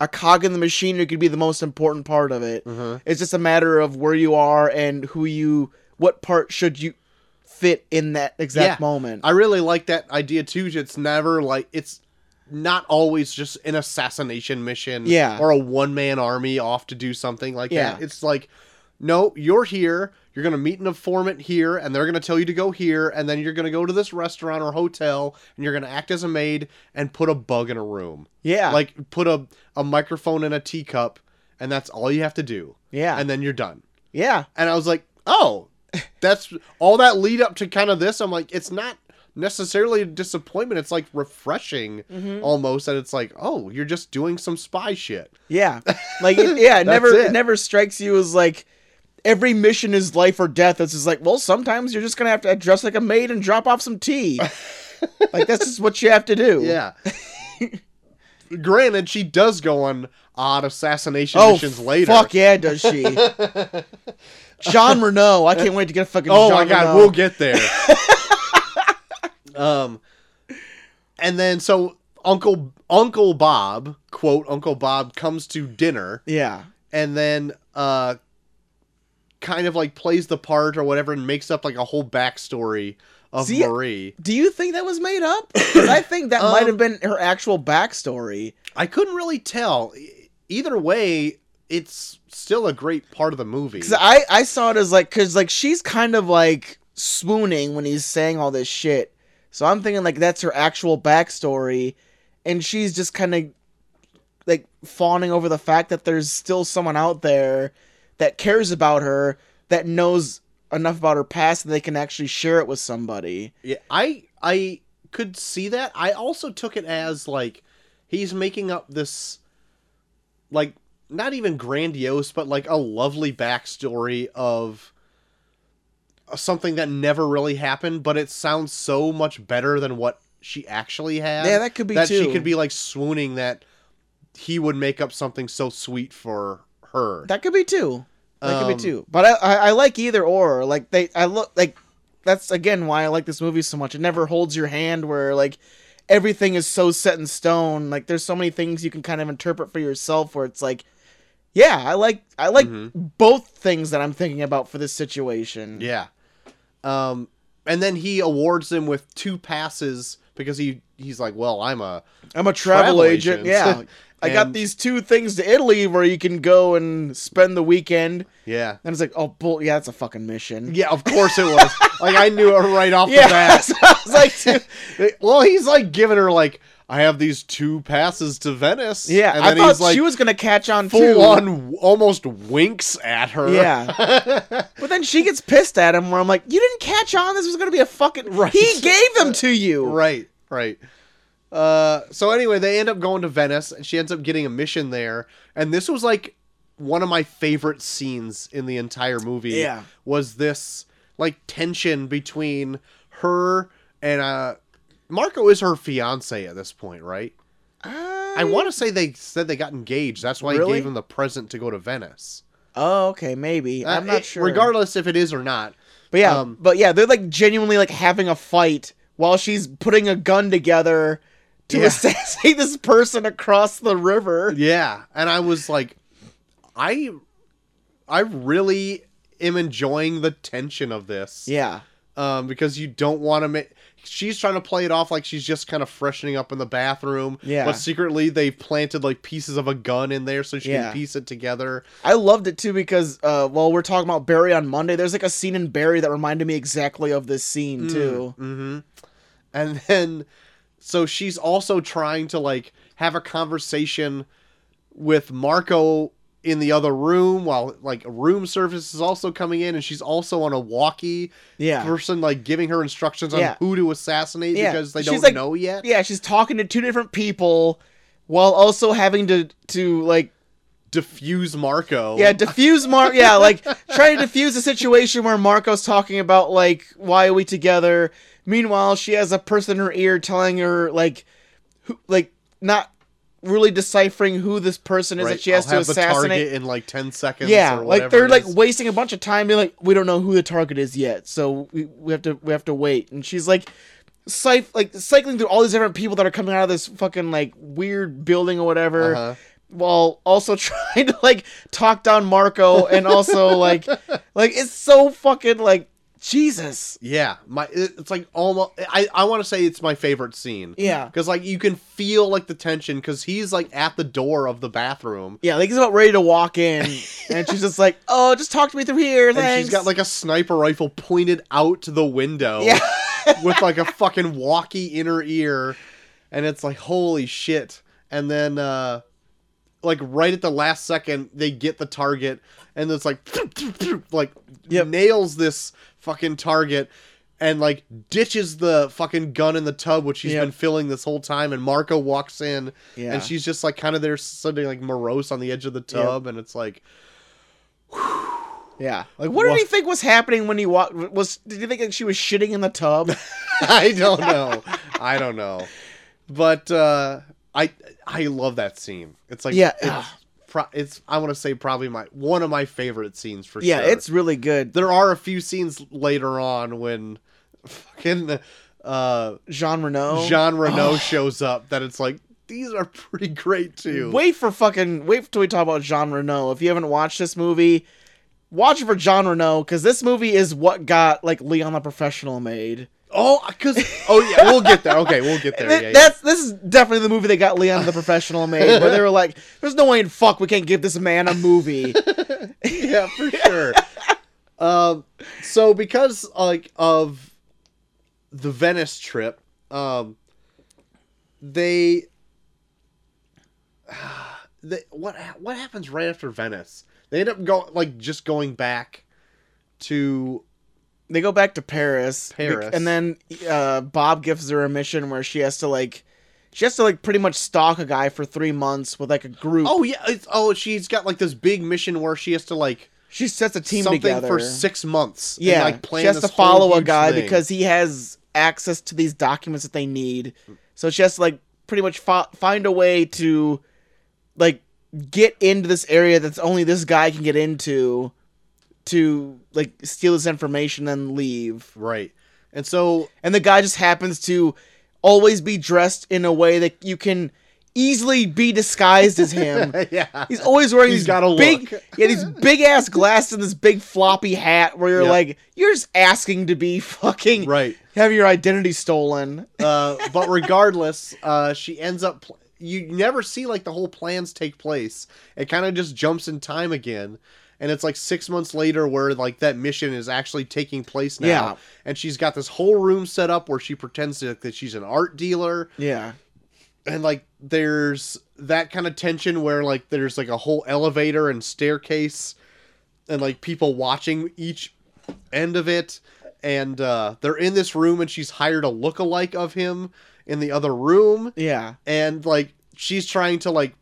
a cog in the machine, or you could be the most important part of it.
Mhm.
It's just a matter of where you are and who you, what part should you fit in that exact
Yeah.
moment.
I really like that idea too. It's never like it's not always just an assassination mission
Yeah.
or a one man army off to do something like that.
Yeah.
It's like no, you're here, you're going to meet an informant here and they're going to tell you to go here and then you're going to go to this restaurant or hotel and you're going to act as a maid and put a bug in a room.
yeah, like
Like put a a microphone in a teacup and that's all you have to do
yeah,
and then you're done
yeah,
and I was like, oh, that's all that lead up to kind of this. I'm like, it's not necessarily a disappointment. It's like refreshing
Mm-hmm.
almost that it's like, oh, you're just doing some spy shit.
yeah. Like it, yeah, it
That's
never it.
it.
never strikes you as like every mission is life or death. It's just like well, sometimes you're just gonna have to dress like a maid and drop off some tea. like that's just what you have to do.
Yeah. Granted, she does go on odd assassination missions later.
Oh, Fuck yeah, does she? John Renault. I can't wait to get a fucking.
Oh
Jean
my god,
Renault.
we'll get there. um, and then so Uncle Uncle Bob, quote Uncle Bob, comes to dinner.
yeah,
and then uh kind of like plays the part or whatever and makes up like a whole backstory of
See,
Marie.
do you think that was made up? 'Cause I think that might
Um,
have been her actual backstory.
I couldn't really tell. E- Either way, it's still a great part of the movie.
Because I I saw it as like because like she's kind of like swooning when he's saying all this shit. So I'm thinking like that's her actual backstory, and she's just kind of like fawning over the fact that there's still someone out there that cares about her that knows enough about her past that they can actually share it with somebody.
Yeah, I I could see that. I also took it as like he's making up this like not even grandiose, but like a lovely backstory of something that never really happened, but it sounds so much better than what she actually had.
Yeah, that could be
that she
too.
could be like swooning that he would make up something so sweet for her.
That could be two. That could
Um,
be two. But I, I, I like either or. Like they, I look like that's again why I like this movie so much. It never holds your hand where like everything is so set in stone. Like there's so many things you can kind of interpret for yourself where it's like, yeah, I like I like both things that I'm thinking about for this situation.
Mm-hmm. Yeah. Um, and then he awards him with two passes because he he's like, well, I'm a
I'm a travel,
Travel
agent.
agents.
Yeah. I got
And-
these two things to Italy where you can go and spend the weekend.
yeah.
And it's like, oh, bull, yeah, that's a fucking mission.
Yeah, of course it was. like I knew it right off
Yeah,
the bat.
so I was like, dude,
well, he's like giving her like, I have these two passes to Venice.
Yeah,
and
I
then
thought
he's like
she was gonna catch on
full
too.
on w- almost winks at her.
Yeah, but then she gets pissed at him. Where I'm like, you didn't catch on. This was gonna be a fucking.
Right.
He gave them to you.
Right, right. Uh, so anyway, they end up going to Venice, and she ends up getting a mission there. And this was like one of my favorite scenes in the entire movie.
Yeah.
was this like tension between her and uh, Marco is her fiance at this point, right? I want to say they said they got engaged. That's why he
Mm. Really?
gave him the present to go to Venice.
Oh, okay, maybe.
Uh,
I'm not
it-
sure.
Regardless if it is or not.
but yeah,
um,
but yeah, they're like genuinely like having a fight while she's putting a gun together to
Yeah.
assassinate this person across the river.
Yeah, and I was like, I, I really am enjoying the tension of this.
Yeah.
Um, because you don't want to make. She's trying to play it off like she's just kind of freshening up in the bathroom.
Yeah.
But secretly, they planted like pieces of a gun in there so she
Yeah.
can piece it together.
I loved it too because uh, while we're talking about Barry on Monday, there's like a scene in Barry that reminded me exactly of this scene too.
Mm-hmm. And then, so she's also trying to like have a conversation with Marco in the other room while like room service is also coming in, and she's also on a walkie
Yeah.
person like giving her instructions on
Yeah.
who to assassinate
Yeah.
because they
She's
don't
like-
know yet.
yeah, she's talking to two different people while also having to to like
Diffuse Marco.
yeah diffuse Mar yeah like trying to diffuse a situation where Marco's talking about like why are we together. Meanwhile, she has a person in her ear telling her like who like not really deciphering who this person is
Right,
that she has
I'll have
to
the
assassinate.
target in like ten seconds.
Yeah, like
or whatever
they're
it
like
is.
wasting a bunch of time being like, we don't know who the target is yet, so we, we have to we have to wait. And she's like, cyf- like cycling through all these different people that are coming out of this fucking like weird building or whatever,
Uh-huh.
while also trying to like talk down Marco and also like like it's so fucking like Jesus.
Yeah, my it- it's like almost. I I want to say it's my favorite scene.
Yeah.
because like you can feel like the tension because he's like at the door of the bathroom
Yeah, like he's about ready to walk in, and she's just like, "Oh, just talk to me through here." Thanks.
and she's got like a sniper rifle pointed out the window
yeah,
with like a fucking walkie in her ear, and it's like holy shit. And then uh, like right at the last second, they get the target, and it's like like
Yep.
nails this fucking target. And like ditches the fucking gun in the tub, which she's
Yep.
been filling this whole time. And Marco walks in,
Yeah.
and she's just like kind of there, sitting like morose on the edge of the tub. And it's like,
yeah. Like, what, did
What-
he think was happening when he walked? Was did he think like she was shitting in the tub?
I don't know. I don't know. But uh, I I love that scene. It's like
Yeah.
it's, pro- it's I want to say probably my one of my favorite scenes for
Yeah,
sure.
it's really good.
there are a few scenes later on when fucking uh,
Jean Reno.
Jean
Oh.
Reno shows up that it's like these are pretty great too.
Wait for fucking wait till we talk about Jean Reno. If you haven't watched this movie, watch it for Jean Reno because this movie is what got like Leon the Professional made.
Oh, because oh yeah, we'll get there. Okay, we'll get there.
Th-
Yeah, yeah.
That's this is definitely the movie that got Leon the Professional made. Where they were like, "There's no way in fuck we can't give this man a movie."
yeah, for sure. um, so because like of the Venice trip, um, they, they what ha- what happens right after Venice? They end up going like just going back to
They go back to Paris. bec-
Paris.
And then uh, Bob gives her a mission where she has to like she has to like pretty much stalk a guy for three months with like a group.
oh yeah it's, oh she's got like this big mission where she has to like
she sets a team
something
together
for six months. and,
Yeah,
like plan
she has to
this whole
follow a
huge
guy
thing.
because he has access to these documents that they need. So she has to like pretty much fo- find a way to like get into this area that's only this guy can get into to like steal this information and leave.
right, and so
And the guy just happens to always be dressed in a way that you can easily be disguised as him.
yeah,
He's always wearing
He's
these
gotta
big,
look.
yeah, these big ass glasses and this big floppy hat. Where you're
Yep.
like, you're just asking to be fucking
right.
have your identity stolen.
Uh, but regardless, uh, she ends up. Pl- you never see like the whole plans take place. It kind of just jumps in time again, and it's like six months later where like that mission is actually taking place now.
Yeah.
And she's got this whole room set up where she pretends to, that she's an art dealer,
Yeah,
and like there's that kind of tension where like there's like a whole elevator and staircase, and like people watching each end of it and uh, they're in this room and she's hired a lookalike of him in the other room
yeah,
and like she's trying to like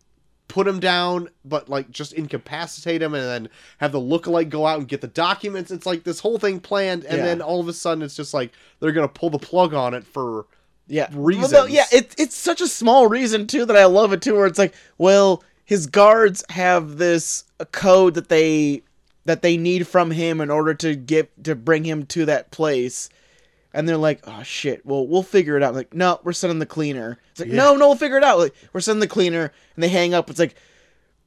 put him down but like just incapacitate him and then have the lookalike go out and get the documents it's like this whole thing planned and
Yeah.
then all of a sudden it's just like they're gonna pull the plug on it for
yeah.
Reasons.
Although, yeah, it's it's such a small reason too that I love it too. Where it's like, well, his guards have this uh, code that they that they need from him in order to get to bring him to that place. And they're like, oh shit, well, we'll figure it out. like, no, we're sending the cleaner. It's like, no, no, we'll figure it out. Like, we're sending the cleaner. And they hang up. It's like,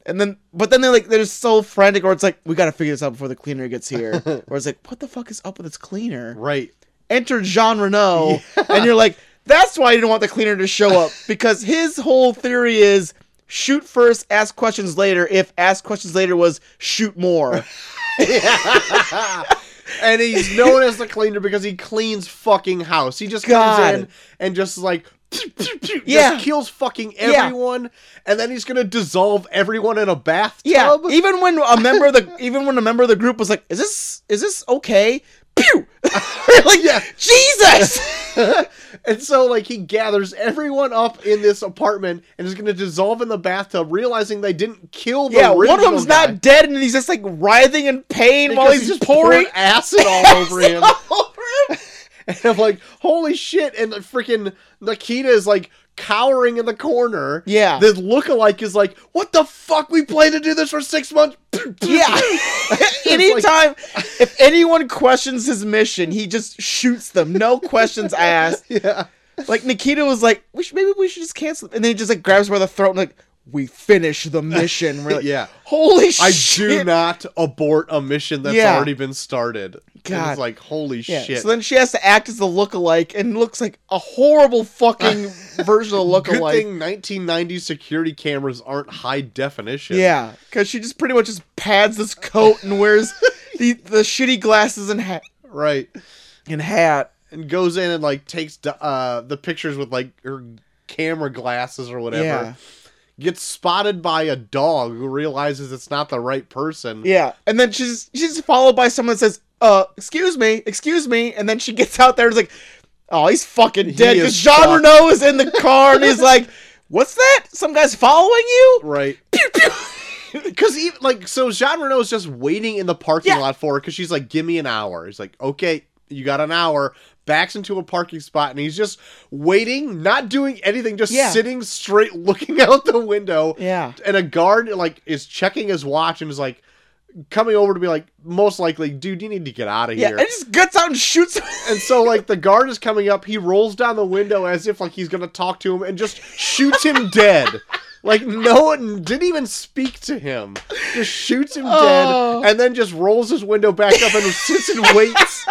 and then, but then they're like, they're so frantic, or it's like, we got to figure this out before the cleaner gets here. or it's like, what the fuck is up with this cleaner?
right
enter Jean Renault, and you're like, that's why you didn't want the cleaner to show up because his whole theory is shoot first, ask questions later. If ask questions later was shoot more,
and he's known as the cleaner because he cleans fucking house he just
God.
comes in and just like just
Yeah.
kills fucking
Yeah.
everyone and then he's gonna dissolve everyone in a bathtub
yeah. Even when a member of the even when a member of the group was like, is this is this okay? Pew, like
Yeah.
Jesus.
and so like he gathers everyone up in this apartment and is going to dissolve in the bathtub realizing they didn't kill the
yeah, one of
original
them's
guy
not dead, and he's just like writhing in pain while
because
he's, just pouring
poured acid all over him
over him.
and i'm like holy shit and the freaking nikita is like cowering in the corner
Yeah.
the lookalike is like what the fuck we plan to do this for six months
Yeah. Anytime, if anyone questions his mission, he just shoots them. No questions asked.
yeah
Like Nikita was like, we should, maybe we should just cancel. it." And then he just like grabs her by the throat and like, we finish the mission. We're like,
Yeah.
Holy
I
shit.
do not abort a mission that's
Yeah.
already been started. And
God.
it's like holy
Yeah.
shit.
So then she has to act as the lookalike and looks like a horrible fucking version of the
Good
lookalike.
thing 1990 security cameras aren't high definition.
Yeah, because she just pretty much just pads this coat and wears the, the shitty glasses and hat
Right.
and hat.
And goes in and like takes d- uh, the pictures with like her camera glasses or whatever.
Yeah.
Gets spotted by a dog who realizes it's not the right person.
Yeah, and then she's she's followed by someone that says, "Uh, excuse me, excuse me," and then she gets out there and is like, "Oh, he's fucking dead."
is
Because Jean
fucked.
Renault is in the car and he's like, "What's that? Some guy's following you?"
Right. Because even like so, Jean Renault is just waiting in the parking
Yeah.
lot for her because she's like, "Give me an hour." He's like, "Okay, you got an hour." Backs into a parking spot and he's just waiting, not doing anything, just
Yeah.
sitting straight, looking out the window.
Yeah,
and a guard like is checking his watch and is like coming over to be like most likely dude you need to get out of
yeah,
here
and just guts out and shoots. him.
and so like the guard is coming up he rolls down the window as if like he's gonna talk to him and just shoots him dead like no one didn't even speak to him just shoots him
Oh.
dead and then just rolls his window back up and sits and waits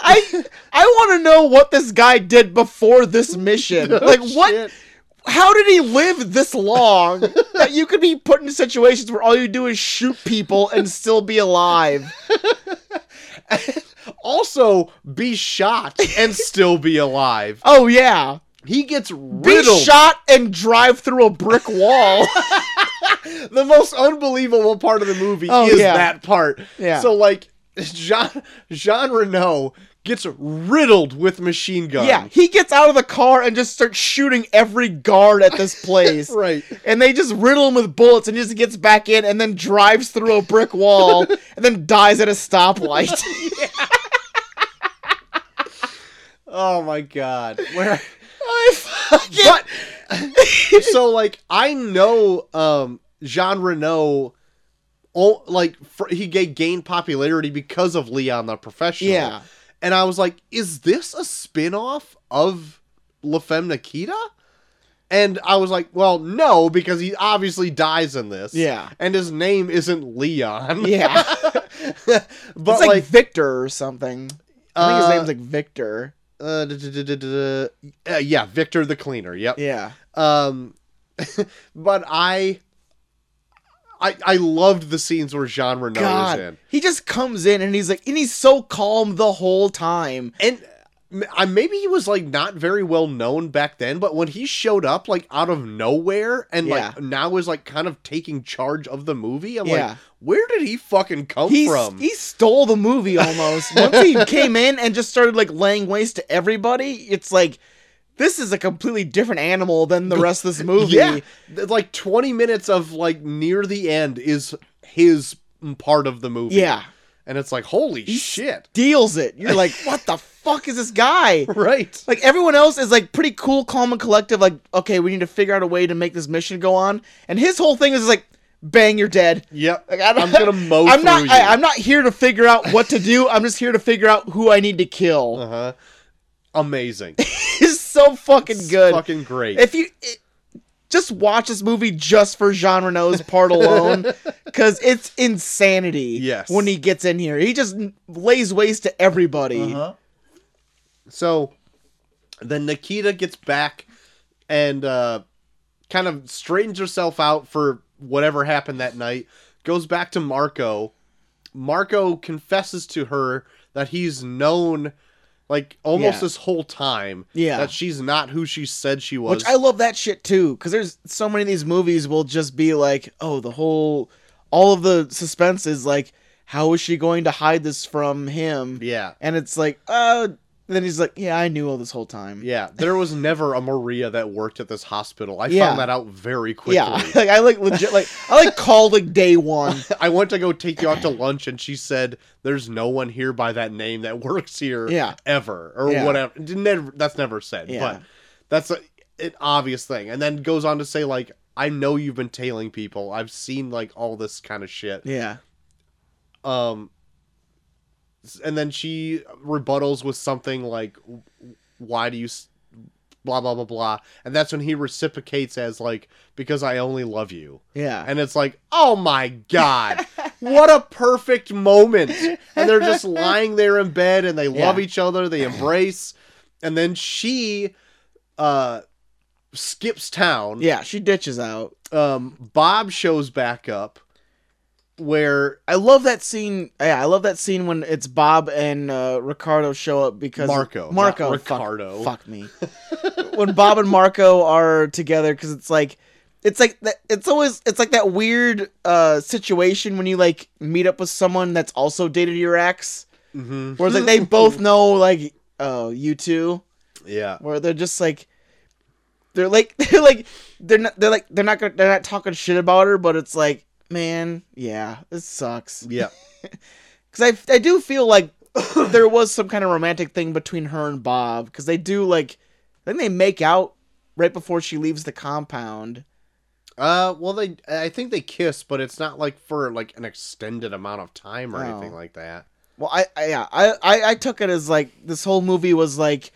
I I want to know what this guy did before this mission. like what?
Shit.
How did he live this long that you could be put in situations where all you do is shoot people and still be alive?
also be shot and still be alive.
Oh yeah.
He gets
Be
riddled.
shot and drive through a brick wall.
the most unbelievable part of the movie
Oh,
is
yeah.
that part.
Yeah.
So like Jean Jean Renault gets riddled with machine guns.
yeah, he gets out of the car and just starts shooting every guard at this place.
Right.
And they just riddle him with bullets and he just gets back in and then drives through a brick wall and then dies at a stoplight.
Oh my god. Where
I fucking-
But so like I know um Jean Renault oh, like fr- he ga- gained popularity because of Leon the Professional.
Yeah.
And I was like, is this a spin-off of La Femme Nikita? And I was like, well, no, because he obviously dies in this.
Yeah.
And his name isn't Leon.
Yeah.
but
it's
like,
like, Victor or something. I think his
Uh,
name's like Victor.
uh, duh, duh, duh, duh, duh, duh. Uh, yeah, Victor the Cleaner. Yep.
Yeah.
Um, but I, I, I loved the scenes where Jean Renault was in,
God. He just comes in and he's like and he's so calm the whole time.
and m- I maybe he was like not very well known back then, but when he showed up like out of nowhere and like
Yeah.
now is like kind of taking charge of the movie, I'm
Yeah. e-
like, where did he fucking come
He,
from?
he stole the movie almost. Once he came in and just started like laying waste to everybody, it's like this is a completely different animal than the rest of this movie.
Yeah, th- like twenty minutes of like near the end is his part of the movie.
Yeah.
and it's like holy shit,
Deals it. You're like, what the fuck is this guy?
right?
Like everyone else is like pretty cool, calm, and collective. Like, okay, we need to figure out a way to make this mission go on. And his whole thing is like, bang, you're dead.
Yep,
Like, I don't-
I'm gonna mow
I'm
through
not.
you.
I, I'm not here to figure out what to do. I'm just here to figure out who I need to kill.
uh-huh. Amazing,
It's so fucking good.
fucking great.
if you it, just watch this movie just for Jean Renault's part alone, because it's insanity.
Yes.
When he gets in here, he just n- lays waste to everybody.
Uh-huh. so then Nikita gets back and uh, kind of straightens herself out for whatever happened that night. Goes back to Marco. Marco confesses to her that he's known, like almost
Yeah.
this whole time,
Yeah.
that she's not who she said she was.
Which I love that shit too, because there's so many of these movies will just be like, oh, the whole, all of the suspense is like, how is she going to hide this from him?
yeah,
And it's like, uh, then he's like, yeah, I knew all this whole time.
yeah. There was never a Maria that worked at this hospital. I
Yeah.
found that out very quickly.
Yeah, like I like legit like I like called like day one.
I went to go take you out to lunch, and she said, "There's no one here by that name that works here,
Yeah.
ever or
Yeah.
whatever." Didn't- Never, that's never said,
Yeah.
but that's a, an obvious thing. And then goes on to say, "Like, I know you've been tailing people. I've seen like all this kind of shit."
Yeah,
Um, s- and then she rebuttals with something like, w- "Why do you?" s- Blah blah blah blah, and that's when he reciprocates as like, "Because I only love you."
yeah.
and it's like, oh my god, what a perfect moment! And they're just lying there in bed, and they love
Yeah.
each other, they embrace, and then she, uh, skips town.
Yeah, she ditches out.
Um, Bob shows back up, where
I love that scene. Yeah, I love that scene when it's Bob and uh, Ricardo show up because
Marco, not
Marco, fuck-
Ricardo.
Fuck, me. when Bob and Marco are together, because it's like, it's like that. It's always it's like that weird uh, situation when you like meet up with someone that's also dated your ex,
Mhm,
where it's like they both know like, oh, you two,
yeah,
where they're just like. They're like they're like they're not they're like they're not gonna, they're not talking shit about her, but it's like man, yeah, this sucks.
yeah,
because I, I do feel like there was some kind of romantic thing between her and Bob because they do like I think they make out right before she leaves the compound.
uh, well, they, I think they kiss, but it's not like for like an extended amount of time or
No.
anything like that.
Well, I, I yeah I, I I took it as like this whole movie was like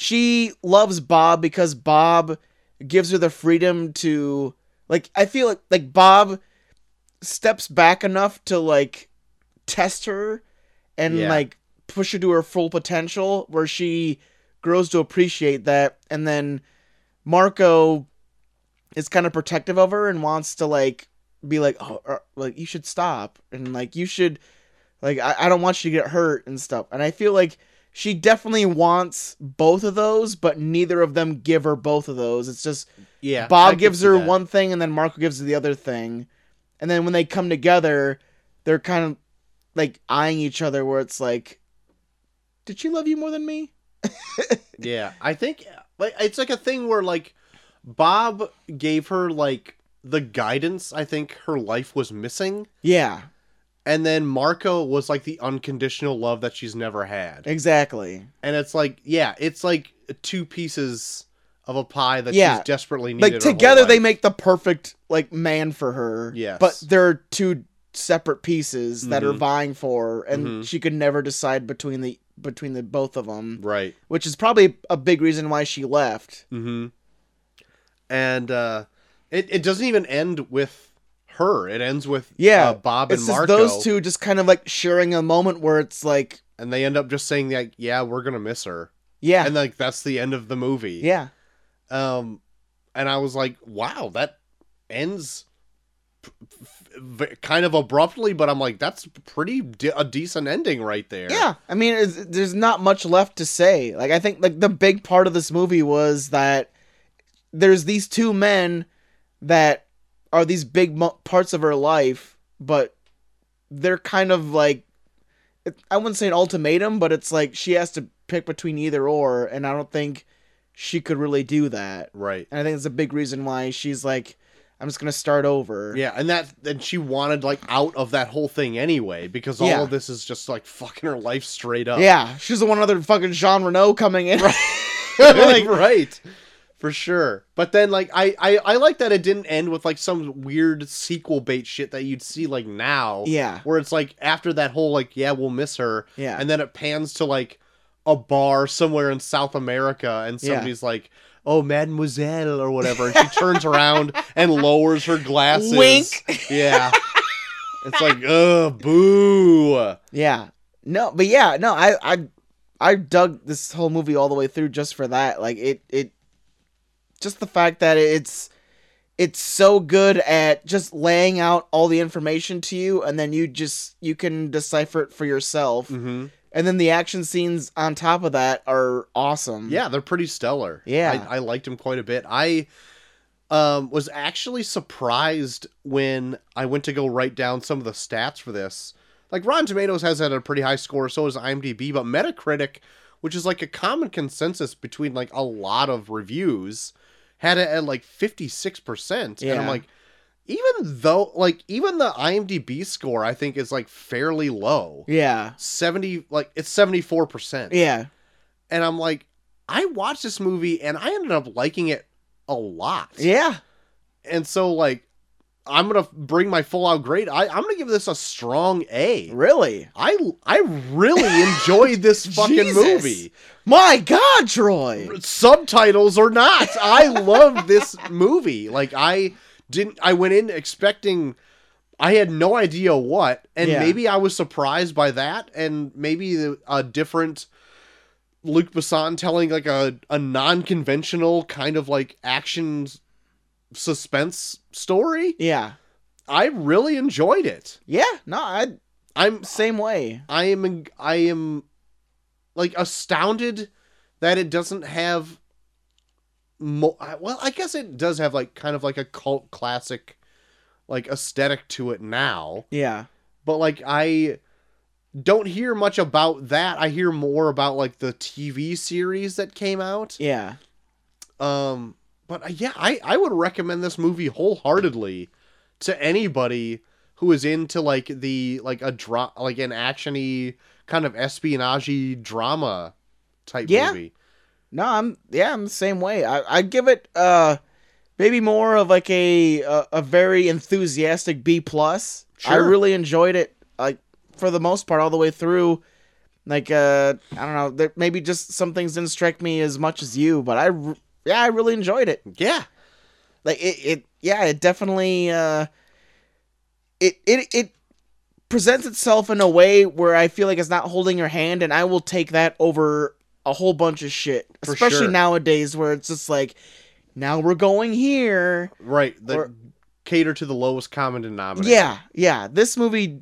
she loves Bob because Bob gives her the freedom to like I feel like like Bob steps back enough to like test her and
Yeah.
like push her to her full potential where she grows to appreciate that and then Marco is kind of protective of her and wants to like be like oh er, like you should stop and like you should Like I, I don't want you to get hurt and stuff. And I feel like she definitely wants both of those, but neither of them give her both of those. It's just
Yeah. I
Bob
can
gives
see
her
that.
one thing and then Marco gives her the other thing. And then when they come together, they're kind of like eyeing each other where it's like did she love you more than me?
Yeah, I think like it's like a thing where like Bob gave her like the guidance I think her life was missing,
Yeah,
and then Marco was like the unconditional love that she's never had.
exactly.
And it's like, yeah, it's like two pieces of a pie that
Yeah.
she's desperately needed.
like
her whole
together they
life.
make the perfect like man for her.
Yes.
But they're two separate pieces that are
Mhm.
vying for her, and
Mhm.
she could never decide between the between the both of them,
right.
which is probably a big reason why she left.
Mm-hmm. And uh, it it doesn't even end with her. It ends with
Yeah,
uh, Bob
It's
and
just
Marco,
those two just kind of like sharing a moment where it's like,
and they end up just saying like, yeah, we're gonna miss her,
yeah,
and like that's the end of the movie.
yeah,
um and i was like wow that ends p- f- v- kind of abruptly but i'm like that's pretty de- a decent ending right there
yeah. I mean, it's, there's not much left to say. Like I think like the big part of this movie was that there's these two men that are these big mo- parts of her life, but they're kind of like it- I wouldn't say an ultimatum, but it's like she has to pick between either or, and I don't think she could really do that.
right
And I think it's a big reason why she's like, I'm just gonna start over.
yeah and that and she wanted like out of that whole thing anyway because all
Yeah.
of this is just like fucking her life straight up
Yeah, she's the one other fucking Jean Renault coming in.
like,
Like-
right for sure but then like I, I i like that it didn't end with like some weird sequel bait shit that you'd see like now
yeah,
where it's like after that whole like yeah we'll miss her
yeah.
and then it pans to like a bar somewhere in South America, and
Yeah.
somebody's like, "Oh, Mademoiselle" or whatever, and she turns around and lowers her glasses.
Wink.
Yeah. It's like, ugh, boo.
Yeah. No, but yeah, no, I I I dug this whole movie all the way through just for that. Like it it just the fact that it's it's so good at just laying out all the information to you and then you just you can decipher it for yourself.
hmm
And then the action scenes on top of that are awesome.
Yeah, they're pretty stellar.
Yeah.
I, I liked him quite a bit. I um, was actually surprised when I went to go write down some of the stats for this. Like Rotten Tomatoes has had a pretty high score, so does IMDb, but Metacritic, which is like a common consensus between like a lot of reviews, had it at like fifty six percent. And I'm
Yeah.
like, even though like even the IMDb score I think is like fairly low.
Yeah.
Seventy like it's seventy four percent
Yeah.
and I'm like, I watched this movie and I ended up liking it a lot.
Yeah.
And so like I'm gonna bring my full out grade. I, I'm gonna give this a strong A.
Really?
I I really enjoyed this fucking
Jesus.
movie.
My god, Troy.
Subtitles or not, I love this movie. Like I didn't I went in expecting I had no idea what, and
Yeah.
maybe I was surprised by that, and maybe the- a different Luke Besson telling like a, a non conventional kind of like action s- suspense story.
Yeah.
I really enjoyed it.
Yeah. No, I
I'm
same way.
I am en- I am like astounded that it doesn't have. Mo- I- well, I guess it does have like kind of like a cult classic, like aesthetic to it now
Yeah.
but like I don't hear much about that. I hear more about like the TV series that came out.
Yeah.
Um, but uh, yeah, I I would recommend this movie wholeheartedly to anybody who is into like the like a dra- like an actiony kind of espionage drama type
Yeah.
movie.
No, I'm yeah, I'm the same way. I I give it uh maybe more of like a a, a very enthusiastic B plus. I
Sure.
really enjoyed it like for the most part all the way through. Like uh I don't know, there, maybe just some things didn't strike me as much as you, but I r- yeah, I really enjoyed it.
Yeah.
Like it it yeah, it definitely uh it it it presents itself in a way where I feel like it's not holding your hand, and I will take that over a whole bunch of shit,
For
especially
sure.
nowadays where it's just like, now we're going here.
Right. The
Or-
cater to the lowest common denominator.
Yeah, yeah. This movie,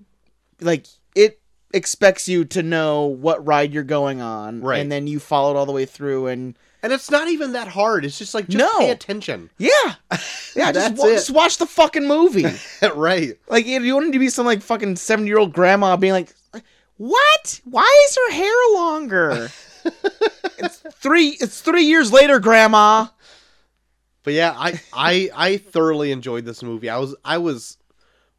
like it, expects you to know what ride you're going on,
Right.
And then you follow it all the way through, and
And it's not even that hard. It's just like just
No.
pay attention.
yeah, yeah, just,
That's
wa-
it.
just watch the fucking movie.
right.
Like, if you wanted to be some like fucking seventy year old grandma being like, "What? Why is her hair longer?" it's three. It's three years later, grandma.
But yeah, I I I thoroughly enjoyed this movie. I was I was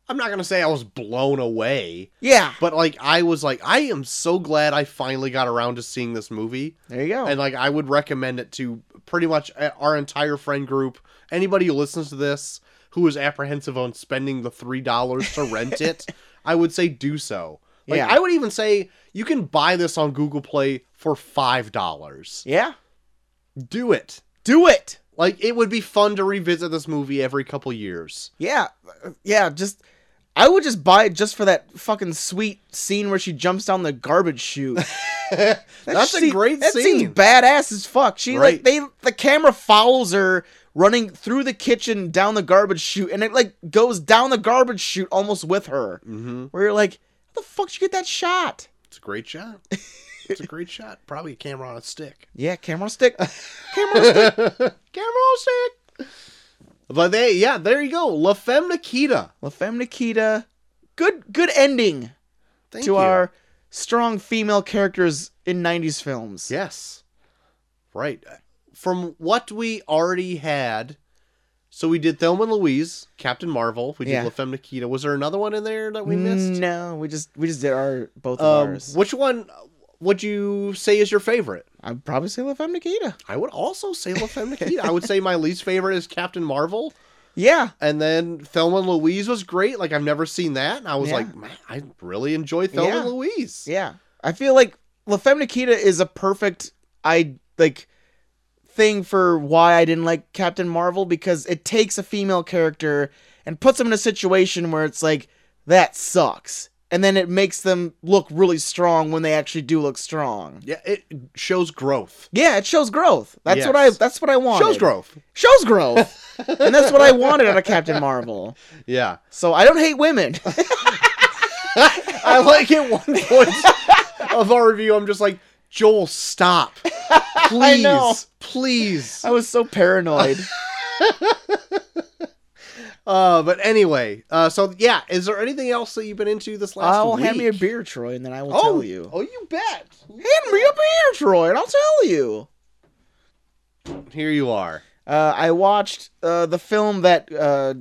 I'm not gonna say I was blown away,
Yeah.
but like I was like I am so glad I finally got around to seeing this movie.
There you go.
and like I would recommend it to pretty much uh, our entire friend group. Anybody who listens to this who is apprehensive on spending the three dollars to rent it, I would say do so. Like
Yeah.
I would even say you can buy this on Google Play for five dollars.
yeah.
Do it.
Do it.
Like it would be fun to revisit this movie every couple years.
Yeah, yeah. Just I would just buy it just for that fucking sweet scene where she jumps down the garbage chute. That
That's a
scene-
great
that scene's
scene.
badass as fuck. She like
Right.
they the camera follows her running through the kitchen down the garbage chute, and it like goes down the garbage chute almost with her.
Mm-hmm.
Where you're like, how the fuck did you get that shot?
It's a great shot. It's a great shot. Probably a camera on a stick.
Yeah, camera on stick. camera. on stick.
Camera sick. But they, yeah, there you go. La Femme Nikita.
La Femme Nikita. Good good ending
Thank
to
you.
our strong female characters in '90s films.
Yes. Right. From what we already had, so we did Thelma and Louise, Captain Marvel. We did
Yeah.
La Femme Nikita. Was there another one in there that we missed?
No, we just we just did our both of
Um,
ours.
which one would you say is your favorite?
I'd probably say La Femme Nikita.
I would also say La Femme Nikita. I would say my least favorite is Captain Marvel.
Yeah,
And then Thelma and Louise was great. Like I've never seen that, and I was
Yeah.
like, man, I really enjoy Thelma
Yeah.
and Louise.
yeah. I feel like La Femme Nikita is a perfect I like thing for why I didn't like Captain Marvel because it takes a female character and puts them in a situation where it's like that sucks, and then it makes them look really strong when they actually do look strong.
Yeah, it shows growth.
Yeah, it shows growth. That's what I.
Yes.
That's what I wanted.
Shows growth.
Shows growth, and that's what I wanted out of Captain Marvel.
Yeah.
So I don't hate women.
I like at one point of our review, I'm just like, Joel, stop. Please.
know.
Please.
I was so paranoid.
Uh, but anyway, uh, so yeah, is there anything else that you've been into this last
I'll
week?
Oh, hand me a beer, Troy, and then I will
Oh,
tell you.
Oh, you bet.
Hand me a beer, Troy, and I'll tell you.
Here you are.
Uh, I watched uh, the film that uh,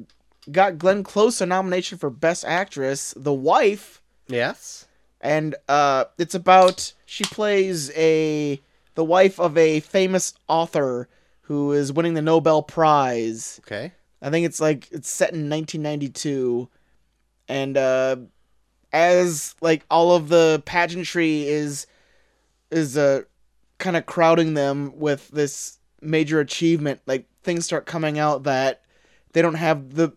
got Glenn Close a nomination for Best Actress, The Wife,
Yes.
and uh, it's about she plays a the wife of a famous author who is winning the Nobel Prize.
Okay.
I think it's like it's set in 1992, and uh, as like all of the pageantry is is uh kind of crowding them with this major achievement, like things start coming out that they don't have the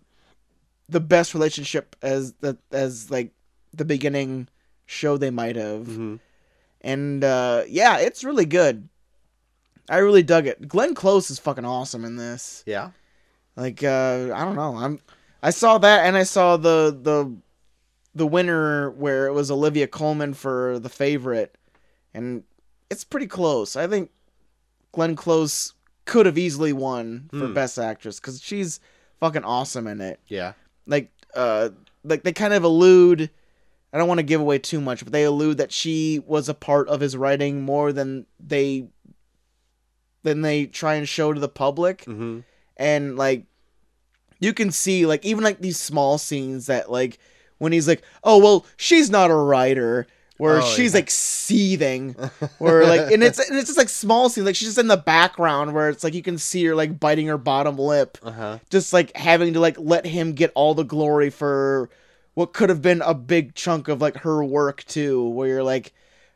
the best relationship as the as like the beginning show they might have,
Mm-hmm.
and uh, yeah, it's really good. I really dug it. Glenn Close is fucking awesome in this.
Yeah.
Like uh I don't know. I'm I saw that and I saw the the the winner where it was Olivia Coleman for the favorite and it's pretty close. I think Glenn Close could have easily won for
Hmm.
best actress cuz she's fucking awesome in it.
Yeah.
Like uh like they kind of allude I don't want to give away too much, but they allude that she was a part of his writing more than they than they try and show to the public
Mm-hmm.
and like you can see like even like these small scenes that like when he's like oh well she's not a writer where
Oh,
she's
yeah.
like seething or like and it's and it's just like small scenes like she's just in the background where it's like you can see her like biting her bottom lip
Uh huh.
just like having to like let him get all the glory for what could have been a big chunk of like her work too where you're like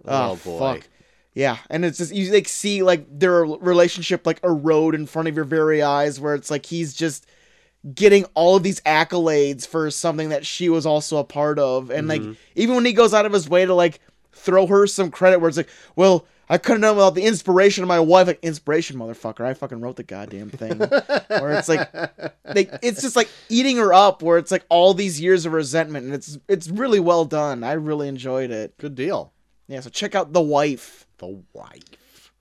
oh,
Oh, boy.
fuck yeah and it's just you like see like their relationship like erode in front of your very eyes where it's like he's just getting all of these accolades for something that she was also a part of and like even when he goes out of his way to like throw her some credit where it's like, well, I couldn't have done it without the inspiration of my wife. Like, inspiration, motherfucker. I fucking wrote the goddamn thing. where it's like, like, it's just like eating her up. Where it's like all these years of resentment, and it's it's really well done. I really enjoyed it.
Good deal.
Yeah, so check out the wife.
The wife.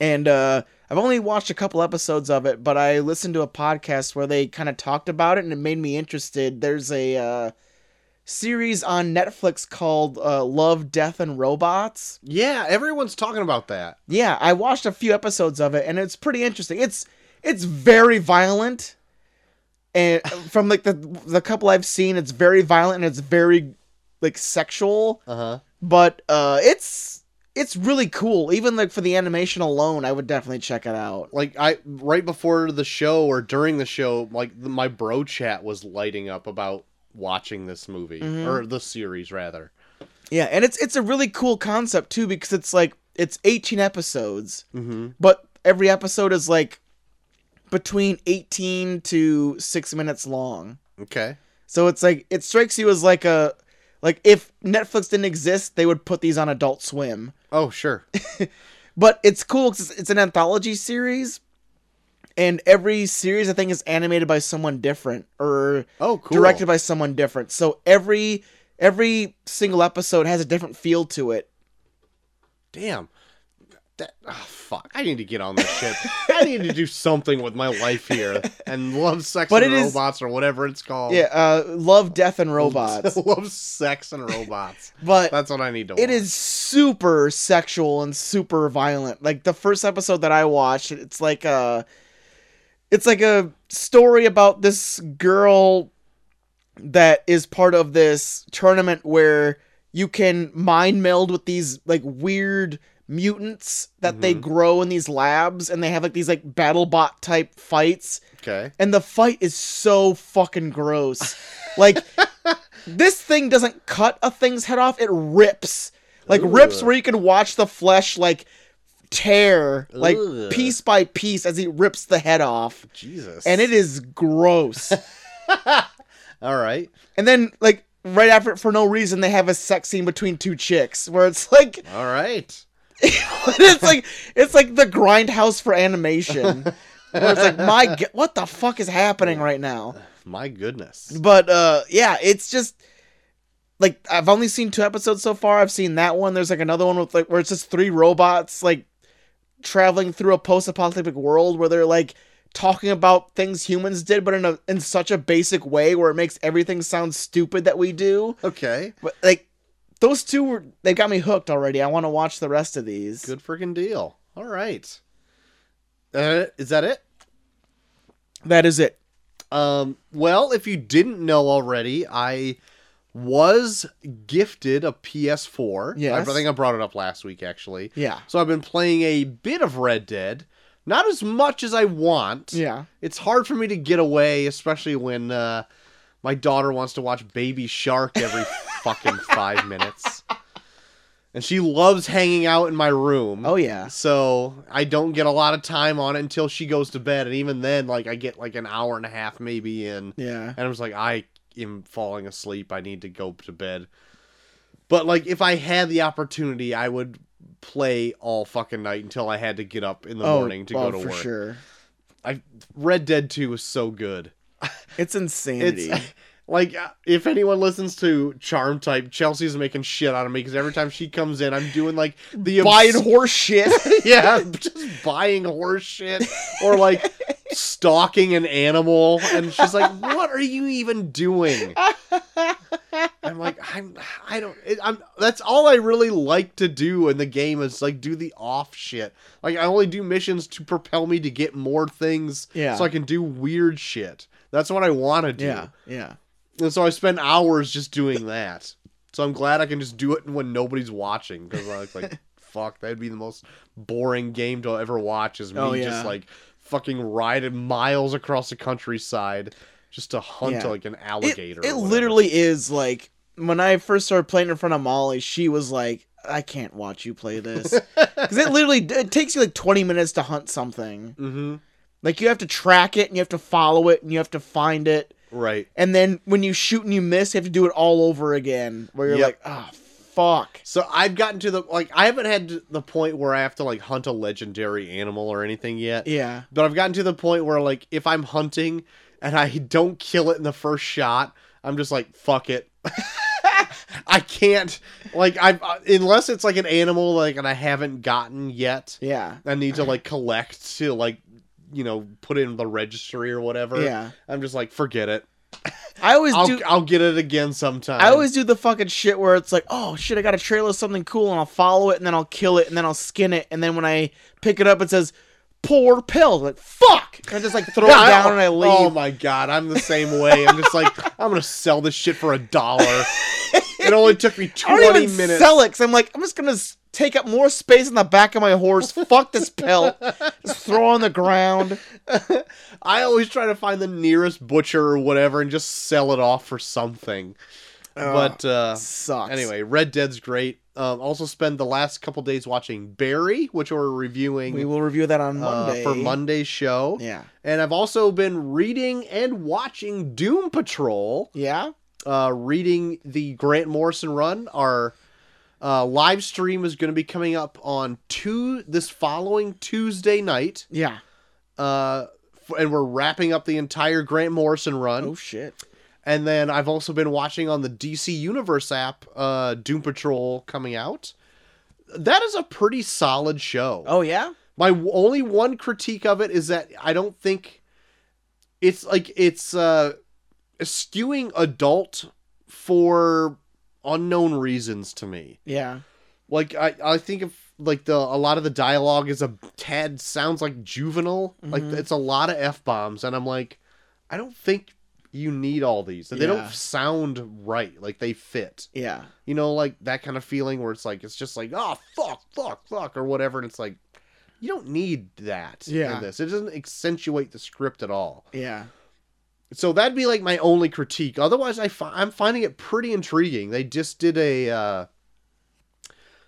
And uh, I've only watched a couple episodes of it, but I listened to a podcast where they kind of talked about it, and it made me interested. There's a uh, series on Netflix called uh, Love, Death, and Robots.
Yeah, everyone's talking about that.
Yeah, I watched a few episodes of it, and it's pretty interesting. It's it's very violent, and from like the the couple I've seen, it's very violent and it's very like sexual.
Uh huh.
But uh, it's it's really cool. Even like for the animation alone, I would definitely check it out.
Like I right before the show or during the show, like the, my bro chat was lighting up about watching this movie
Mhm.
or the series rather.
Yeah, and it's it's a really cool concept too because it's like it's eighteen episodes,
Mm-hmm.
but every episode is like between eighteen to six minutes long.
Okay.
So it's like it strikes you as like a like if Netflix didn't exist, they would put these on Adult Swim.
Oh sure.
But it's cool 'cause it's, it's an anthology series, and every series I think is animated by someone different or
Oh cool.
directed by someone different. So every every single episode has a different feel to it.
Damn. That oh, fuck. I need to get on this shit. I need to do something with my life here and love sex
But
and
it is-
robots or whatever it's called.
Yeah, uh, love, death, and robots.
love sex and robots.
But
That's what I need to.
it
watch.
is super sexual and super violent like the first episode that i watched it's like a it's like a story about this girl that is part of this tournament where you can mind meld with these like weird mutants that they
Mhm.
grow in these labs and they have like these like battle bot type fights
okay.
and the fight is so fucking gross. Like this thing doesn't cut a thing's head off; it rips. Like rips
Ugh.
where you can watch the flesh like tear like
Ugh.
piece by piece as he rips the head off,
Jesus.
and it is gross.
All right.
and then like right after it, for no reason, they have a sex scene between two chicks where it's like
All right.
it's like it's like the grindhouse for animation. Where it's like my g- what the fuck is happening right now?
My goodness.
But uh yeah, it's just like I've only seen two episodes so far. I've seen that one. There's like another one with like where it's just three robots like traveling through a post-apocalyptic world where they're like talking about things humans did but in a in such a basic way where it makes everything sound stupid that we do.
Okay.
But like those two were they got me hooked already. I want to watch the rest of these.
Good freaking deal. All right. Uh, is that it?
That is it.
Um, well, if you didn't know already, I was gifted a PS4.
Yes.
I think I brought it up last week, actually.
Yeah.
So I've been playing a bit of Red Dead, not as much as I want.
Yeah.
It's hard for me to get away, especially when uh, my daughter wants to watch Baby Shark every fucking five minutes. And she loves hanging out in my room.
Oh yeah.
So I don't get a lot of time on it until she goes to bed, and even then, like I get like an hour and a half maybe in,
Yeah.
and I'm just like I am falling asleep. I need to go to bed. But like if I had the opportunity, I would play all fucking night until I had to get up in the morning to
oh,
go to
for
work.
sure.
I Red Dead Two is so good.
It's insanity.
It's like uh, if anyone listens to Charm Type, Chelsea's making shit out of me because every time she comes in, I'm doing like the
Buying
obs-
horse shit.
yeah, just buying horse shit or like stalking an animal. And she's like, "What are you even doing?" I'm like, "I'm, I don't, it, I'm." That's all I really like to do in the game is like do the off shit. Like I only do missions to propel me to get more things,
Yeah.
so I can do weird shit. That's what I want to do.
yeah. Yeah.
And so I spend hours just doing that. So I'm glad I can just do it when nobody's watching because I was like, fuck, that'd be the most boring game to ever watch is me
Oh, yeah.
just like fucking riding miles across the countryside just to hunt
Yeah.
like an
It,
alligator. or
it
whatever.
literally is like when I first started playing in front of Molly, she was like, "I can't watch you play this," because it literally it takes you like twenty minutes to hunt something.
Mhm.
Like you have to track it and you have to follow it and you have to find it,
Right.
and then when you shoot and you miss, you have to do it all over again. Where you're
Yep.
like, "Ah, fuck.
So I've gotten to the like I haven't had the point where I have to like hunt a legendary animal or anything yet.
Yeah.
But I've gotten to the point where like if I'm hunting and I don't kill it in the first shot, I'm just like fuck it. I can't like I unless it's like an animal like and I haven't gotten yet.
Yeah.
I need to like collect to like you know put it in the registry or whatever.
Yeah.
I'm just like forget it.
I always
I'll,
do.
I'll get it again sometime.
I always do the fucking shit where it's like, oh shit, I got a trailer of something cool, and I'll follow it, and then I'll kill it, and then I'll skin it, and then when I pick it up, it says, "Poor pill." Like fuck, and I just like throw it down and I leave.
Oh my god, I'm the same way. I'm just like, I'm gonna sell this shit for a dollar. it only took me
I don't
20
even
minutes.
sell it. i I'm like, I'm just gonna s- take up more space on the back of my horse. Fuck this pelt. Just throw on the ground.
I always try to find the nearest butcher or whatever and just sell it off for something. but uh,
Sucks.
anyway, Red Dead's great. Um, also, spend the last couple days watching Barry, which we're reviewing
we will review that on
Mm. uh,
Monday
for Monday's show.
Yeah.
And I've also been reading and watching Doom Patrol.
Yeah.
uh, reading the Grant Morrison run. Our uh, live stream is going to be coming up on two this following Tuesday night,
Yeah.
uh, f- and we're wrapping up the entire Grant Morrison run.
Oh shit.
And then I've also been watching on the DC Universe app uh, Doom Patrol coming out. That is a pretty solid show.
Oh yeah.
My w- only one critique of it is that I don't think it's like it's uh skewing adult for unknown reasons to me.
Yeah.
Like I I think if like the a lot of the dialogue is a tad sounds like juvenile. Like
Mhm.
it's a lot of f bombs and I'm like I don't think you need all these. They
Yeah.
don't sound right. Like they fit.
Yeah.
You know, like that kind of feeling where it's like it's just like oh fuck, fuck, fuck, or whatever, and it's like you don't need that
Yeah.
in this. It doesn't accentuate the script at all.
Yeah.
So that'd be like my only critique. Otherwise, I fi- I'm finding it pretty intriguing. They just did a uh,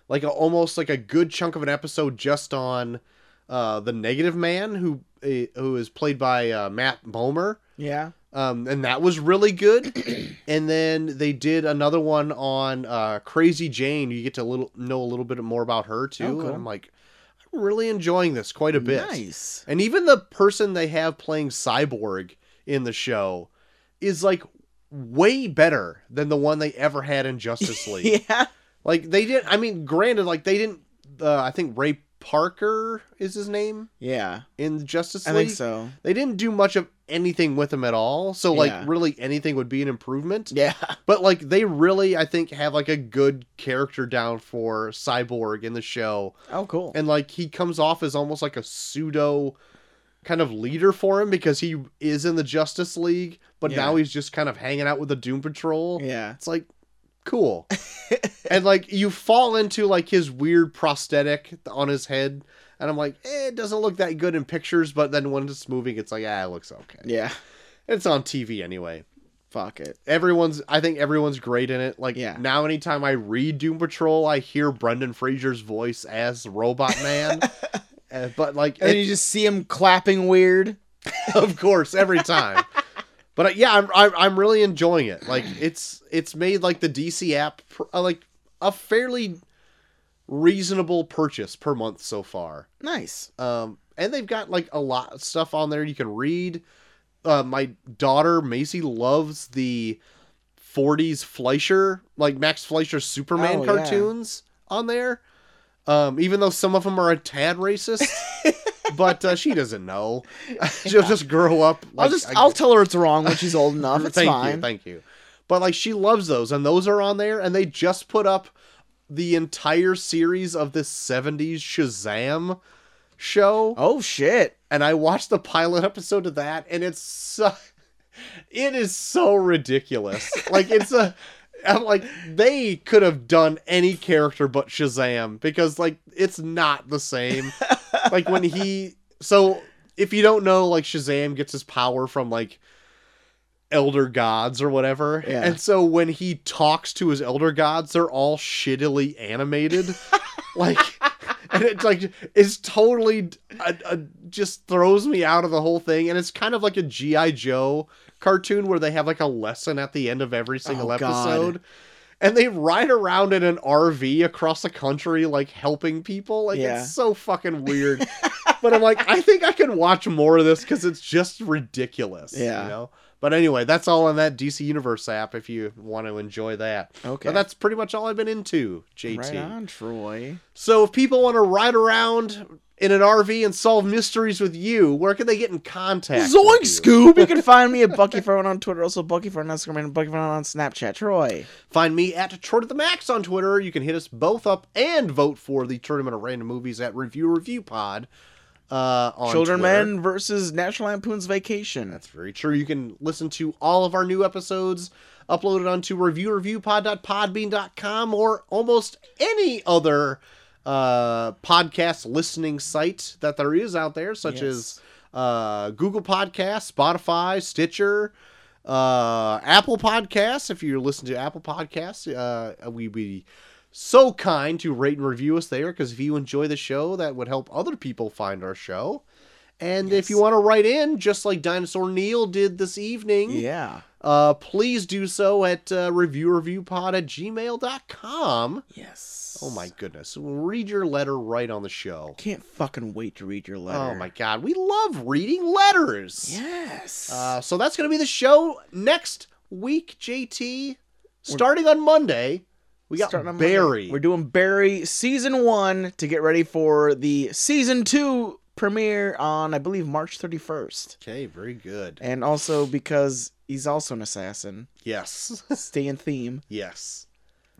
like a, almost like a good chunk of an episode just on uh, the Negative Man, who uh, who is played by uh, Matt Bomer
Yeah.
um, and that was really good. and then they did another one on uh, Crazy Jane. You get to little know a little bit more about her too.
Oh, cool.
And I'm like, I'm really enjoying this quite a bit.
Nice.
And even the person they have playing Cyborg in the show is like way better than the one they ever had in Justice League.
Yeah.
Like they did. I mean, granted, like they didn't. Uh, I think Ray Parker is his name
Yeah.
in Justice
I
League
think so.
they didn't do much of anything with him at all so like
Yeah.
really anything would be an improvement
Yeah.
but like they really i think have like a good character down for cyborg in the show
Oh cool.
and like he comes off as almost like a pseudo kind of leader for him because he is in the justice league but
Yeah.
now he's just kind of hanging out with the doom patrol
yeah.
it's like cool and like you fall into like his weird prosthetic on his head and i'm like eh, it doesn't look that good in pictures but then when it's moving it's like ah it looks okay
Yeah.
it's on tv anyway
Fuck it.
everyone's i think everyone's great in it like
Yeah.
now anytime i read doom patrol i hear brendan fraser's voice as robot man Uh, but like
And then
it-
you just see him clapping weird.
of course every time but uh, yeah I'm, I'm i'm really enjoying it like it's it's made like the dc app pr- uh, like a fairly reasonable purchase per month so far
Nice.
um and they've got like a lot of stuff on there you can read uh my daughter macy loves the 40s fleischer like max fleischer superman
Oh, yeah.
cartoons on there um even though some of them are a tad racist but uh, she doesn't know she'll just grow up
I'll
like,
just
I-
I, will tell her it's wrong when she's old enough. It's
thank
fine.
you, thank you. But like she loves those, and those are on there, and they just put up the entire series of this '70s Shazam show,
oh shit.
and I watched the pilot episode of that, and it's so, it is so ridiculous. like it's a. I'm like they could have done any character but Shazam because like it's not the same. like when he so if you don't know like Shazam gets his power from like elder gods or whatever.
Yeah.
And so when he talks to his elder gods, they're all shittily animated. like and it's like it's totally uh, uh, just throws me out of the whole thing and it's kind of like a GI Joe cartoon where they have like a lesson at the end of every single
Oh, God.
episode. and they ride around in an RV across the country, like helping people. Like
Yeah.
it's so fucking weird. but I'm like, I think I can watch more of this because it's just ridiculous.
Yeah.
You know. But anyway, that's all on that DC Universe app if you want to enjoy that.
Okay.
But that's pretty much all I've been into, JT.
Right on, Troy.
So if people want to ride around in an RV and solve mysteries with you, where can they get in contact?
Zoink,
with you?
Scoob! You can find me at Bucky Ferron on Twitter, also Bucky Ferron on Instagram, and Bucky Ferron on Snapchat. Troy.
Find me at Detroit at the Max on Twitter. You can hit us both up and vote for the Tournament of Random Movies at Review Review Pod uh, on
Children
Twitter.
Men versus National Lampoon's Vacation.
That's very true. You can listen to all of our new episodes uploaded onto reviewreviewpod.podbean.com or almost any other uh, podcast listening site that there is out there, such
Yes.
as uh, Google Podcasts, Spotify, Stitcher, uh, Apple Podcasts. If you listen to Apple Podcasts, uh, we'd be so kind to rate and review us there because if you enjoy the show, that would help other people find our show. And if you want to write in, just like Dinosaur Neil did this
Hmm?
evening,
Yeah.
uh, please do so at uh, reviewreviewpod at gmail.com.
Yes.
Oh my goodness. We'll read your letter right on the show.
Can't fucking wait to read your letter.
Oh my god. We love reading letters.
Yes.
Uh, so that's going to be the show next week, JT. Starting on Monday, we got
Starting on Monday.
Barry.
We're doing Barry season one to get ready for the season two premiere on, I believe, March 31st.
Okay, very good.
And also because he's also an assassin.
Yes.
Stay in theme.
yes.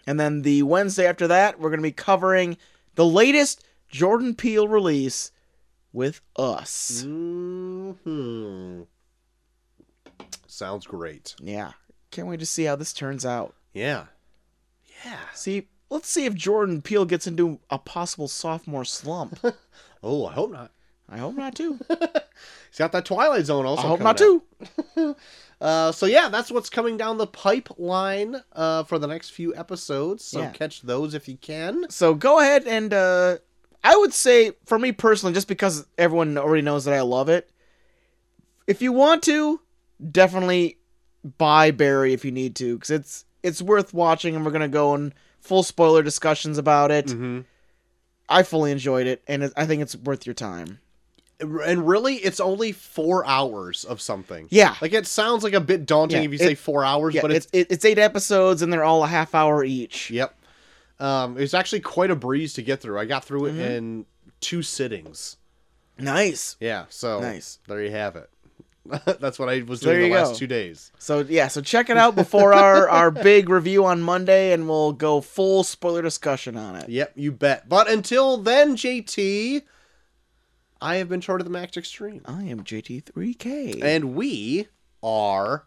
And then the Wednesday after that, we're going to be covering the latest Jordan Peele release with us.
hmm Sounds great.
Yeah. Can't wait to see how this turns out.
Yeah. Yeah.
See, let's see if Jordan Peele gets into a possible sophomore slump.
Oh, I hope not.
I hope not too.
He's got that Twilight Zone also.
I hope
coming
not
out.
too.
Uh, so yeah, that's what's coming down the pipeline uh, for the next few episodes. So
Yeah.
catch those if you can.
So go ahead and uh I would say for me personally just because everyone already knows that I love it. If you want to, definitely buy Barry if you need to cuz it's it's worth watching and we're going to go in full spoiler discussions about
Mm.
it. I fully enjoyed it and it, I think it's worth your time.
And really, it's only four hours of something.
Yeah.
Like it sounds like a bit daunting
Yeah,
if you
it-
say four hours,
Yeah,
but it's
it's it- it's 8 episodes and they're all a half hour each.
yep. Um, it's actually quite a breeze to get through. I got
Mm-hmm.
through it in two sittings.
Nice.
Yeah. So
Nice.
There you have it. that's what I was
There
doing the
you
last
go.
two days.
So yeah, so check it out before our our big review on Monday and we'll go full spoiler discussion on it.
Yep, you bet. But until then, JT, I have been short of the Max Extreme.
I am JT3K.
And we are